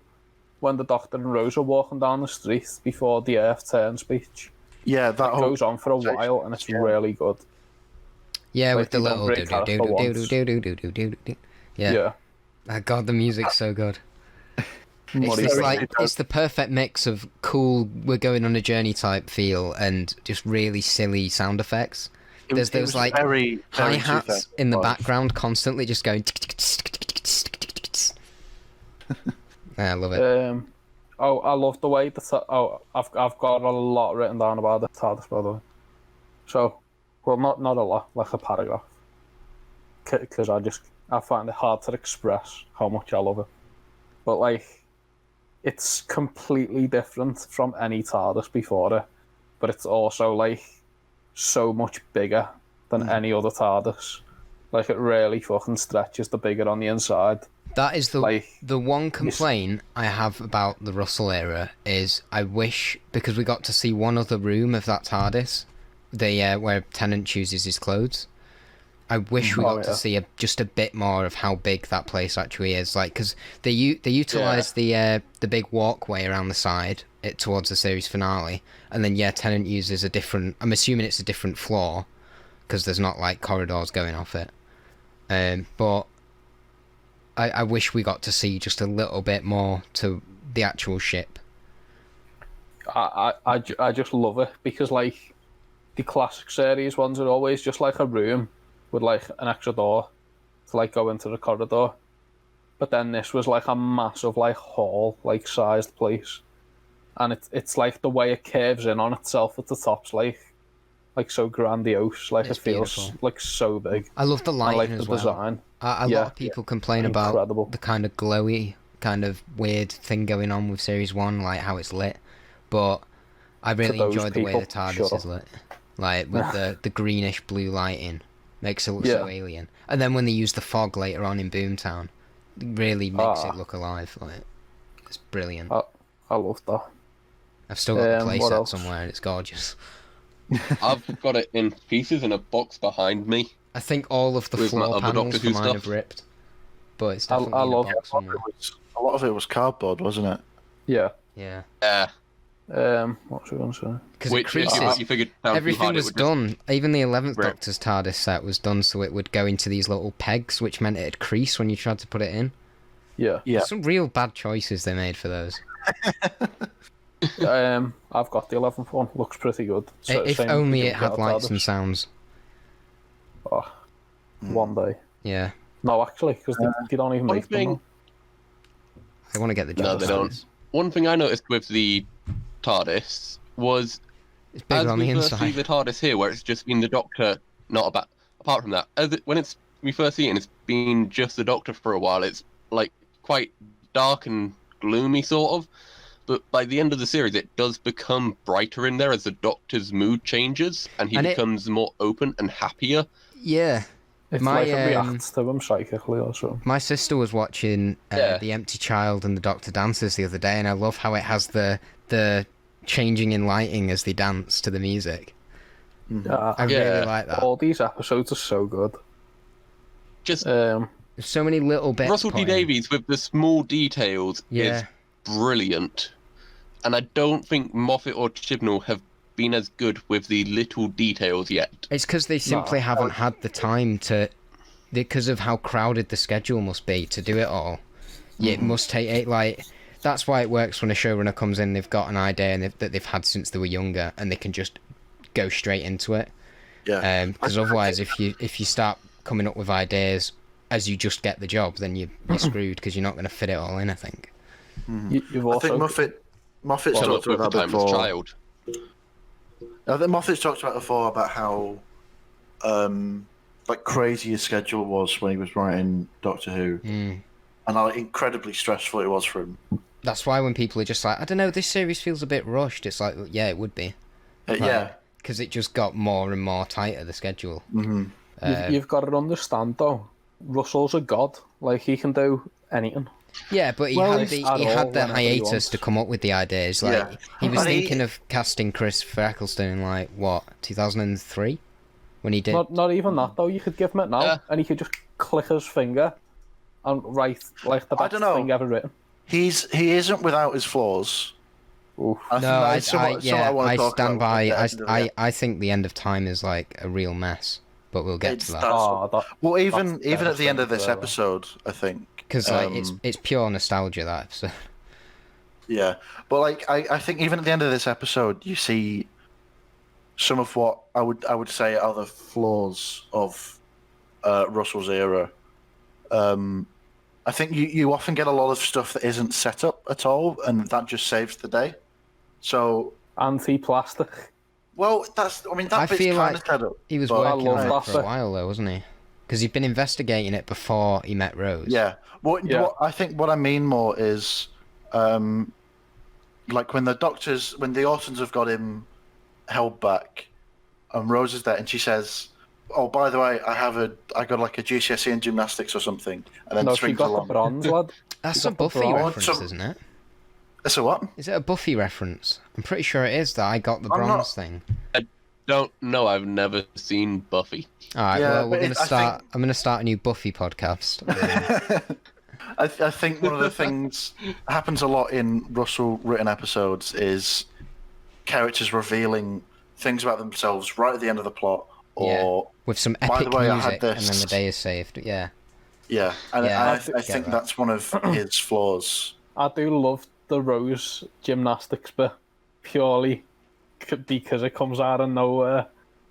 Speaker 4: when the doctor and Rose are walking down the street before the Earth turn speech.
Speaker 5: yeah, that
Speaker 3: Oh,
Speaker 5: whole
Speaker 4: goes on for a while and it's really good.
Speaker 3: Yeah,
Speaker 4: Like
Speaker 3: with the
Speaker 4: they don't
Speaker 3: little do
Speaker 4: break
Speaker 3: do
Speaker 4: out
Speaker 3: do
Speaker 4: for
Speaker 3: do
Speaker 4: once.
Speaker 3: do do do do do do. Yeah.
Speaker 4: Yeah.
Speaker 3: Oh, God, the music's so good. It's,
Speaker 4: Muddy.
Speaker 3: it's
Speaker 5: Very
Speaker 3: like
Speaker 5: good.
Speaker 3: it's the perfect mix of cool, we're going on a journey type feel, and just really silly sound effects.
Speaker 5: it was-
Speaker 3: There's
Speaker 5: it was
Speaker 3: those like
Speaker 5: very,
Speaker 3: hi
Speaker 5: very
Speaker 3: hats in the
Speaker 5: 2005.
Speaker 3: background constantly just going. I love it.
Speaker 4: Um, oh, I love the way the ta- oh, I've I've got a lot written down about the TARDIS, by the way. So, well, not not a lot, like a paragraph, because I just I find it hard to express how much I love it. But like, it's completely different from any TARDIS before it, but it's also like so much bigger than any other TARDIS. Like it really fucking stretches the bigger on the inside.
Speaker 3: That is the
Speaker 4: like-
Speaker 3: the one complaint I have about the Russell era is I wish because we got to see one other room of that TARDIS, the uh, where Tennant chooses his clothes. I wish we
Speaker 4: Oh,
Speaker 3: got
Speaker 4: yeah.
Speaker 3: to see a, just a bit more of how big that place actually is, like because they u- they utilize the uh, the big walkway around the side it, towards the series finale, and then yeah, Tennant uses a different. I'm assuming it's a different floor because there's not like corridors going off it. Um, but I, I wish we got to see just a little bit more to the actual ship.
Speaker 4: I, I, I, ju- I just love it because like the classic series ones are always just like a room with like an extra door to like go into the corridor. But then this was like a massive like hall like sized place. And it's it's like the way it curves in on itself at the top's like like so grandiose, like
Speaker 3: It's
Speaker 4: it feels
Speaker 3: beautiful.
Speaker 4: like so big.
Speaker 3: I love the
Speaker 4: I
Speaker 3: lighting
Speaker 4: like the
Speaker 3: as well.
Speaker 4: design.
Speaker 3: A, a
Speaker 4: Yeah,
Speaker 3: lot of people complain
Speaker 4: Incredible.
Speaker 3: about the kind of glowy, kind of weird thing going on with Series 1, like how it's lit. But I really
Speaker 4: those
Speaker 3: enjoyed the way
Speaker 4: people,
Speaker 3: the TARDIS
Speaker 4: shut
Speaker 3: is lit. Like with the, the greenish blue lighting. Makes it look so
Speaker 4: Yeah.
Speaker 3: alien. And then when they use the fog later on in Boomtown, it really makes
Speaker 4: Ah.
Speaker 3: it look alive. Like it's brilliant.
Speaker 4: Uh, I love that.
Speaker 3: I've still got
Speaker 4: um,
Speaker 3: the
Speaker 4: what
Speaker 3: playset
Speaker 4: else?
Speaker 3: somewhere and it's gorgeous.
Speaker 6: I've got it in pieces in a box behind me.
Speaker 3: I think all of the
Speaker 6: With my
Speaker 3: floor
Speaker 6: other
Speaker 3: panels
Speaker 6: Doctor
Speaker 3: for
Speaker 6: Who
Speaker 3: mine
Speaker 6: stuff.
Speaker 3: have ripped. But it's
Speaker 4: I- I
Speaker 3: definitely in a
Speaker 4: love-
Speaker 3: box
Speaker 5: A lot of
Speaker 3: somewhere.
Speaker 5: it was- a lot of it was cardboard, wasn't it?
Speaker 4: Yeah.
Speaker 3: Yeah.
Speaker 6: Yeah,
Speaker 4: Um what was I gonna say?
Speaker 3: Because it
Speaker 6: Uh, which if you,
Speaker 3: creases.
Speaker 6: if you figured down too
Speaker 3: Everything
Speaker 6: hard, it
Speaker 3: was
Speaker 6: would just-
Speaker 3: done. Even the eleventh
Speaker 6: Right.
Speaker 3: Doctor's TARDIS set was done so it would go into these little pegs, which meant it'd crease when you tried to put it in.
Speaker 4: Yeah.
Speaker 5: Yeah.
Speaker 3: Some real bad choices they made for those.
Speaker 4: um I've got the eleventh one. Looks pretty good. So,
Speaker 3: if
Speaker 4: same
Speaker 3: only
Speaker 4: thing
Speaker 3: it
Speaker 4: with
Speaker 3: had
Speaker 4: the
Speaker 3: lights
Speaker 4: TARDIS.
Speaker 3: and sounds.
Speaker 4: Oh,
Speaker 5: Mm.
Speaker 4: one day.
Speaker 3: Yeah,
Speaker 4: No, actually, because they, they don't even
Speaker 6: one
Speaker 4: make
Speaker 6: thing-
Speaker 4: them. now.
Speaker 3: I want to get the.
Speaker 6: No,
Speaker 3: job
Speaker 6: they
Speaker 3: done.
Speaker 6: don't. One thing I noticed with the TARDIS was
Speaker 3: It's
Speaker 6: as
Speaker 3: bigger on
Speaker 6: we
Speaker 3: the
Speaker 6: first see
Speaker 3: inside.
Speaker 6: the TARDIS here, where it's just been the Doctor, not about. Apart from that, as it, when it's we first see it, and it's been just the Doctor for a while. It's like quite dark and gloomy, sort of. But by the end of the series, it does become brighter in there as the Doctor's mood changes, and he
Speaker 3: And it-
Speaker 6: becomes more open and happier.
Speaker 3: Yeah.
Speaker 4: It's
Speaker 3: My,
Speaker 4: like it
Speaker 3: um,
Speaker 4: reacts to him psychically or something.
Speaker 3: My sister was watching uh,
Speaker 6: Yeah.
Speaker 3: The Empty Child and The Doctor Dances the other day, and I love how it has the the changing in lighting as they dance to the music.
Speaker 4: Yeah.
Speaker 3: I
Speaker 6: Yeah.
Speaker 3: really like that.
Speaker 4: Uh, All these episodes are so good.
Speaker 6: Just
Speaker 4: Um,
Speaker 3: There's so many little bits.
Speaker 6: Russell
Speaker 3: put
Speaker 6: D
Speaker 3: in.
Speaker 6: Davies with the small details
Speaker 3: Yeah.
Speaker 6: is brilliant, and I don't think Moffat or Chibnall have been as good with the little details yet.
Speaker 3: It's because they simply haven't had the time to, because of how crowded the schedule must be to do it all. Yeah, It must take eight like. That's why it works when a showrunner comes in. They've got an idea and they've, that they've had since they were younger, and they can just go straight into it.
Speaker 5: Yeah.
Speaker 3: Because otherwise, if you if you start coming up with ideas as you just get the job, then you, you're screwed because you're not going to fit it all in. I think.
Speaker 4: you, you've
Speaker 5: Hmm. I think
Speaker 4: Uh, also
Speaker 5: Moffat Moffat's
Speaker 6: Well,
Speaker 5: talked
Speaker 6: with
Speaker 5: about
Speaker 6: the
Speaker 5: that
Speaker 6: time as
Speaker 5: before.
Speaker 6: child.
Speaker 5: I think Moffat's talked about before about how um, like crazy his schedule was when he was writing Doctor Who,
Speaker 3: Mm.
Speaker 5: and how incredibly stressful it was for him.
Speaker 3: That's why when people are just like, I don't know, this series feels a bit rushed. It's like, yeah, it would be
Speaker 5: Uh, Yeah,
Speaker 3: because it just got more and more tighter the schedule.
Speaker 5: hmm
Speaker 3: Uh,
Speaker 4: you've, you've got to understand though. Russell's a god. Like he can do anything.
Speaker 3: Yeah, but he
Speaker 4: Well,
Speaker 3: had
Speaker 4: he's
Speaker 3: the
Speaker 4: at
Speaker 3: he
Speaker 4: all
Speaker 3: had the
Speaker 4: whenever he
Speaker 3: hiatus
Speaker 4: wants.
Speaker 3: to come up with the ideas. Like
Speaker 5: Yeah.
Speaker 3: he was
Speaker 5: And he-
Speaker 3: thinking of casting Chris for Eccleston in like what 2003 when he did.
Speaker 4: Not not even that though. You could give him it now,
Speaker 6: Yeah.
Speaker 4: and he could just click his finger, and write like the
Speaker 5: I
Speaker 4: best
Speaker 5: don't know.
Speaker 4: thing ever written.
Speaker 5: he's he isn't without his flaws.
Speaker 4: Oof.
Speaker 5: I think
Speaker 3: no, I,
Speaker 5: that's somewhat-
Speaker 3: I,
Speaker 5: somewhat
Speaker 3: yeah,
Speaker 5: wanna
Speaker 3: I
Speaker 5: talk
Speaker 3: stand
Speaker 5: about
Speaker 3: by.
Speaker 5: at the
Speaker 3: I,
Speaker 5: end of
Speaker 3: I,
Speaker 5: it.
Speaker 3: I think the end of time is like a real mess, but we'll get
Speaker 5: It's
Speaker 3: to
Speaker 5: that-
Speaker 3: that
Speaker 4: Oh, that,
Speaker 5: well, even
Speaker 4: that's
Speaker 5: even at the end of
Speaker 4: better
Speaker 5: this
Speaker 4: than-
Speaker 5: episode, I think
Speaker 3: because like it's
Speaker 5: um,
Speaker 3: it's pure nostalgia that episode.
Speaker 5: Yeah, but like I, I think even at the end of this episode, you see some of what I would I would say are the flaws of uh, Russell's era. Um, I think you, you often get a lot of stuff that isn't set up at all, and that just saves the day. So,
Speaker 4: anti-plastic.
Speaker 5: well, that's I mean that
Speaker 3: I
Speaker 5: bit's
Speaker 3: feel
Speaker 5: kind
Speaker 3: like
Speaker 5: of set up.
Speaker 3: He was
Speaker 5: but-
Speaker 4: I
Speaker 3: working on
Speaker 4: love
Speaker 3: it for a
Speaker 4: that.
Speaker 3: while though, wasn't he? Because he'd been investigating it before he met Rose.
Speaker 5: Yeah. What,
Speaker 4: Yeah.
Speaker 5: what I think what I mean more is, um, like when the doctors, when the Autons have got him held back, and Rose is there, and she says, "Oh, by the way, I have a, I got like a GCSE in E gymnastics or something," and then
Speaker 4: No, she
Speaker 5: swings
Speaker 4: got the
Speaker 5: along.
Speaker 4: bronze, lad.
Speaker 3: that's
Speaker 4: He's
Speaker 3: a
Speaker 4: up for
Speaker 3: Buffy
Speaker 4: broad.
Speaker 3: reference,
Speaker 5: So-
Speaker 3: isn't it?
Speaker 5: So what?
Speaker 3: Is it a Buffy reference? I'm pretty sure it is that I got the
Speaker 5: I'm not-
Speaker 3: bronze thing.
Speaker 6: Don't know. I've never seen Buffy.
Speaker 3: All right,
Speaker 5: Yeah,
Speaker 3: well,
Speaker 5: but
Speaker 3: we're gonna
Speaker 5: it- I
Speaker 3: start.
Speaker 5: think-
Speaker 3: I'm gonna start a new Buffy podcast.
Speaker 5: I, th- I think one of the things happens a lot in Russell written episodes is characters revealing things about themselves right at the end of the plot, or
Speaker 3: with some
Speaker 5: the
Speaker 3: epic
Speaker 5: way, I had
Speaker 3: music, and then
Speaker 5: this.
Speaker 3: the day is saved. Yeah,
Speaker 5: yeah, and
Speaker 3: Yeah,
Speaker 5: I,
Speaker 3: I
Speaker 5: I, I think
Speaker 3: that.
Speaker 5: that's one of his flaws.
Speaker 4: I do love the Rose gymnastics bit purely c- because it comes out of nowhere,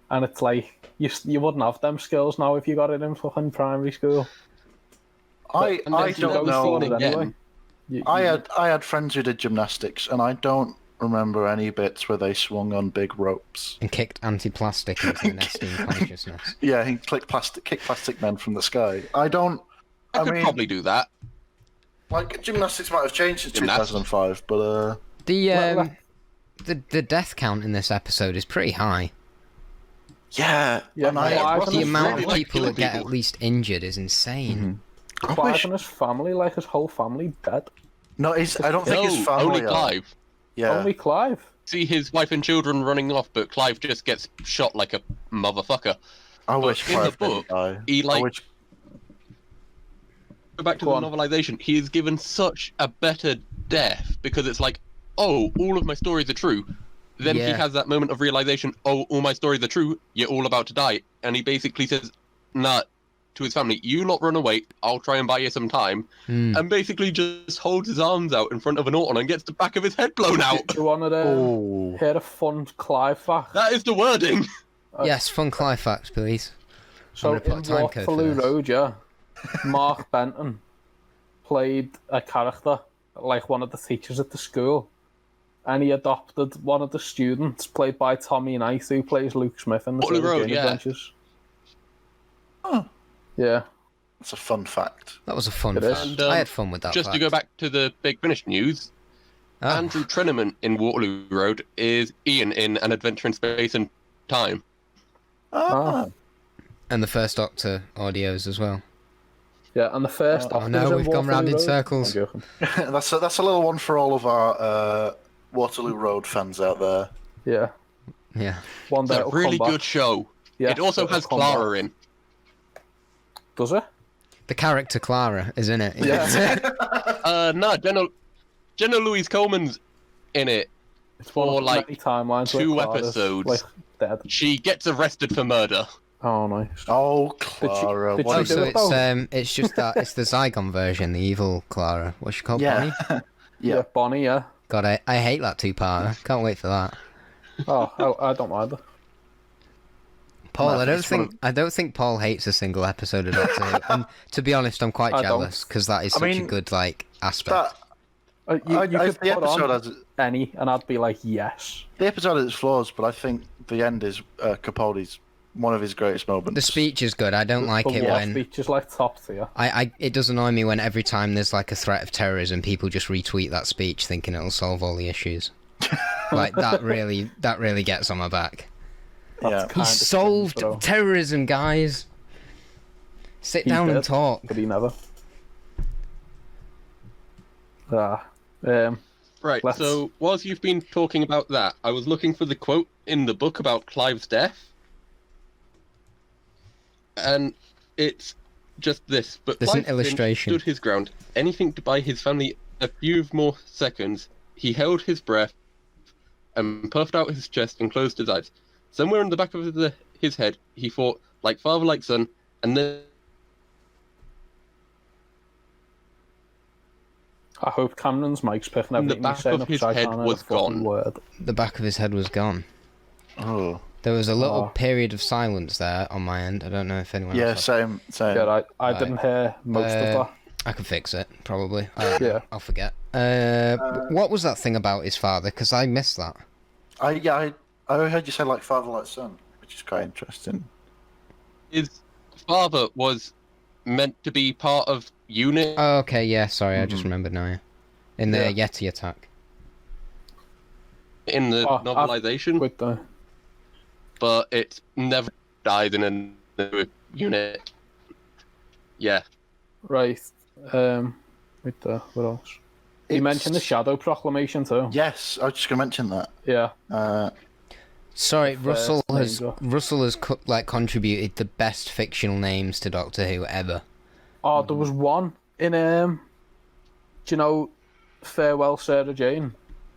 Speaker 4: and it's like you s- you wouldn't have them skills now if you got it in fucking primary school.
Speaker 5: I,
Speaker 6: And
Speaker 5: I
Speaker 6: then she
Speaker 5: don't
Speaker 6: goes
Speaker 5: know.
Speaker 6: on again.
Speaker 4: anyway. You-
Speaker 5: I
Speaker 4: you-
Speaker 5: had I had friends who did gymnastics, and I don't remember any bits where they swung on big ropes.
Speaker 3: and kicked anti-plastic into the nesting consciousness.
Speaker 5: Yeah, he click plastic, kick plastic men from the sky. I don't.
Speaker 6: I,
Speaker 5: I
Speaker 6: could
Speaker 5: mean-
Speaker 6: probably do that.
Speaker 5: Like gymnastics might have changed since
Speaker 6: Gymnastics.
Speaker 5: 2005, but uh,
Speaker 3: The
Speaker 4: Well,
Speaker 3: um, the the death count in this episode is pretty high.
Speaker 5: yeah,
Speaker 4: Yeah,
Speaker 5: and I,
Speaker 4: yeah, I
Speaker 5: I
Speaker 4: Well,
Speaker 3: The
Speaker 4: it's
Speaker 3: amount
Speaker 4: really
Speaker 3: of
Speaker 6: like
Speaker 3: people
Speaker 6: killing
Speaker 3: that get at
Speaker 6: people.
Speaker 3: least injured is insane.
Speaker 4: Clive
Speaker 5: wish-
Speaker 4: and his family, like his whole family, dead.
Speaker 5: no, he's, I don't
Speaker 6: No,
Speaker 5: think his family.
Speaker 6: only
Speaker 5: are.
Speaker 6: Clive.
Speaker 5: Yeah,
Speaker 4: Only Clive.
Speaker 6: See his wife and children running off, but Clive just gets shot like a motherfucker.
Speaker 5: I wish
Speaker 6: in the
Speaker 5: Clive didn't
Speaker 6: book,
Speaker 5: die.
Speaker 6: he,
Speaker 5: I
Speaker 6: like-
Speaker 5: wish-
Speaker 6: Go back to
Speaker 4: Go
Speaker 6: the
Speaker 4: on.
Speaker 6: novelization. He is given such a better death because it's like, oh, all of my stories are true. Then he
Speaker 3: Yeah.
Speaker 6: has that moment of realization, oh, all my stories are true. You're all about to die, and he basically says, nah, to his family, you lot run away. I'll try and buy you some time.
Speaker 5: Mm-hmm.
Speaker 3: Hmm.
Speaker 5: Uh,
Speaker 6: and basically just holds his arms out in front of an Auton and gets the back of his head blown out.
Speaker 4: You wanted to
Speaker 5: Oh,
Speaker 4: hear a fun Clive fact.
Speaker 6: That is the wording.
Speaker 5: uh,
Speaker 3: Yes, fun Clive facts, please.
Speaker 4: So
Speaker 3: gonna put
Speaker 4: in
Speaker 3: a time code for
Speaker 4: Waterloo
Speaker 3: this.
Speaker 4: Road, yeah, Mark Benton played a character like one of the teachers at the school, and he adopted one of the students, played by Tommy Knight, who plays Luke Smith in the
Speaker 6: Holy
Speaker 4: Silver
Speaker 6: Road,
Speaker 4: Game
Speaker 6: yeah.
Speaker 4: Adventures.
Speaker 5: Oh,
Speaker 4: Yeah.
Speaker 5: that's a fun fact.
Speaker 3: That was a fun
Speaker 4: It is.
Speaker 3: fact.
Speaker 6: And, um,
Speaker 3: I had fun with that.
Speaker 6: Just to
Speaker 3: fact.
Speaker 6: go back to the big finish news,
Speaker 3: Oh,
Speaker 6: Andrew Trenneman in Waterloo Road is Ian in An Adventure in Space and Time.
Speaker 5: Ah,
Speaker 3: and the first Doctor audios as well.
Speaker 4: Yeah, and the first.
Speaker 5: Oh,
Speaker 3: Oh
Speaker 4: Doctor was
Speaker 3: no,
Speaker 4: in
Speaker 3: we've gone
Speaker 4: Waterloo
Speaker 3: round in
Speaker 4: Road.
Speaker 3: circles.
Speaker 4: I'm joking.
Speaker 5: that's a, that's a little one for all of our uh, Waterloo Road fans out there.
Speaker 4: Yeah,
Speaker 3: Yeah.
Speaker 4: one
Speaker 6: It's
Speaker 4: day
Speaker 6: a
Speaker 4: it'll
Speaker 6: really
Speaker 4: come back.
Speaker 6: good show.
Speaker 4: Yeah,
Speaker 6: it also
Speaker 4: it'll
Speaker 6: has
Speaker 4: come back.
Speaker 6: Clara in.
Speaker 4: Does it?
Speaker 3: The character Clara is in it.
Speaker 5: Yeah.
Speaker 6: Uh, no, Jenna, Jenna Louise Coleman's in it.
Speaker 4: It's one
Speaker 6: Or,
Speaker 4: of the
Speaker 6: like,
Speaker 4: many timelines where
Speaker 6: two
Speaker 4: Clara's,
Speaker 6: episodes.
Speaker 4: Like dead.
Speaker 6: She gets arrested for murder.
Speaker 4: Oh nice.
Speaker 5: Oh, Clara,
Speaker 4: did
Speaker 3: oh,
Speaker 5: what
Speaker 4: you
Speaker 5: a-
Speaker 3: so
Speaker 4: do it
Speaker 3: it's
Speaker 4: both?
Speaker 3: um, it's just that it's the Zygon version, the evil Clara. What's she called?
Speaker 5: Yeah.
Speaker 3: Bonnie?
Speaker 5: Yeah.
Speaker 4: Yeah. Bonnie. Yeah.
Speaker 3: God, I, I hate that two-parter. Can't wait for that.
Speaker 4: Oh, I, I don't mind. it.
Speaker 3: Paul,
Speaker 5: Matt,
Speaker 3: I don't
Speaker 5: it's one
Speaker 3: think I don't think Paul hates a single episode of Doctor Who. And to be honest, I'm quite
Speaker 4: I don't.
Speaker 3: jealous because that is
Speaker 5: I
Speaker 3: such a
Speaker 5: mean,
Speaker 3: good like aspect.
Speaker 5: That,
Speaker 4: Uh, You,
Speaker 6: Oh,
Speaker 5: I,
Speaker 4: you
Speaker 5: I-
Speaker 4: could
Speaker 5: the
Speaker 4: put on
Speaker 5: episode has
Speaker 4: any, and I'd be like, yes.
Speaker 5: the episode has its flaws, but I think the end is uh, Capaldi's one of his greatest moments.
Speaker 3: The speech is good. I don't like
Speaker 4: the
Speaker 3: it
Speaker 4: war
Speaker 3: when
Speaker 4: speech is like top tier.
Speaker 3: I, I it does annoy me when every time there's like a threat of terrorism, people just retweet that speech thinking it'll solve all the issues. like that really that really gets on my back.
Speaker 5: yeah.
Speaker 4: That's
Speaker 3: He
Speaker 4: kind of
Speaker 3: solved
Speaker 4: bro.
Speaker 3: terrorism, guys. Sit
Speaker 4: He
Speaker 3: down and
Speaker 4: did.
Speaker 3: talk.
Speaker 4: But he never. Ah, um,
Speaker 6: Right.
Speaker 4: Let's-
Speaker 6: So, whilst you've been talking about that, I was looking for the quote in the book about Clive's death, and it's just this. But
Speaker 3: There's an
Speaker 6: Clive Finch
Speaker 3: illustration.
Speaker 6: Stood his ground. Anything to buy his family a few more seconds. He held his breath, and puffed out his chest and closed his eyes. Somewhere in the back of the, his head, he thought, like father, like son, and then
Speaker 4: I hope Cameron's mic's picking
Speaker 6: In the
Speaker 4: everything
Speaker 6: back
Speaker 4: he's saying
Speaker 6: of
Speaker 4: up,
Speaker 6: his
Speaker 4: so I
Speaker 6: head
Speaker 4: can't hear a
Speaker 6: was
Speaker 4: fucking
Speaker 6: gone.
Speaker 4: Word.
Speaker 3: The back of his head was gone.
Speaker 5: Oh.
Speaker 3: There was a little
Speaker 4: Oh.
Speaker 3: period of silence there on my end. I don't know if anyone
Speaker 5: Yeah,
Speaker 3: else.
Speaker 5: same,
Speaker 6: Um,
Speaker 5: same.
Speaker 4: Yeah, I, I
Speaker 3: Right.
Speaker 4: didn't hear most
Speaker 3: Uh,
Speaker 4: of that.
Speaker 3: I could fix it probably. I don't know.
Speaker 4: Yeah.
Speaker 3: I'll forget. Uh, but what was that thing about his father? Because I missed that.
Speaker 5: I, yeah, I, I heard you say like father, like son, which is quite interesting.
Speaker 6: his father was meant to be part of unit.
Speaker 3: Oh, okay, yeah, sorry, I
Speaker 4: Mm-hmm.
Speaker 3: just remembered now. Yeah. In the Yeti attack.
Speaker 6: in the
Speaker 4: Oh, I've-
Speaker 3: Um,
Speaker 6: novelization,
Speaker 4: With the,
Speaker 6: but it's never died in a unit. Yeah,
Speaker 4: right, um, with the, what else? You
Speaker 5: It's-
Speaker 4: mentioned the Shadow Proclamation too.
Speaker 5: Yes, I was just gonna mention that.
Speaker 4: Yeah.
Speaker 5: Uh,
Speaker 3: Sorry, Russell
Speaker 4: first
Speaker 3: has
Speaker 4: Ranger.
Speaker 3: Russell has co- like contributed the best fictional names to Doctor Who ever.
Speaker 4: Oh,
Speaker 3: Mm-hmm.
Speaker 4: there was one in um, do you know, Farewell Sarah Jane.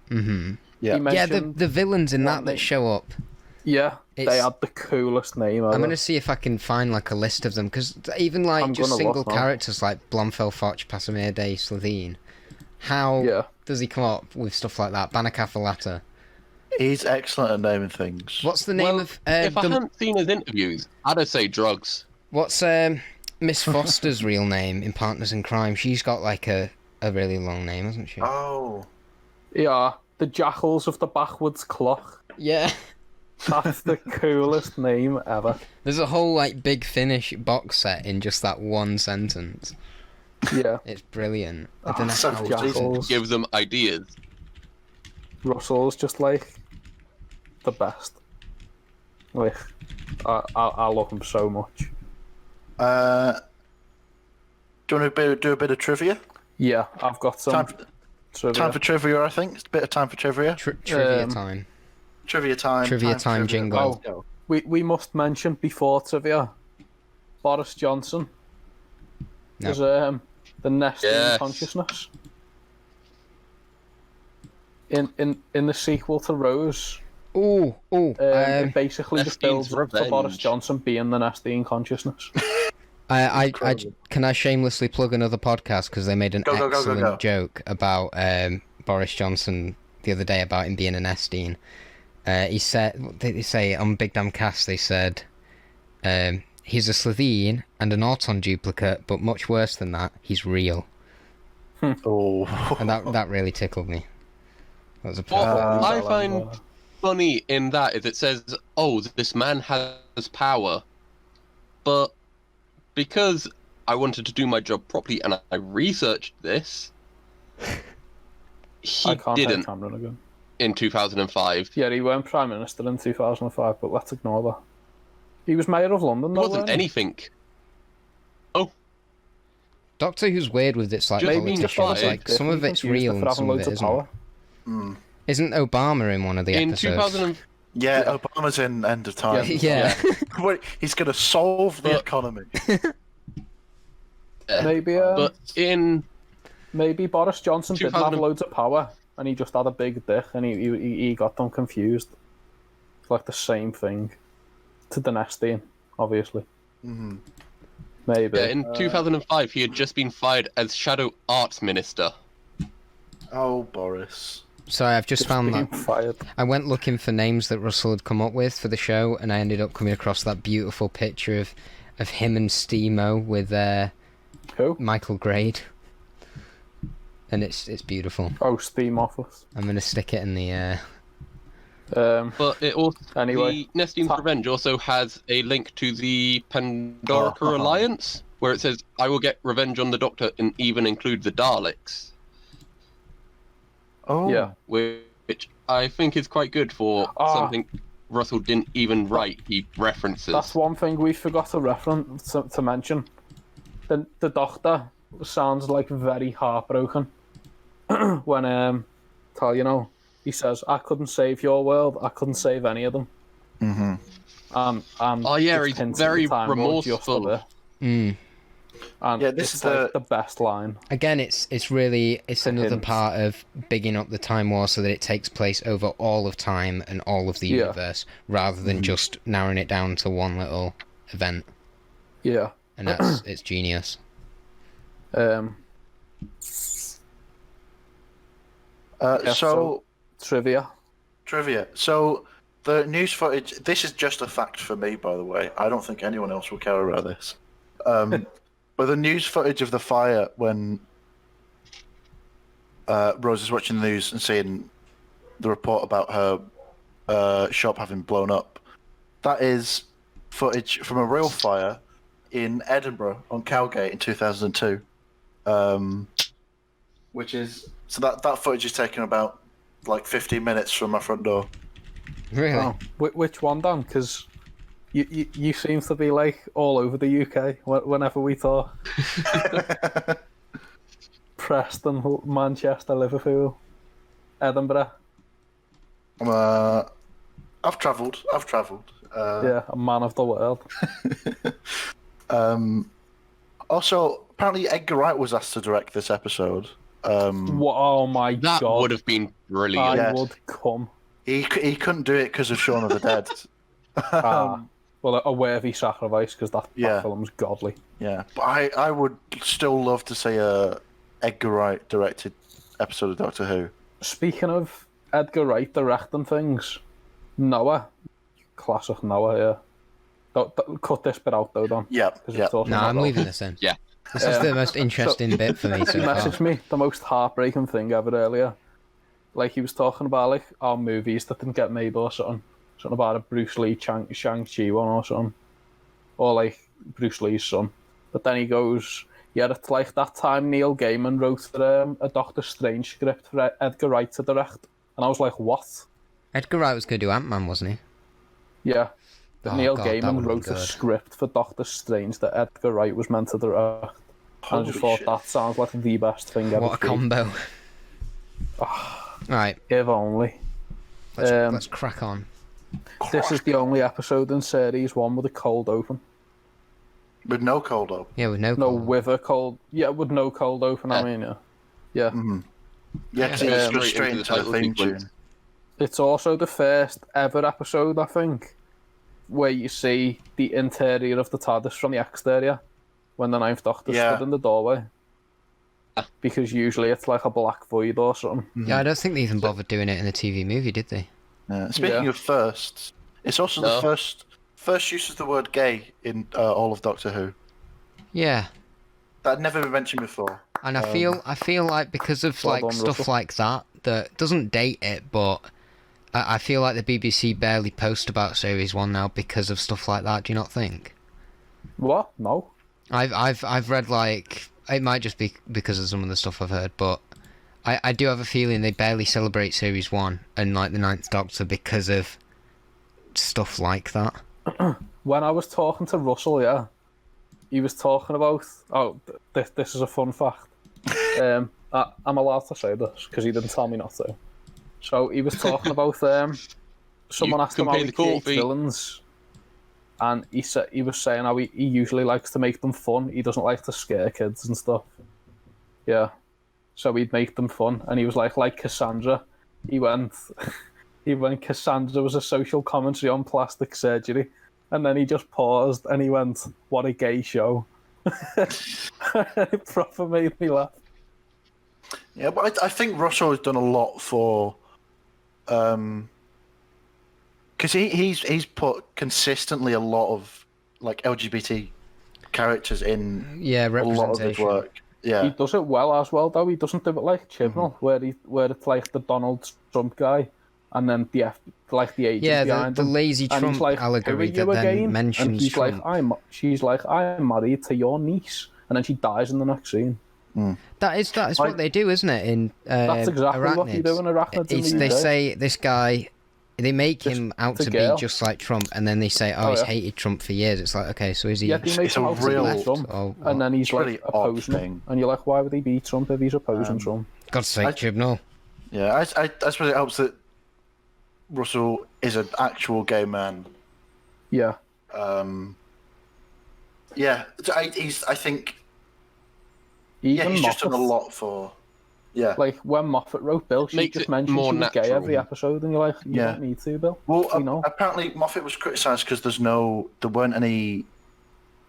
Speaker 3: hmm
Speaker 5: Yeah.
Speaker 4: He
Speaker 3: Yeah, the
Speaker 4: mentioned,
Speaker 3: the villains in that that
Speaker 4: name.
Speaker 3: show up.
Speaker 4: yeah, they
Speaker 3: it's-
Speaker 4: had the coolest name ever.
Speaker 3: I'm gonna see if I can find like a list of them because even like
Speaker 4: I'm
Speaker 3: just
Speaker 4: gonna
Speaker 3: single
Speaker 4: look now.
Speaker 3: characters like Blomfeld, Foch, Pasimir Day, Slovene. How
Speaker 4: Yeah,
Speaker 3: does he come up with stuff like that? Banakafalata.
Speaker 5: he's excellent at naming things.
Speaker 3: What's the name
Speaker 6: Well,
Speaker 3: of uh,
Speaker 6: if
Speaker 3: the-
Speaker 6: I hadn't seen his interviews, I'd have say drugs.
Speaker 3: What's um Miss Foster's real name in Partners in Crime? She's got like a, a really long name, hasn't she?
Speaker 5: Oh,
Speaker 4: yeah, the Jackals of the Backwoods Clock.
Speaker 3: yeah.
Speaker 4: That's the coolest name ever.
Speaker 3: There's a whole like big finish box set in just that one sentence.
Speaker 4: Yeah,
Speaker 3: It's brilliant. I don't know
Speaker 5: so
Speaker 3: how
Speaker 5: Jackal.
Speaker 3: it isn't.
Speaker 4: Jackals.
Speaker 6: Gives them ideas.
Speaker 4: Russell's just like the best. Like, I, I, I love him so much.
Speaker 5: uh, do you want to do a bit of trivia?
Speaker 4: Yeah, I've got some.
Speaker 5: Time for,
Speaker 4: trivia.
Speaker 5: time for trivia, I think. It's a bit of time for trivia.
Speaker 3: Tri- trivia
Speaker 4: Um,
Speaker 3: time.
Speaker 5: Trivia time.
Speaker 3: Trivia time
Speaker 5: for
Speaker 3: jingle.
Speaker 5: Oh, go.
Speaker 4: We we must mention before trivia, Boris Johnson.
Speaker 3: No.
Speaker 4: Is um the nesting
Speaker 6: Yes.
Speaker 4: consciousness. In in in the sequel to Rose,
Speaker 3: Oh,
Speaker 4: um,
Speaker 3: oh. Um,
Speaker 4: it basically just
Speaker 6: Nestine's
Speaker 4: builds up to Boris
Speaker 6: revenge.
Speaker 4: Johnson being the nesting consciousness.
Speaker 3: I, I, I, can I shamelessly plug another podcast because they made an
Speaker 5: Go, go, go, go,
Speaker 3: excellent
Speaker 5: go.
Speaker 3: joke about um, Boris Johnson the other day about him being an S dean. Uh, he said, what did they say on Big Damn Cast? They said um, he's a Slovene and an Auton duplicate, but much worse than that, he's real,
Speaker 5: Oh.
Speaker 3: and that that really tickled me. That was a perfect.
Speaker 6: Well,
Speaker 5: Uh,
Speaker 6: I find funny in that is it says, "Oh, this man has power," but because I wanted to do my job properly and I researched this, he
Speaker 4: I can't
Speaker 6: didn't
Speaker 4: take Cameron again.
Speaker 6: in 2005.
Speaker 4: Yeah, he weren't prime minister in 2005, but let's ignore that. He was mayor of London.
Speaker 6: It
Speaker 4: though,
Speaker 6: wasn't
Speaker 4: weren't he?
Speaker 6: anything.
Speaker 3: Doctor Who's weird with its like
Speaker 6: Just
Speaker 4: Maybe he just thought
Speaker 3: politicians.
Speaker 6: fired.
Speaker 4: it was
Speaker 3: Like some of
Speaker 4: different,
Speaker 3: it's
Speaker 4: he was
Speaker 3: real
Speaker 4: for
Speaker 3: and
Speaker 4: having
Speaker 3: some of
Speaker 4: loads
Speaker 3: it isn't.
Speaker 4: power.
Speaker 5: Mm.
Speaker 3: Isn't Obama in one of the
Speaker 6: in
Speaker 3: episodes?
Speaker 6: 2000, and-
Speaker 5: Yeah,
Speaker 4: Yeah.
Speaker 5: Obama's in End of Time.
Speaker 4: Yeah.
Speaker 3: Yeah.
Speaker 5: Wait, he's going to solve the
Speaker 6: But-
Speaker 5: economy.
Speaker 4: Maybe, um,
Speaker 6: but in
Speaker 4: maybe Boris Johnson did have
Speaker 6: 2000
Speaker 4: loads of power, and he just had a big dick, and he he, he got them confused. It's like the same thing to the Nestian, obviously.
Speaker 5: Mhm.
Speaker 4: Maybe.
Speaker 6: yeah, in 2005, he had just been fired as Shadow Arts Minister.
Speaker 5: Oh, Boris.
Speaker 3: Sorry, I've just found
Speaker 4: being
Speaker 3: that.
Speaker 4: fired.
Speaker 3: I went looking for names that Russell had come up with for the show, and I ended up coming across that beautiful picture of, of him and Steamo with uh,
Speaker 4: Who?
Speaker 3: Michael Grade, and it's it's beautiful.
Speaker 4: Oh, Steam Office.
Speaker 3: I'm gonna stick it in the. Uh...
Speaker 4: Um.
Speaker 6: But it also
Speaker 4: Anyway,
Speaker 6: the Nestine's
Speaker 4: Ta-
Speaker 6: Revenge also has a link to the Pandora
Speaker 5: Oh.
Speaker 4: uh-huh.
Speaker 6: Alliance, where it says, "I will get revenge on the Doctor and even include the Daleks,"
Speaker 5: Oh,
Speaker 4: yeah.
Speaker 6: whi- which I think is quite good for
Speaker 4: Ah.
Speaker 6: something Russell didn't even write. He references.
Speaker 4: That's one thing we forgot to reference to, to mention. The the doctor sounds like very heartbroken when um tell you know he says I couldn't save your world I couldn't save any of them.
Speaker 5: Mm-hmm.
Speaker 4: Um, um
Speaker 6: Oh, yeah,
Speaker 4: just
Speaker 6: he's
Speaker 4: hints at the
Speaker 6: very
Speaker 4: time we're just
Speaker 6: remorseful.
Speaker 4: there.
Speaker 3: Mm.
Speaker 4: And
Speaker 5: Yeah, this
Speaker 4: it's
Speaker 5: is
Speaker 4: like
Speaker 5: the-
Speaker 4: the best line.
Speaker 3: Again, it's it's really it's
Speaker 4: A
Speaker 3: another
Speaker 4: hint.
Speaker 3: part of bigging up the time war so that it takes place over all of time and all of the
Speaker 4: Yeah. Mm.
Speaker 3: universe, rather than just narrowing it down to one little event.
Speaker 4: Yeah.
Speaker 3: And that's it's genius.
Speaker 4: Um,
Speaker 5: Uh,
Speaker 4: Yeah,
Speaker 5: so
Speaker 4: so- trivia.
Speaker 5: Trivia. So the news footage. This is just a fact for me, by the way. I don't think anyone else will care about this. Um, but the news footage of the fire when uh, Rose is watching the news and seeing the report about her uh, shop having blown up. That is footage from a real fire in Edinburgh on Cowgate in 2002. Um, which is so that that footage is taken about like 15 minutes from my front door.
Speaker 3: Really?
Speaker 4: Oh, whi- which one, Dan? Because you, you you seem to be like all over the UK wh- whenever we talk. Preston, Hull- Manchester, Liverpool, Edinburgh.
Speaker 5: I'm, uh, I've travelled. I've travelled. Uh,
Speaker 4: Yeah, a man of the world.
Speaker 5: Um, also, apparently Edgar Wright was asked to direct this episode. Um,
Speaker 4: Wha- Oh my
Speaker 6: that
Speaker 4: god!
Speaker 6: would have been
Speaker 4: I
Speaker 6: brilliant.
Speaker 5: Yeah.
Speaker 4: would come.
Speaker 5: he c- he couldn't do it because of Shaun of the Dead.
Speaker 4: Ah, well, a worthy sacrifice because that,
Speaker 5: Yeah.
Speaker 4: that film's godly.
Speaker 5: yeah, but I I would still love to see a Edgar Wright directed episode of Doctor Who.
Speaker 4: Speaking of Edgar Wright directing things, Noah, classic Noah. Yeah, don't, don't- cut this bit out though, Dan.
Speaker 5: Yeah,
Speaker 4: 'cause
Speaker 5: yeah.
Speaker 4: it's also
Speaker 3: No,
Speaker 4: not
Speaker 3: I'm
Speaker 4: relevant.
Speaker 3: leaving this in.
Speaker 6: Yeah.
Speaker 3: This is
Speaker 4: Yeah. Uh,
Speaker 3: the most interesting bit for me so
Speaker 4: He
Speaker 3: far.
Speaker 4: messaged me the most heartbreaking thing ever earlier. Like he was talking about like our movies that didn't get made or something. Something about a Bruce Lee Chang Shang Chi one or something. Or like Bruce Lee's son. But then he goes, Yeah, it's like that time Neil Gaiman wrote um, a Doctor Strange script for Ed- Edgar Wright to direct. And I was like, What?
Speaker 3: Edgar Wright was going to do Ant Man, wasn't he?
Speaker 4: Yeah. That
Speaker 3: Oh,
Speaker 4: Neil
Speaker 3: God, that
Speaker 4: Gaiman
Speaker 3: would've been
Speaker 4: wrote a
Speaker 3: good.
Speaker 4: script for Doctor Strange that Edgar Wright was meant to direct. and I
Speaker 5: Holy
Speaker 4: just thought
Speaker 5: shit.
Speaker 4: that sounds like the best thing ever.
Speaker 3: What a
Speaker 4: created."
Speaker 3: combo. right,
Speaker 4: If only.
Speaker 3: let's,
Speaker 4: Um,
Speaker 3: let's crack on.
Speaker 4: This is the only episode in series one with a cold open.
Speaker 5: with no cold open.
Speaker 3: Yeah, with no.
Speaker 4: No,
Speaker 3: cold.
Speaker 4: with a cold. Yeah, with no cold open. I
Speaker 6: Yeah.
Speaker 4: mean, yeah. Yeah.
Speaker 5: Mm-hmm. Yeah, 'cause it
Speaker 6: Yeah,
Speaker 5: goes
Speaker 6: straight
Speaker 5: straight,
Speaker 6: into the
Speaker 5: into the
Speaker 6: title
Speaker 5: uh, theme
Speaker 6: sequence.
Speaker 5: tune.
Speaker 4: It's also the first ever episode, I think, where you see the interior of the TARDIS from the exterior when the Ninth Doctor
Speaker 5: Yeah.
Speaker 4: stood in the doorway. Because usually it's like a black void or something.
Speaker 3: Yeah, I don't think they even bothered doing it in the TV movie, did they?
Speaker 5: Yeah. Uh, Speaking
Speaker 4: Yeah.
Speaker 5: of firsts, it's also
Speaker 6: No.
Speaker 5: the first first use of the word gay in uh, all of Doctor Who.
Speaker 3: Yeah,
Speaker 5: That had never been mentioned before.
Speaker 3: and I feel I feel like because of
Speaker 4: Well
Speaker 3: like
Speaker 4: done,
Speaker 3: stuff
Speaker 4: Um, Russell.
Speaker 3: like that, that doesn't date it, but I, I feel like the BBC barely post about Series One now because of stuff like that. Do you not think?
Speaker 4: What? No.
Speaker 3: I've I've I've read like it might just be because of some of the stuff I've heard, but I I do have a feeling they barely celebrate Series One and like the Ninth Doctor because of stuff like that.
Speaker 4: when I was talking to Russell, yeah, he was talking about. Oh, th- this this is a fun fact. Um, I, I'm allowed to say this because he didn't tell me not to. So he was talking about um, someone
Speaker 6: You
Speaker 4: asked him how
Speaker 6: compare
Speaker 4: he
Speaker 6: the court
Speaker 4: creates
Speaker 6: fee.
Speaker 4: villains, and he said he was saying how he, he usually likes to make them fun. He doesn't like to scare kids and stuff. Yeah, so he'd make them fun, and he was like like Cassandra. He went. He went. Cassandra was a social commentary on plastic surgery. And then he just paused and he went, What a gay show. it proper made me laugh.
Speaker 5: Yeah, but I, I think Russell has done a lot for, um, because he, he's he's put consistently a lot of like LGBT characters in
Speaker 3: Yeah,
Speaker 5: a lot of his
Speaker 3: representation.
Speaker 5: work.
Speaker 4: He
Speaker 5: Yeah,
Speaker 4: does it well as well, though. He doesn't do it like Chibnall, where he where it's like the Donald Trump guy and then the F, like the agent
Speaker 3: Yeah, the,
Speaker 4: behind
Speaker 3: the
Speaker 4: him.
Speaker 3: lazy
Speaker 4: and
Speaker 3: Trump
Speaker 4: he's like,
Speaker 3: allegory
Speaker 4: Who are you
Speaker 3: that then
Speaker 4: again?
Speaker 3: mentions
Speaker 4: and he's
Speaker 3: Trump.
Speaker 4: like, I'm. She's like, I'm married to your niece, and then she dies in the next scene.
Speaker 3: That is that is what
Speaker 5: I-
Speaker 3: they do, isn't it? In uh,
Speaker 4: That's exactly what you do in Arachnids in
Speaker 3: It's,
Speaker 4: the
Speaker 3: they
Speaker 4: UK.
Speaker 3: say this guy, they make
Speaker 4: Just-
Speaker 3: him out
Speaker 4: it's
Speaker 3: to
Speaker 4: a
Speaker 3: be
Speaker 4: girl.
Speaker 3: just like Trump, and then they say, "Oh,
Speaker 4: Oh,
Speaker 3: he's
Speaker 4: yeah.
Speaker 3: hated Trump for years." It's like, okay, so is he?
Speaker 4: yeah, they make
Speaker 5: it's a
Speaker 4: him out to be
Speaker 5: real-
Speaker 4: Trump,
Speaker 3: or what?
Speaker 4: and then he's
Speaker 5: It's a really
Speaker 4: like
Speaker 5: odd
Speaker 4: opposing him,
Speaker 5: thing.
Speaker 4: and you're like, why would he be Trump if he's
Speaker 3: Um,
Speaker 4: opposing Trump?
Speaker 3: God's sake,
Speaker 5: I-
Speaker 3: Chibnall.
Speaker 5: yeah. I, I I suppose it helps that Russell is an actual gay man.
Speaker 4: Yeah,
Speaker 5: Um, yeah, I, he's I think yeah
Speaker 4: even
Speaker 5: he's just done a
Speaker 4: Moffat.
Speaker 5: lot for. Yeah,
Speaker 4: Like when Moffat wrote Bill, she
Speaker 6: Makes
Speaker 4: just
Speaker 6: it
Speaker 4: mentioned
Speaker 6: more
Speaker 4: she was gay
Speaker 6: natural.
Speaker 4: every episode, and you're like, you
Speaker 5: Yeah.
Speaker 4: don't need to, Bill.
Speaker 5: Well,
Speaker 4: we
Speaker 5: a-
Speaker 4: know.
Speaker 5: apparently Moffat was criticised because there's no, there weren't any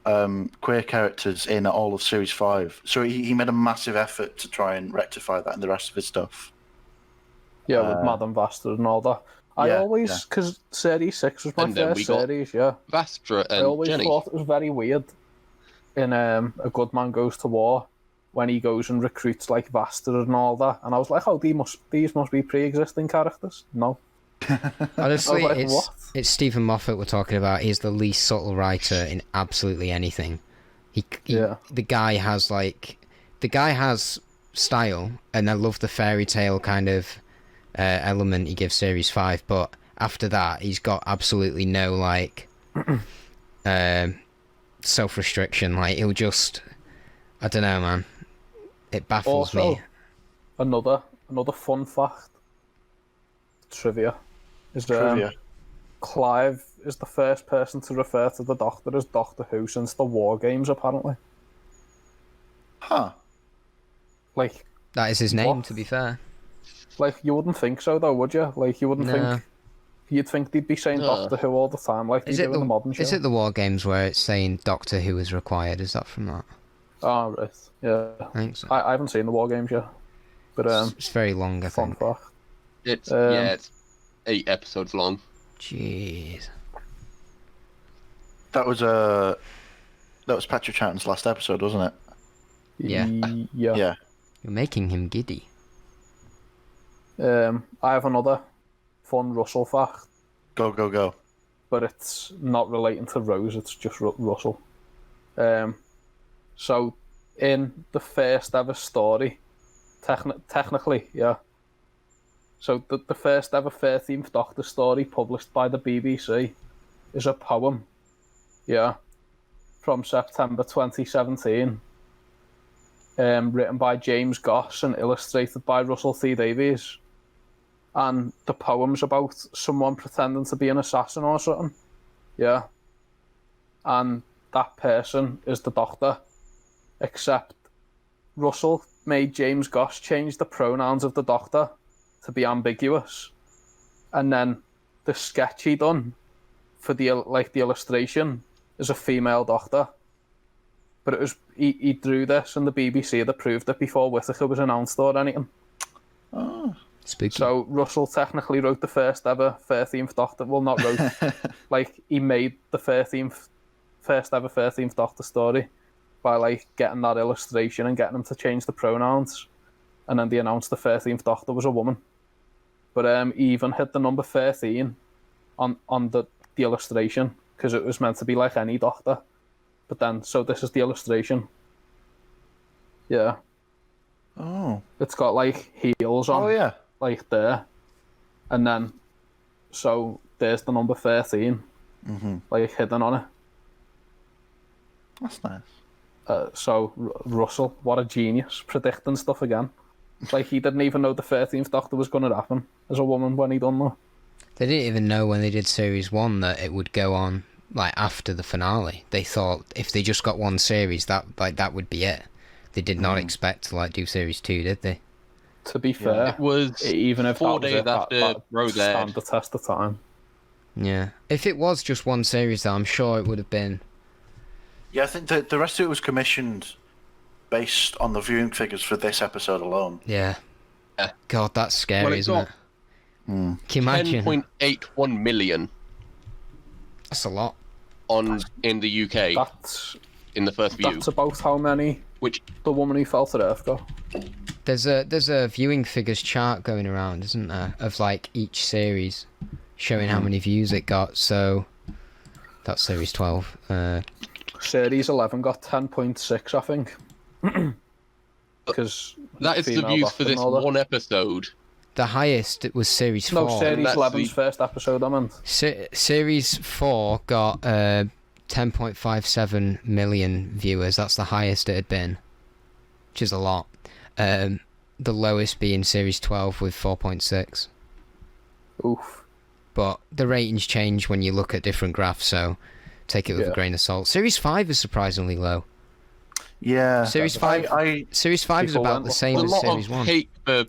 Speaker 5: um, queer characters in all of series five. So he, he made a massive effort to try and rectify that in the rest of his stuff.
Speaker 4: yeah, with Madame Bastard and all that. I
Speaker 5: yeah, yeah.
Speaker 4: always, because series six was my
Speaker 6: And then we
Speaker 4: first
Speaker 6: got
Speaker 4: series. Yeah,
Speaker 6: Vastra
Speaker 4: I
Speaker 6: and
Speaker 4: always
Speaker 6: Jenny.
Speaker 4: thought it was very weird. In um, a good man goes to war, when he goes and recruits like Bastard and all that, and I was like, oh, these must these must be pre-existing characters. No,
Speaker 3: Honestly,
Speaker 4: I was like,
Speaker 3: it's
Speaker 4: what?
Speaker 3: it's Stephen Moffat we're talking about. He's the least subtle writer in absolutely anything. He, he
Speaker 4: Yeah.
Speaker 3: the guy has like the guy has style, and I love the fairy tale kind of uh, element he gives series five. But after that, he's got absolutely no like um, self restriction. Like he'll just, I don't know, man. It baffles
Speaker 4: Also-
Speaker 3: me.
Speaker 4: Another another fun fact. Trivia. Is um, there
Speaker 5: Trivia.
Speaker 4: Clive is the first person to refer to the Doctor as Doctor Who since the War Games, apparently.
Speaker 5: Huh.
Speaker 4: Like,
Speaker 3: That is his name,
Speaker 4: What?
Speaker 3: to be fair.
Speaker 4: like you wouldn't think so, though, would you? Like, you wouldn't
Speaker 3: No.
Speaker 4: think you'd think they'd be saying
Speaker 6: No.
Speaker 4: Doctor Who all the time, like
Speaker 3: Is
Speaker 4: they
Speaker 3: it
Speaker 4: do in the
Speaker 3: the
Speaker 4: modern show.
Speaker 3: is it the war games where it's saying Doctor Who is required? Is that from that?
Speaker 4: Oh, right. Yeah,
Speaker 3: I think so.
Speaker 4: I, I haven't seen the War Games yet, but um,
Speaker 3: it's very long, I
Speaker 4: fun
Speaker 3: think.
Speaker 4: fact.
Speaker 6: It's
Speaker 4: Um,
Speaker 6: yeah, it's eight episodes long.
Speaker 3: Jeez.
Speaker 5: That was Uh, that was Patrick Troughton's last episode, wasn't it?
Speaker 3: Yeah.
Speaker 4: Y- yeah.
Speaker 5: Yeah.
Speaker 3: You're making him giddy.
Speaker 4: Um, I have another fun Russell fact,
Speaker 5: Go, go, go.
Speaker 4: but it's not relating to Rose. It's just Ru- Russell. Um, so in the first ever story, techni- technically, yeah. So the, the first ever Thirteenth Doctor story published by the BBC is a poem, yeah, from September 2017. Um, written by James Goss and illustrated by Russell T Davies. And the poem's about someone pretending to be an assassin or something. Yeah. And that person is the doctor. Except Russell made James Goss change the pronouns of the doctor to be ambiguous. And then the sketch he done for the il- like the illustration is a female doctor. But it was he, he drew this and the BBC that proved it before Whittaker was announced or anything.
Speaker 3: Spooky.
Speaker 4: So Russell technically wrote the first ever thirteenth Doctor. Well, not wrote, like he made the thirteenth, first ever thirteenth Doctor story by like getting that illustration and getting him to change the pronouns. and then they announced the 13th Doctor was a woman. But um, he even hit the number 13 on, on the, the illustration because it was meant to be like any Doctor. But then, so this is the illustration. Yeah,
Speaker 5: Oh.
Speaker 4: it's got like heels on
Speaker 5: Oh yeah.
Speaker 4: like there, and then so there's the number 13
Speaker 5: Mm-hmm.
Speaker 4: like hidden on it.
Speaker 5: That's nice.
Speaker 4: Uh, so R- Russell, what a genius predicting stuff again. Like he didn't even know the 13th Doctor was going to happen as a woman when he done that.
Speaker 3: They didn't even know when they did series one that it would go on like after the finale. They thought if they just got one series, that like that would be it. They did not
Speaker 4: Hmm.
Speaker 3: expect to like do series two, did they?
Speaker 4: To be fair,
Speaker 6: It was
Speaker 4: even if
Speaker 6: four
Speaker 4: that was
Speaker 6: days
Speaker 4: it, that-
Speaker 6: after
Speaker 4: that
Speaker 6: Rose's.
Speaker 4: stand the test of time.
Speaker 3: Yeah. If it was just one series, though, I'm sure it would have been.
Speaker 5: Yeah, I think the the rest of it was commissioned based on the viewing figures for this episode alone.
Speaker 3: Yeah.
Speaker 6: Yeah.
Speaker 3: God, that's scary,
Speaker 6: Well, it
Speaker 3: isn't
Speaker 6: got-
Speaker 3: it? Can you imagine?
Speaker 6: 10.81 million
Speaker 3: That's a lot.
Speaker 6: on in the UK
Speaker 4: That's
Speaker 6: in the first view,
Speaker 4: that's about how many
Speaker 6: which
Speaker 4: the woman who fell to Earth got.
Speaker 3: There's a there's a viewing figures chart going around, isn't there, of like each series, showing how many views it got. So, that's series twelve. Uh,
Speaker 4: Series 11 got 10.6, I think. Because
Speaker 6: that is the
Speaker 4: female
Speaker 6: views
Speaker 4: doctor
Speaker 6: for this
Speaker 4: and all that.
Speaker 6: one episode.
Speaker 3: the highest was series
Speaker 4: no,
Speaker 3: four.
Speaker 4: Series
Speaker 6: that's the-
Speaker 4: 11's first episode, I meant.
Speaker 3: Se- series four got uh, 10.57 million viewers. That's the highest it had been, which is a lot. Um, the lowest being series 12 with 4.6.
Speaker 4: Oof.
Speaker 3: But the ratings change when you look at different graphs, so take it with a
Speaker 4: Yeah.
Speaker 3: grain of salt. Series 5 is surprisingly low.
Speaker 5: Yeah.
Speaker 3: Series
Speaker 5: I,
Speaker 3: 5
Speaker 5: I
Speaker 3: Series 5 is
Speaker 4: People
Speaker 3: about
Speaker 4: went-
Speaker 3: the same
Speaker 6: a
Speaker 3: as
Speaker 6: lot of
Speaker 3: Series 1.
Speaker 6: hate for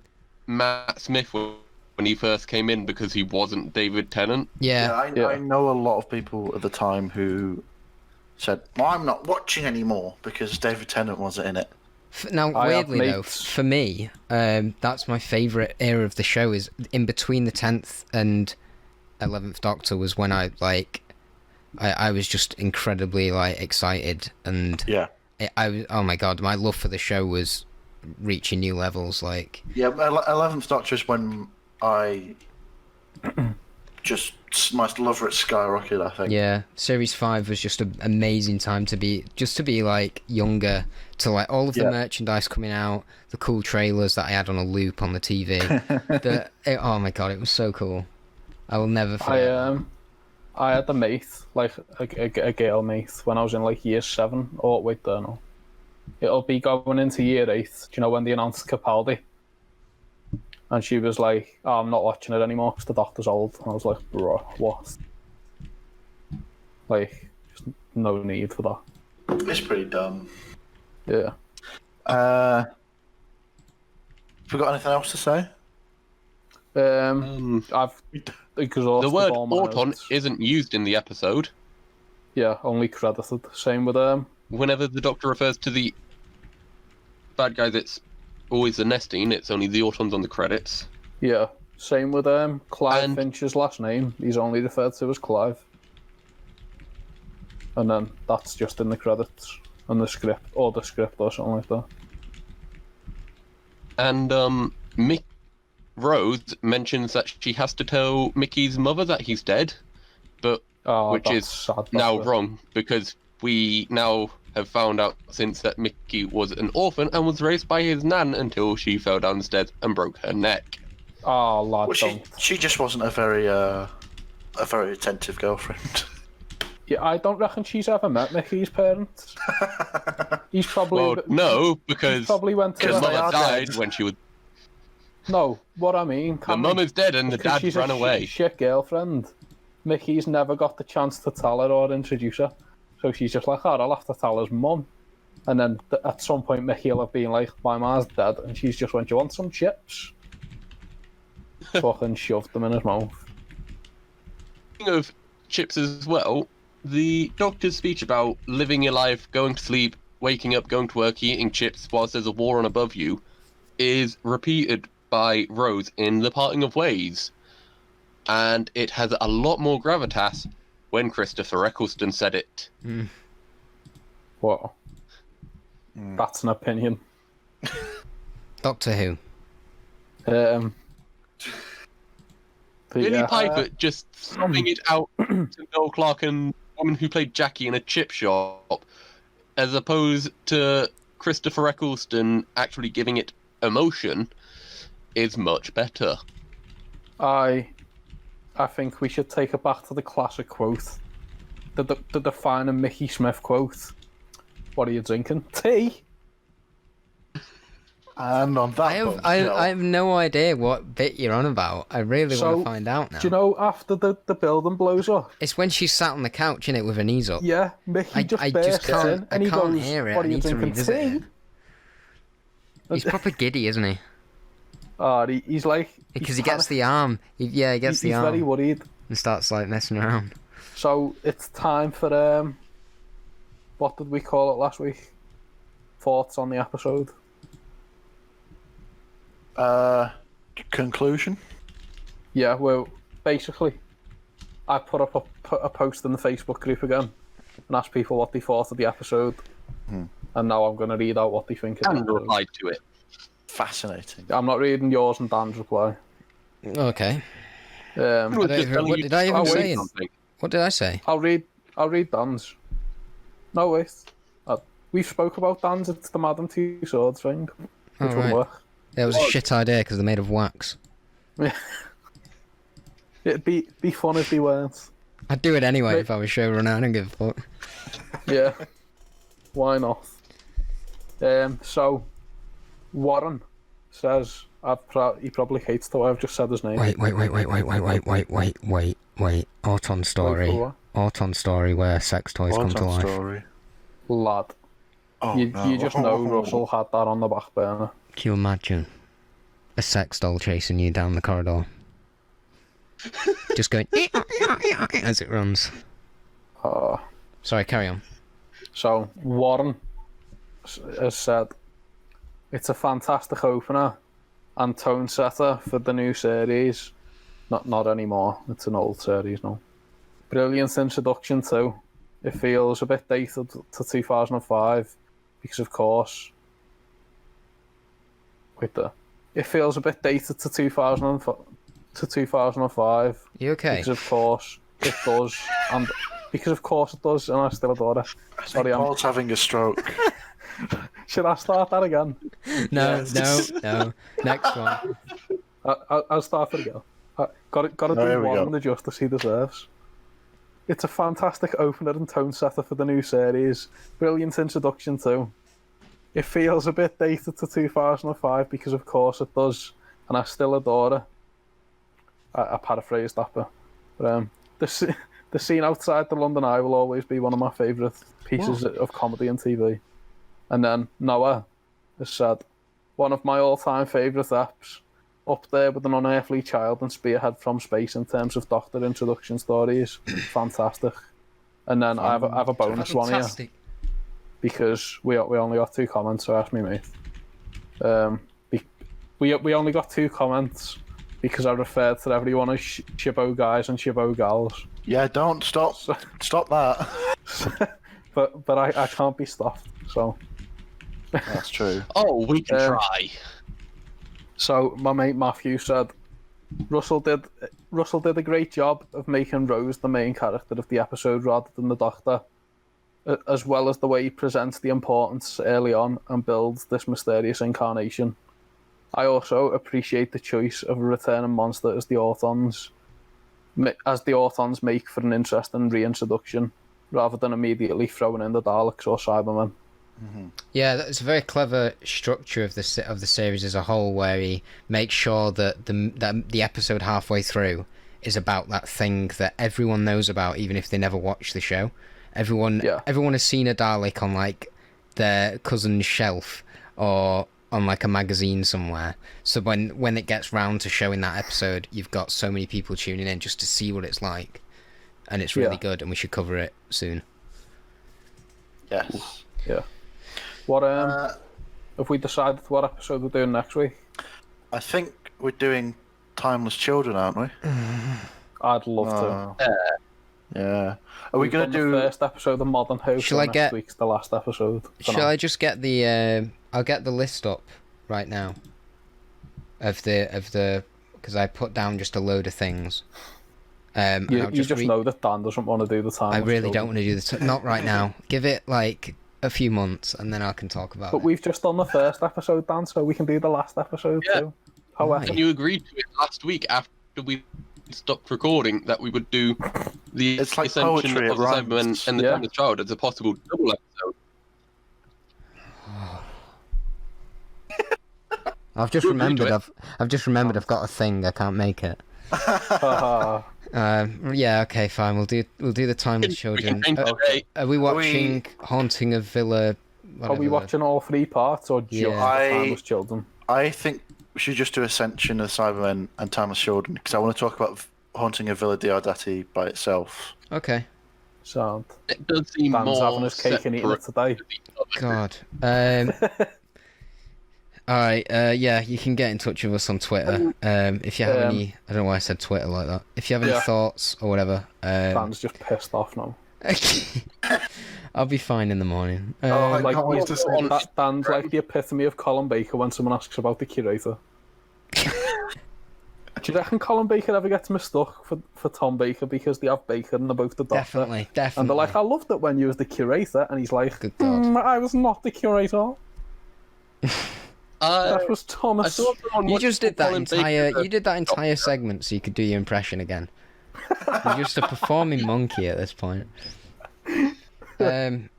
Speaker 6: Matt Smith when he first came in because he wasn't David Tennant.
Speaker 5: yeah,
Speaker 3: Yeah.
Speaker 5: I,
Speaker 4: Yeah.
Speaker 5: I know a lot of people at the time who said, well, "I'm not watching anymore because David Tennant wasn't in it."
Speaker 3: F- Now,
Speaker 4: I have
Speaker 3: weirdly though, f-
Speaker 4: mates-
Speaker 3: for me, um, that's my favourite era of the show. Is in between the tenth and eleventh Doctor was when I like, I, I was just incredibly like excited, and
Speaker 5: Yeah.
Speaker 3: I, I was oh my god, my love for the show was reaching new levels. Like,
Speaker 5: Yeah, Eleventh Doctor is when I just my love for it skyrocketed. I think.
Speaker 3: yeah, Series Five was just an amazing time to be, just to be like younger, to like all of the
Speaker 5: Yeah.
Speaker 3: merchandise coming out, the cool trailers that I had on a loop on the TV. the, it- oh my god, it was so cool. I will never forget.
Speaker 4: I
Speaker 3: that.
Speaker 4: um, I had a mate, like a, a, a girl mate, when I was in like year seven. Oh wait, there no. It'll be going into year eight. Do you know when they announced Capaldi? And she was like, oh, "I'm not watching it anymore because the doctor's old." And I was like, "Bro, what? Like, just no need for
Speaker 5: It's pretty dumb.
Speaker 4: that." Yeah.
Speaker 5: Uh, have we got anything else to say?
Speaker 4: Um,
Speaker 6: Um,
Speaker 4: I've exhausted
Speaker 6: the word
Speaker 4: all my
Speaker 6: Auton
Speaker 4: notes.
Speaker 6: isn't used in the episode.
Speaker 4: Yeah, only credited. Same with um.
Speaker 6: Whenever the Doctor refers to the bad guys, it's always the nesting. It's only the Autons on the credits.
Speaker 4: Yeah. Same with um Clive
Speaker 6: And-
Speaker 4: Finch's last name. He's only referred to as Clive. And then that's just in the credits and the script or the script or something like that.
Speaker 6: And um, Mick Rose mentions that she has to tell Mickey's mother that he's dead, but
Speaker 4: Oh,
Speaker 6: Which
Speaker 4: that's
Speaker 6: is
Speaker 4: sad, that's
Speaker 6: now
Speaker 4: it.
Speaker 6: wrong because we now have found out since that Mickey was an orphan and was raised by his nan until she fell downstairs and broke her neck.
Speaker 4: Oh lad
Speaker 5: Well, she
Speaker 4: don't.
Speaker 5: she just wasn't a very uh, a very attentive girlfriend.
Speaker 4: Yeah, I don't reckon she's ever met Mickey's parents. He's probably
Speaker 6: Well, no, because the
Speaker 4: probably went to
Speaker 5: Because
Speaker 4: the-
Speaker 5: they
Speaker 6: mother
Speaker 5: are
Speaker 6: died
Speaker 5: dead.
Speaker 6: when she was.
Speaker 4: No, what I mean
Speaker 6: The
Speaker 4: Cameron,
Speaker 6: mum is dead and the
Speaker 4: 'cause
Speaker 6: dad
Speaker 4: she's
Speaker 6: ran
Speaker 4: a sh-
Speaker 6: away.
Speaker 4: shit girlfriend. Mickey's never got the chance to tell her or introduce her, so she's just like, "Oh, I'll have to tell his mum." And then th- at some point, Mickey will have been like, "My ma's dead," and she's just went, "Do you want some chips?" Fucking shoved them in his mouth.
Speaker 6: Speaking of chips as well, the doctor's speech about living your life, going to sleep, waking up, going to work, eating chips whilst there's a war on above you is repeated by Rose in The Parting of Ways. And it has a lot more gravitas when Christopher Eccleston said it.
Speaker 4: Wow, that's an opinion.
Speaker 3: Doctor Who.
Speaker 4: Um, but
Speaker 6: Billy
Speaker 4: yeah,
Speaker 6: Piper just throwing it out to Noel Clark and woman who played Jackie in a chip shop, as opposed to Christopher Eccleston actually giving it emotion, is much better.
Speaker 4: I, I think we should take it back to the classic quote, the the, the defining Mickey Smith quote. What are you drinking? Tea.
Speaker 5: And on that
Speaker 3: I
Speaker 4: oh,
Speaker 3: have I,
Speaker 5: bombshell-
Speaker 3: I have no idea what bit you're on about. I really want
Speaker 4: So,
Speaker 3: to find out now.
Speaker 4: Do you know after the, the building blows up?
Speaker 3: It's when she's sat on the couch in it with her knees up.
Speaker 4: Yeah, Mickey
Speaker 3: I-
Speaker 4: just
Speaker 3: I just
Speaker 4: bursts
Speaker 3: can't-
Speaker 4: in and
Speaker 3: I
Speaker 4: he
Speaker 3: can't
Speaker 4: goes,
Speaker 3: hear it.
Speaker 4: "What
Speaker 3: I
Speaker 4: are you
Speaker 3: need to
Speaker 4: drinking
Speaker 3: revisit
Speaker 4: tea?"
Speaker 3: it. He's proper giddy, isn't he?
Speaker 4: Oh, he, he's like
Speaker 3: Because
Speaker 4: he's
Speaker 3: he gets
Speaker 4: panicked.
Speaker 3: the arm. He, yeah, he gets
Speaker 4: He-
Speaker 3: the um,
Speaker 4: he's very
Speaker 3: arm
Speaker 4: worried.
Speaker 3: and starts like messing around.
Speaker 4: So it's time for um, what did we call it last week? Thoughts on the episode?
Speaker 5: Uh, c- conclusion.
Speaker 4: Yeah, well, basically, I put up a, put a post in the Facebook group again and asked people what they thought of the episode, and now I'm going to read out what they think. Of the
Speaker 6: And
Speaker 4: episode.
Speaker 6: replied to it.
Speaker 5: Fascinating.
Speaker 4: I'm not reading yours and Dan's reply.
Speaker 3: Okay.
Speaker 4: Um,
Speaker 6: Just
Speaker 3: even-
Speaker 6: telling
Speaker 3: what
Speaker 6: you
Speaker 3: did I
Speaker 6: to
Speaker 3: even
Speaker 6: stop
Speaker 4: say
Speaker 6: doing
Speaker 3: in-
Speaker 6: something.
Speaker 3: What did I say?
Speaker 4: I'll read. I'll read Dan's. No wait. Uh, we spoke about Dan's. It's the Madam Two Swords thing, which
Speaker 3: Oh,
Speaker 4: wouldn't
Speaker 3: right.
Speaker 4: work.
Speaker 3: That was a shit idea because they're made of wax.
Speaker 4: It'd be be fun if they weren't.
Speaker 3: I'd do it anyway
Speaker 4: Right.
Speaker 3: if I was showrunner. I don't give a fuck.
Speaker 4: Yeah. Why not? Um. So, Warren says I've pro- he probably hates the way I've just said his name.
Speaker 3: Wait, wait, wait, wait, wait, wait, wait, wait, wait, wait, wait. Auton
Speaker 4: Wait
Speaker 3: story.
Speaker 4: for
Speaker 3: Auton story where sex toys come to
Speaker 5: Origin
Speaker 3: life.
Speaker 5: story.
Speaker 4: what? Lad,
Speaker 5: Oh,
Speaker 4: you,
Speaker 5: no.
Speaker 4: you just know Russell had that on the back burner.
Speaker 3: Can you imagine a sex doll chasing you down the corridor? Just going as it runs.
Speaker 4: Uh,
Speaker 3: Sorry, carry on.
Speaker 4: So Warren s- has said it's a fantastic opener and tone setter for the new series. Not not anymore. It's an old series now. Brilliant introduction too. It feels a bit dated to 2005 because of course. Wait there. It feels a bit dated to 2000 to 2005
Speaker 3: You okay?
Speaker 4: because of course it does and because of course it does and I still adore it. Sorry, I'm
Speaker 5: Paul's having a stroke.
Speaker 4: Should I start that again?
Speaker 3: No, no, no. Next one.
Speaker 4: I, I, I'll start it again. I, got it. Got to
Speaker 5: Oh, there
Speaker 4: do
Speaker 5: we
Speaker 4: one
Speaker 5: go.
Speaker 4: and the justice he deserves. It's a fantastic opener and tone setter for the new series. Brilliant introduction too. It feels a bit dated to 2005 because, of course, it does, and I still adore it. I, I paraphrased that, bit. but um, the sce- the scene outside the London Eye will always be one of my favourite pieces of comedy and TV. And then Noah has said, one of my all-time favourite apps up there with an unearthly child and spearhead from space in terms of doctor introduction stories. Fantastic. And then I have a, I have a bonus one here because we we only got two comments. So ask me, mate. Um, be, we we only got two comments because I referred to everyone as sh- Shibo guys and Shibo gals.
Speaker 5: Yeah, don't stop. Stop that.
Speaker 4: But but I, I can't be stopped. So
Speaker 5: That's true.
Speaker 6: Oh, we can
Speaker 4: Um,
Speaker 6: try.
Speaker 4: so my mate Matthew said, Russell did Russell did a great job of making Rose the main character of the episode rather than the Doctor. a- As well as the way he presents the importance early on and builds this mysterious incarnation. I also appreciate the choice of a returning monster as the Autons, ma- as the Autons make for an interesting reintroduction, rather than immediately throwing in the Daleks or Cybermen.
Speaker 3: Yeah, that's a very clever structure of the se- of the series as a whole, where he makes sure that the that the episode halfway through is about that thing that everyone knows about, even if they never watch the show. Everyone,
Speaker 4: Yeah.
Speaker 3: everyone has seen a Dalek on like their cousin's shelf or on like a magazine somewhere. So when when it gets round to showing that episode, you've got so many people tuning in just to see what it's like, and it's really
Speaker 4: Yeah.
Speaker 3: good, and we should cover it soon.
Speaker 5: Yes.
Speaker 4: What um,
Speaker 5: Uh,
Speaker 4: have we decided what episode we're doing next week?
Speaker 5: I think we're doing Timeless Children, aren't we?
Speaker 4: I'd love
Speaker 3: Uh,
Speaker 4: to.
Speaker 5: Oh. yeah. Are we
Speaker 4: We've
Speaker 5: going
Speaker 4: done
Speaker 5: to
Speaker 4: the
Speaker 5: do?
Speaker 4: first episode of Modern Hope?
Speaker 3: Shall
Speaker 4: and
Speaker 3: I
Speaker 4: next
Speaker 3: get-
Speaker 4: week's the last episode?
Speaker 3: Shall I just get the? um I'll get the list up right now. of the of the because I put down just a load of things. Um, and
Speaker 4: You,
Speaker 3: I'll
Speaker 4: you just
Speaker 3: re-
Speaker 4: know that Dan doesn't want to do the time.
Speaker 3: I
Speaker 4: with
Speaker 3: really
Speaker 4: children.
Speaker 3: don't want to do this. Not right now. Give it like a few months, and then I can talk about
Speaker 4: But
Speaker 3: it.
Speaker 4: we've just done the first episode, Dan, so we can do the last episode
Speaker 6: Yeah.
Speaker 4: too. However,
Speaker 6: And you agreed to it last week after we stopped recording that we would do the
Speaker 5: It's like
Speaker 6: Ascension
Speaker 5: poetry, it
Speaker 6: of the
Speaker 5: rhymes.
Speaker 6: Cyberman and the
Speaker 4: Yeah.
Speaker 6: Timeless Child as a possible double episode.
Speaker 3: I've just
Speaker 6: we'll agree to
Speaker 3: remembered.
Speaker 6: it.
Speaker 3: I've I've just remembered. I've got a thing. I can't make it.
Speaker 4: haha.
Speaker 3: Um, yeah. Okay. Fine. We'll do. We'll do the timeless
Speaker 6: We
Speaker 3: children.
Speaker 6: can change
Speaker 3: Uh,
Speaker 6: the date.
Speaker 3: Are we watching Haunting of Villa?
Speaker 4: are we
Speaker 3: whatever?
Speaker 4: watching all three parts or just
Speaker 3: Yeah.
Speaker 4: the
Speaker 5: I-
Speaker 4: timeless children?
Speaker 5: I think we should just do Ascension of Cybermen and Timeless Children because I want to talk about v- Haunting of Villa Diodati by itself.
Speaker 3: Okay.
Speaker 4: Sound.
Speaker 6: It does seem
Speaker 4: Dan's
Speaker 6: more
Speaker 4: having his cake and eating it
Speaker 6: separate
Speaker 4: today.
Speaker 6: from each other.
Speaker 3: God. Um, all right. Uh, yeah. You can get in touch with us on Twitter. Um, if you have
Speaker 4: Um,
Speaker 3: any, I don't know why I said Twitter like that. If you have any
Speaker 4: Yeah.
Speaker 3: thoughts or whatever, um,
Speaker 4: Dan's just pissed off now.
Speaker 3: I'll be fine in the morning.
Speaker 5: Oh,
Speaker 3: Um,
Speaker 5: I
Speaker 4: like,
Speaker 5: can't wait
Speaker 4: he's-
Speaker 5: to say that.
Speaker 4: that Dan's like the epitome of Colin Baker when someone asks about the curator. Do you reckon Colin Baker ever gets mistook for, for Tom Baker because they have Baker and they're both the doctor?
Speaker 3: definitely,
Speaker 4: And
Speaker 3: definitely.
Speaker 4: they're like, I loved it when you was the curator, and he's like,
Speaker 3: Good God.
Speaker 4: "Mm, I was not the curator.
Speaker 6: Uh,
Speaker 4: That was
Speaker 6: I
Speaker 4: Thomas.
Speaker 6: saw someone
Speaker 3: you
Speaker 6: watch
Speaker 3: just did that
Speaker 6: Colin Baker
Speaker 3: entire.
Speaker 6: do a
Speaker 3: You did that entire segment, so you could do your impression again. You're just a performing monkey at this point. Um,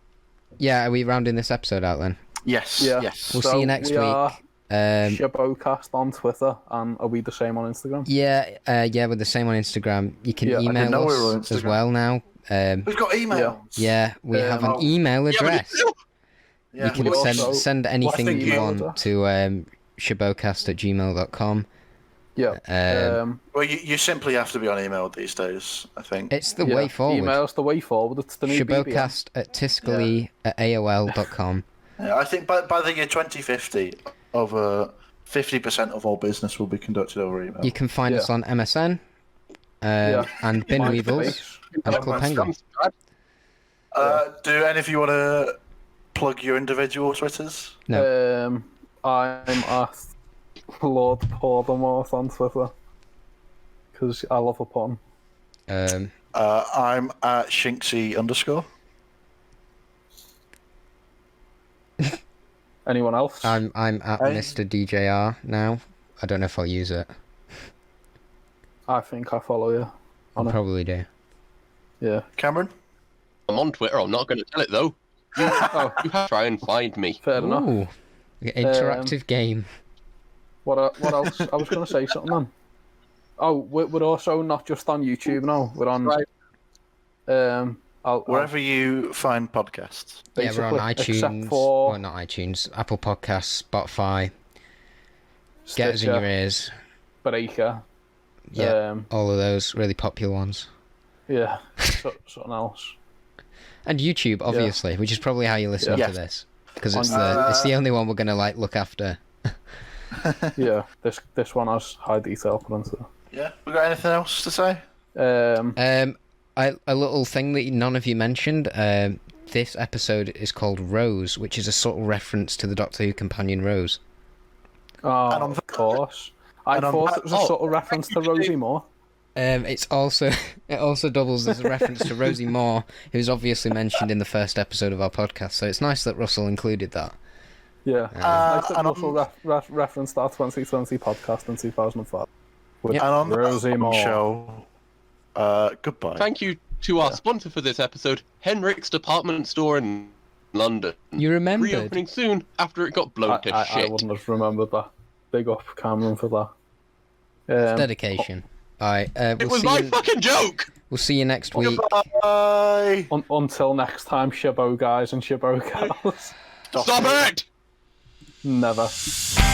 Speaker 3: yeah. Are we rounding this episode out then?
Speaker 5: Yes.
Speaker 4: Yeah.
Speaker 5: Yes.
Speaker 3: We'll
Speaker 4: So
Speaker 3: see you next
Speaker 4: we
Speaker 3: week.
Speaker 4: Are
Speaker 3: Um,
Speaker 4: Shabocast on Twitter, and are we the same on Instagram?
Speaker 3: yeah, uh, yeah. We're the same on Instagram. You can
Speaker 4: Yeah, I
Speaker 5: didn't
Speaker 3: email
Speaker 5: know we
Speaker 3: us
Speaker 5: were on
Speaker 3: as
Speaker 5: Instagram.
Speaker 3: well now. Um,
Speaker 5: We've got emails.
Speaker 3: yeah, we have an
Speaker 5: Um,
Speaker 3: email
Speaker 6: Yeah, but
Speaker 3: address.
Speaker 6: it's-
Speaker 5: Yeah.
Speaker 3: you can
Speaker 4: we
Speaker 3: send
Speaker 4: also-
Speaker 3: send
Speaker 4: the
Speaker 3: anything you
Speaker 4: email
Speaker 3: want
Speaker 4: address?
Speaker 3: to um, shabocast at gmail.com.
Speaker 4: Yeah.
Speaker 3: Um,
Speaker 4: Um,
Speaker 5: Well, you, you simply have to be on email these days, I think.
Speaker 3: it's the
Speaker 4: yeah.
Speaker 3: way forward.
Speaker 4: Email's the way forward. It's the new BBM.
Speaker 3: Shabocast at tiscali at AOL.com.
Speaker 5: Yeah, I think by, by the year 2050, over 50% of all business will be conducted over email.
Speaker 3: You can find
Speaker 4: Yeah.
Speaker 3: us on MSN um, and Bin Weevils
Speaker 4: MySpace.
Speaker 3: and Club Penguin.
Speaker 5: Uh, do any of you want to plug your individual Twitters?
Speaker 3: No.
Speaker 4: Um, I'm at Lord Pottermore on Twitter because I love a pun.
Speaker 3: Um,
Speaker 5: Uh, I'm at Shinksy underscore.
Speaker 4: Anyone else?
Speaker 3: I'm I'm at
Speaker 5: I-
Speaker 3: Mr. DJR now. I don't know if I'll use it.
Speaker 4: I think I follow you.
Speaker 3: I
Speaker 4: no.
Speaker 3: probably do.
Speaker 4: Yeah.
Speaker 5: Cameron?
Speaker 6: I'm on Twitter. I'm not going to tell it though.
Speaker 4: Oh,
Speaker 6: You have to try and find me.
Speaker 4: fair enough.
Speaker 3: Ooh, interactive game.
Speaker 4: What uh, what else? I was going to say something then. Oh, we're, we're also not just on YouTube now. We're on.
Speaker 6: Right.
Speaker 4: Um, I'll, I'll
Speaker 5: Wherever you find podcasts.
Speaker 3: Yeah, we're on
Speaker 4: basically,
Speaker 3: iTunes.
Speaker 4: Except for
Speaker 3: Well, not iTunes. Apple Podcasts, Spotify. Get us in
Speaker 4: Stitcher,
Speaker 3: your ears.
Speaker 4: Breaker.
Speaker 3: Yeah,
Speaker 4: Um,
Speaker 3: all of those really popular ones.
Speaker 4: yeah. so, something else.
Speaker 3: And YouTube, obviously, which is probably how you listen
Speaker 5: Yeah.
Speaker 3: to this, because
Speaker 4: On uh,
Speaker 3: it's the it's the only one we're gonna like look after.
Speaker 4: Yeah. This this one has high detail put into. it.
Speaker 5: Yeah. We got anything else to say?
Speaker 4: Um,
Speaker 3: Um, I, a little thing that none of you mentioned. Um, this episode is called Rose, which is a subtle reference to the Doctor Who companion Rose.
Speaker 4: oh,
Speaker 5: and on
Speaker 4: of
Speaker 5: that-
Speaker 4: course. I
Speaker 5: and on
Speaker 4: thought
Speaker 5: that-
Speaker 4: it was a
Speaker 5: oh,
Speaker 4: sort of reference to Rosie Moore.
Speaker 3: Um, it's also it also doubles as a reference to Rosie Moore, who's obviously mentioned in the first episode of our podcast. So it's nice that Russell included that.
Speaker 4: Yeah.
Speaker 5: Uh,
Speaker 4: I
Speaker 5: and
Speaker 4: could also
Speaker 5: on-
Speaker 4: ref ref reference to our 2020 podcast in 2005. With
Speaker 5: And on the
Speaker 4: Rosie Moore.
Speaker 5: show, uh, goodbye.
Speaker 6: Thank you to our sponsor for this episode, Henrik's Department Store in London.
Speaker 3: You remembered?
Speaker 6: Reopening soon after it got blown
Speaker 4: I,
Speaker 6: to
Speaker 4: I, I
Speaker 6: shit.
Speaker 4: wouldn't have remembered that. Big up Cameron for that. Um,
Speaker 3: Dedication. All right, uh,
Speaker 6: Oh. it
Speaker 3: we'll
Speaker 6: was
Speaker 3: see.
Speaker 6: my
Speaker 3: You,
Speaker 6: fucking joke!
Speaker 3: we'll see you next week.
Speaker 5: Bye.
Speaker 4: un- until next time, Shabo guys and Shabo gals.
Speaker 6: Stop it!
Speaker 4: Never.
Speaker 5: it.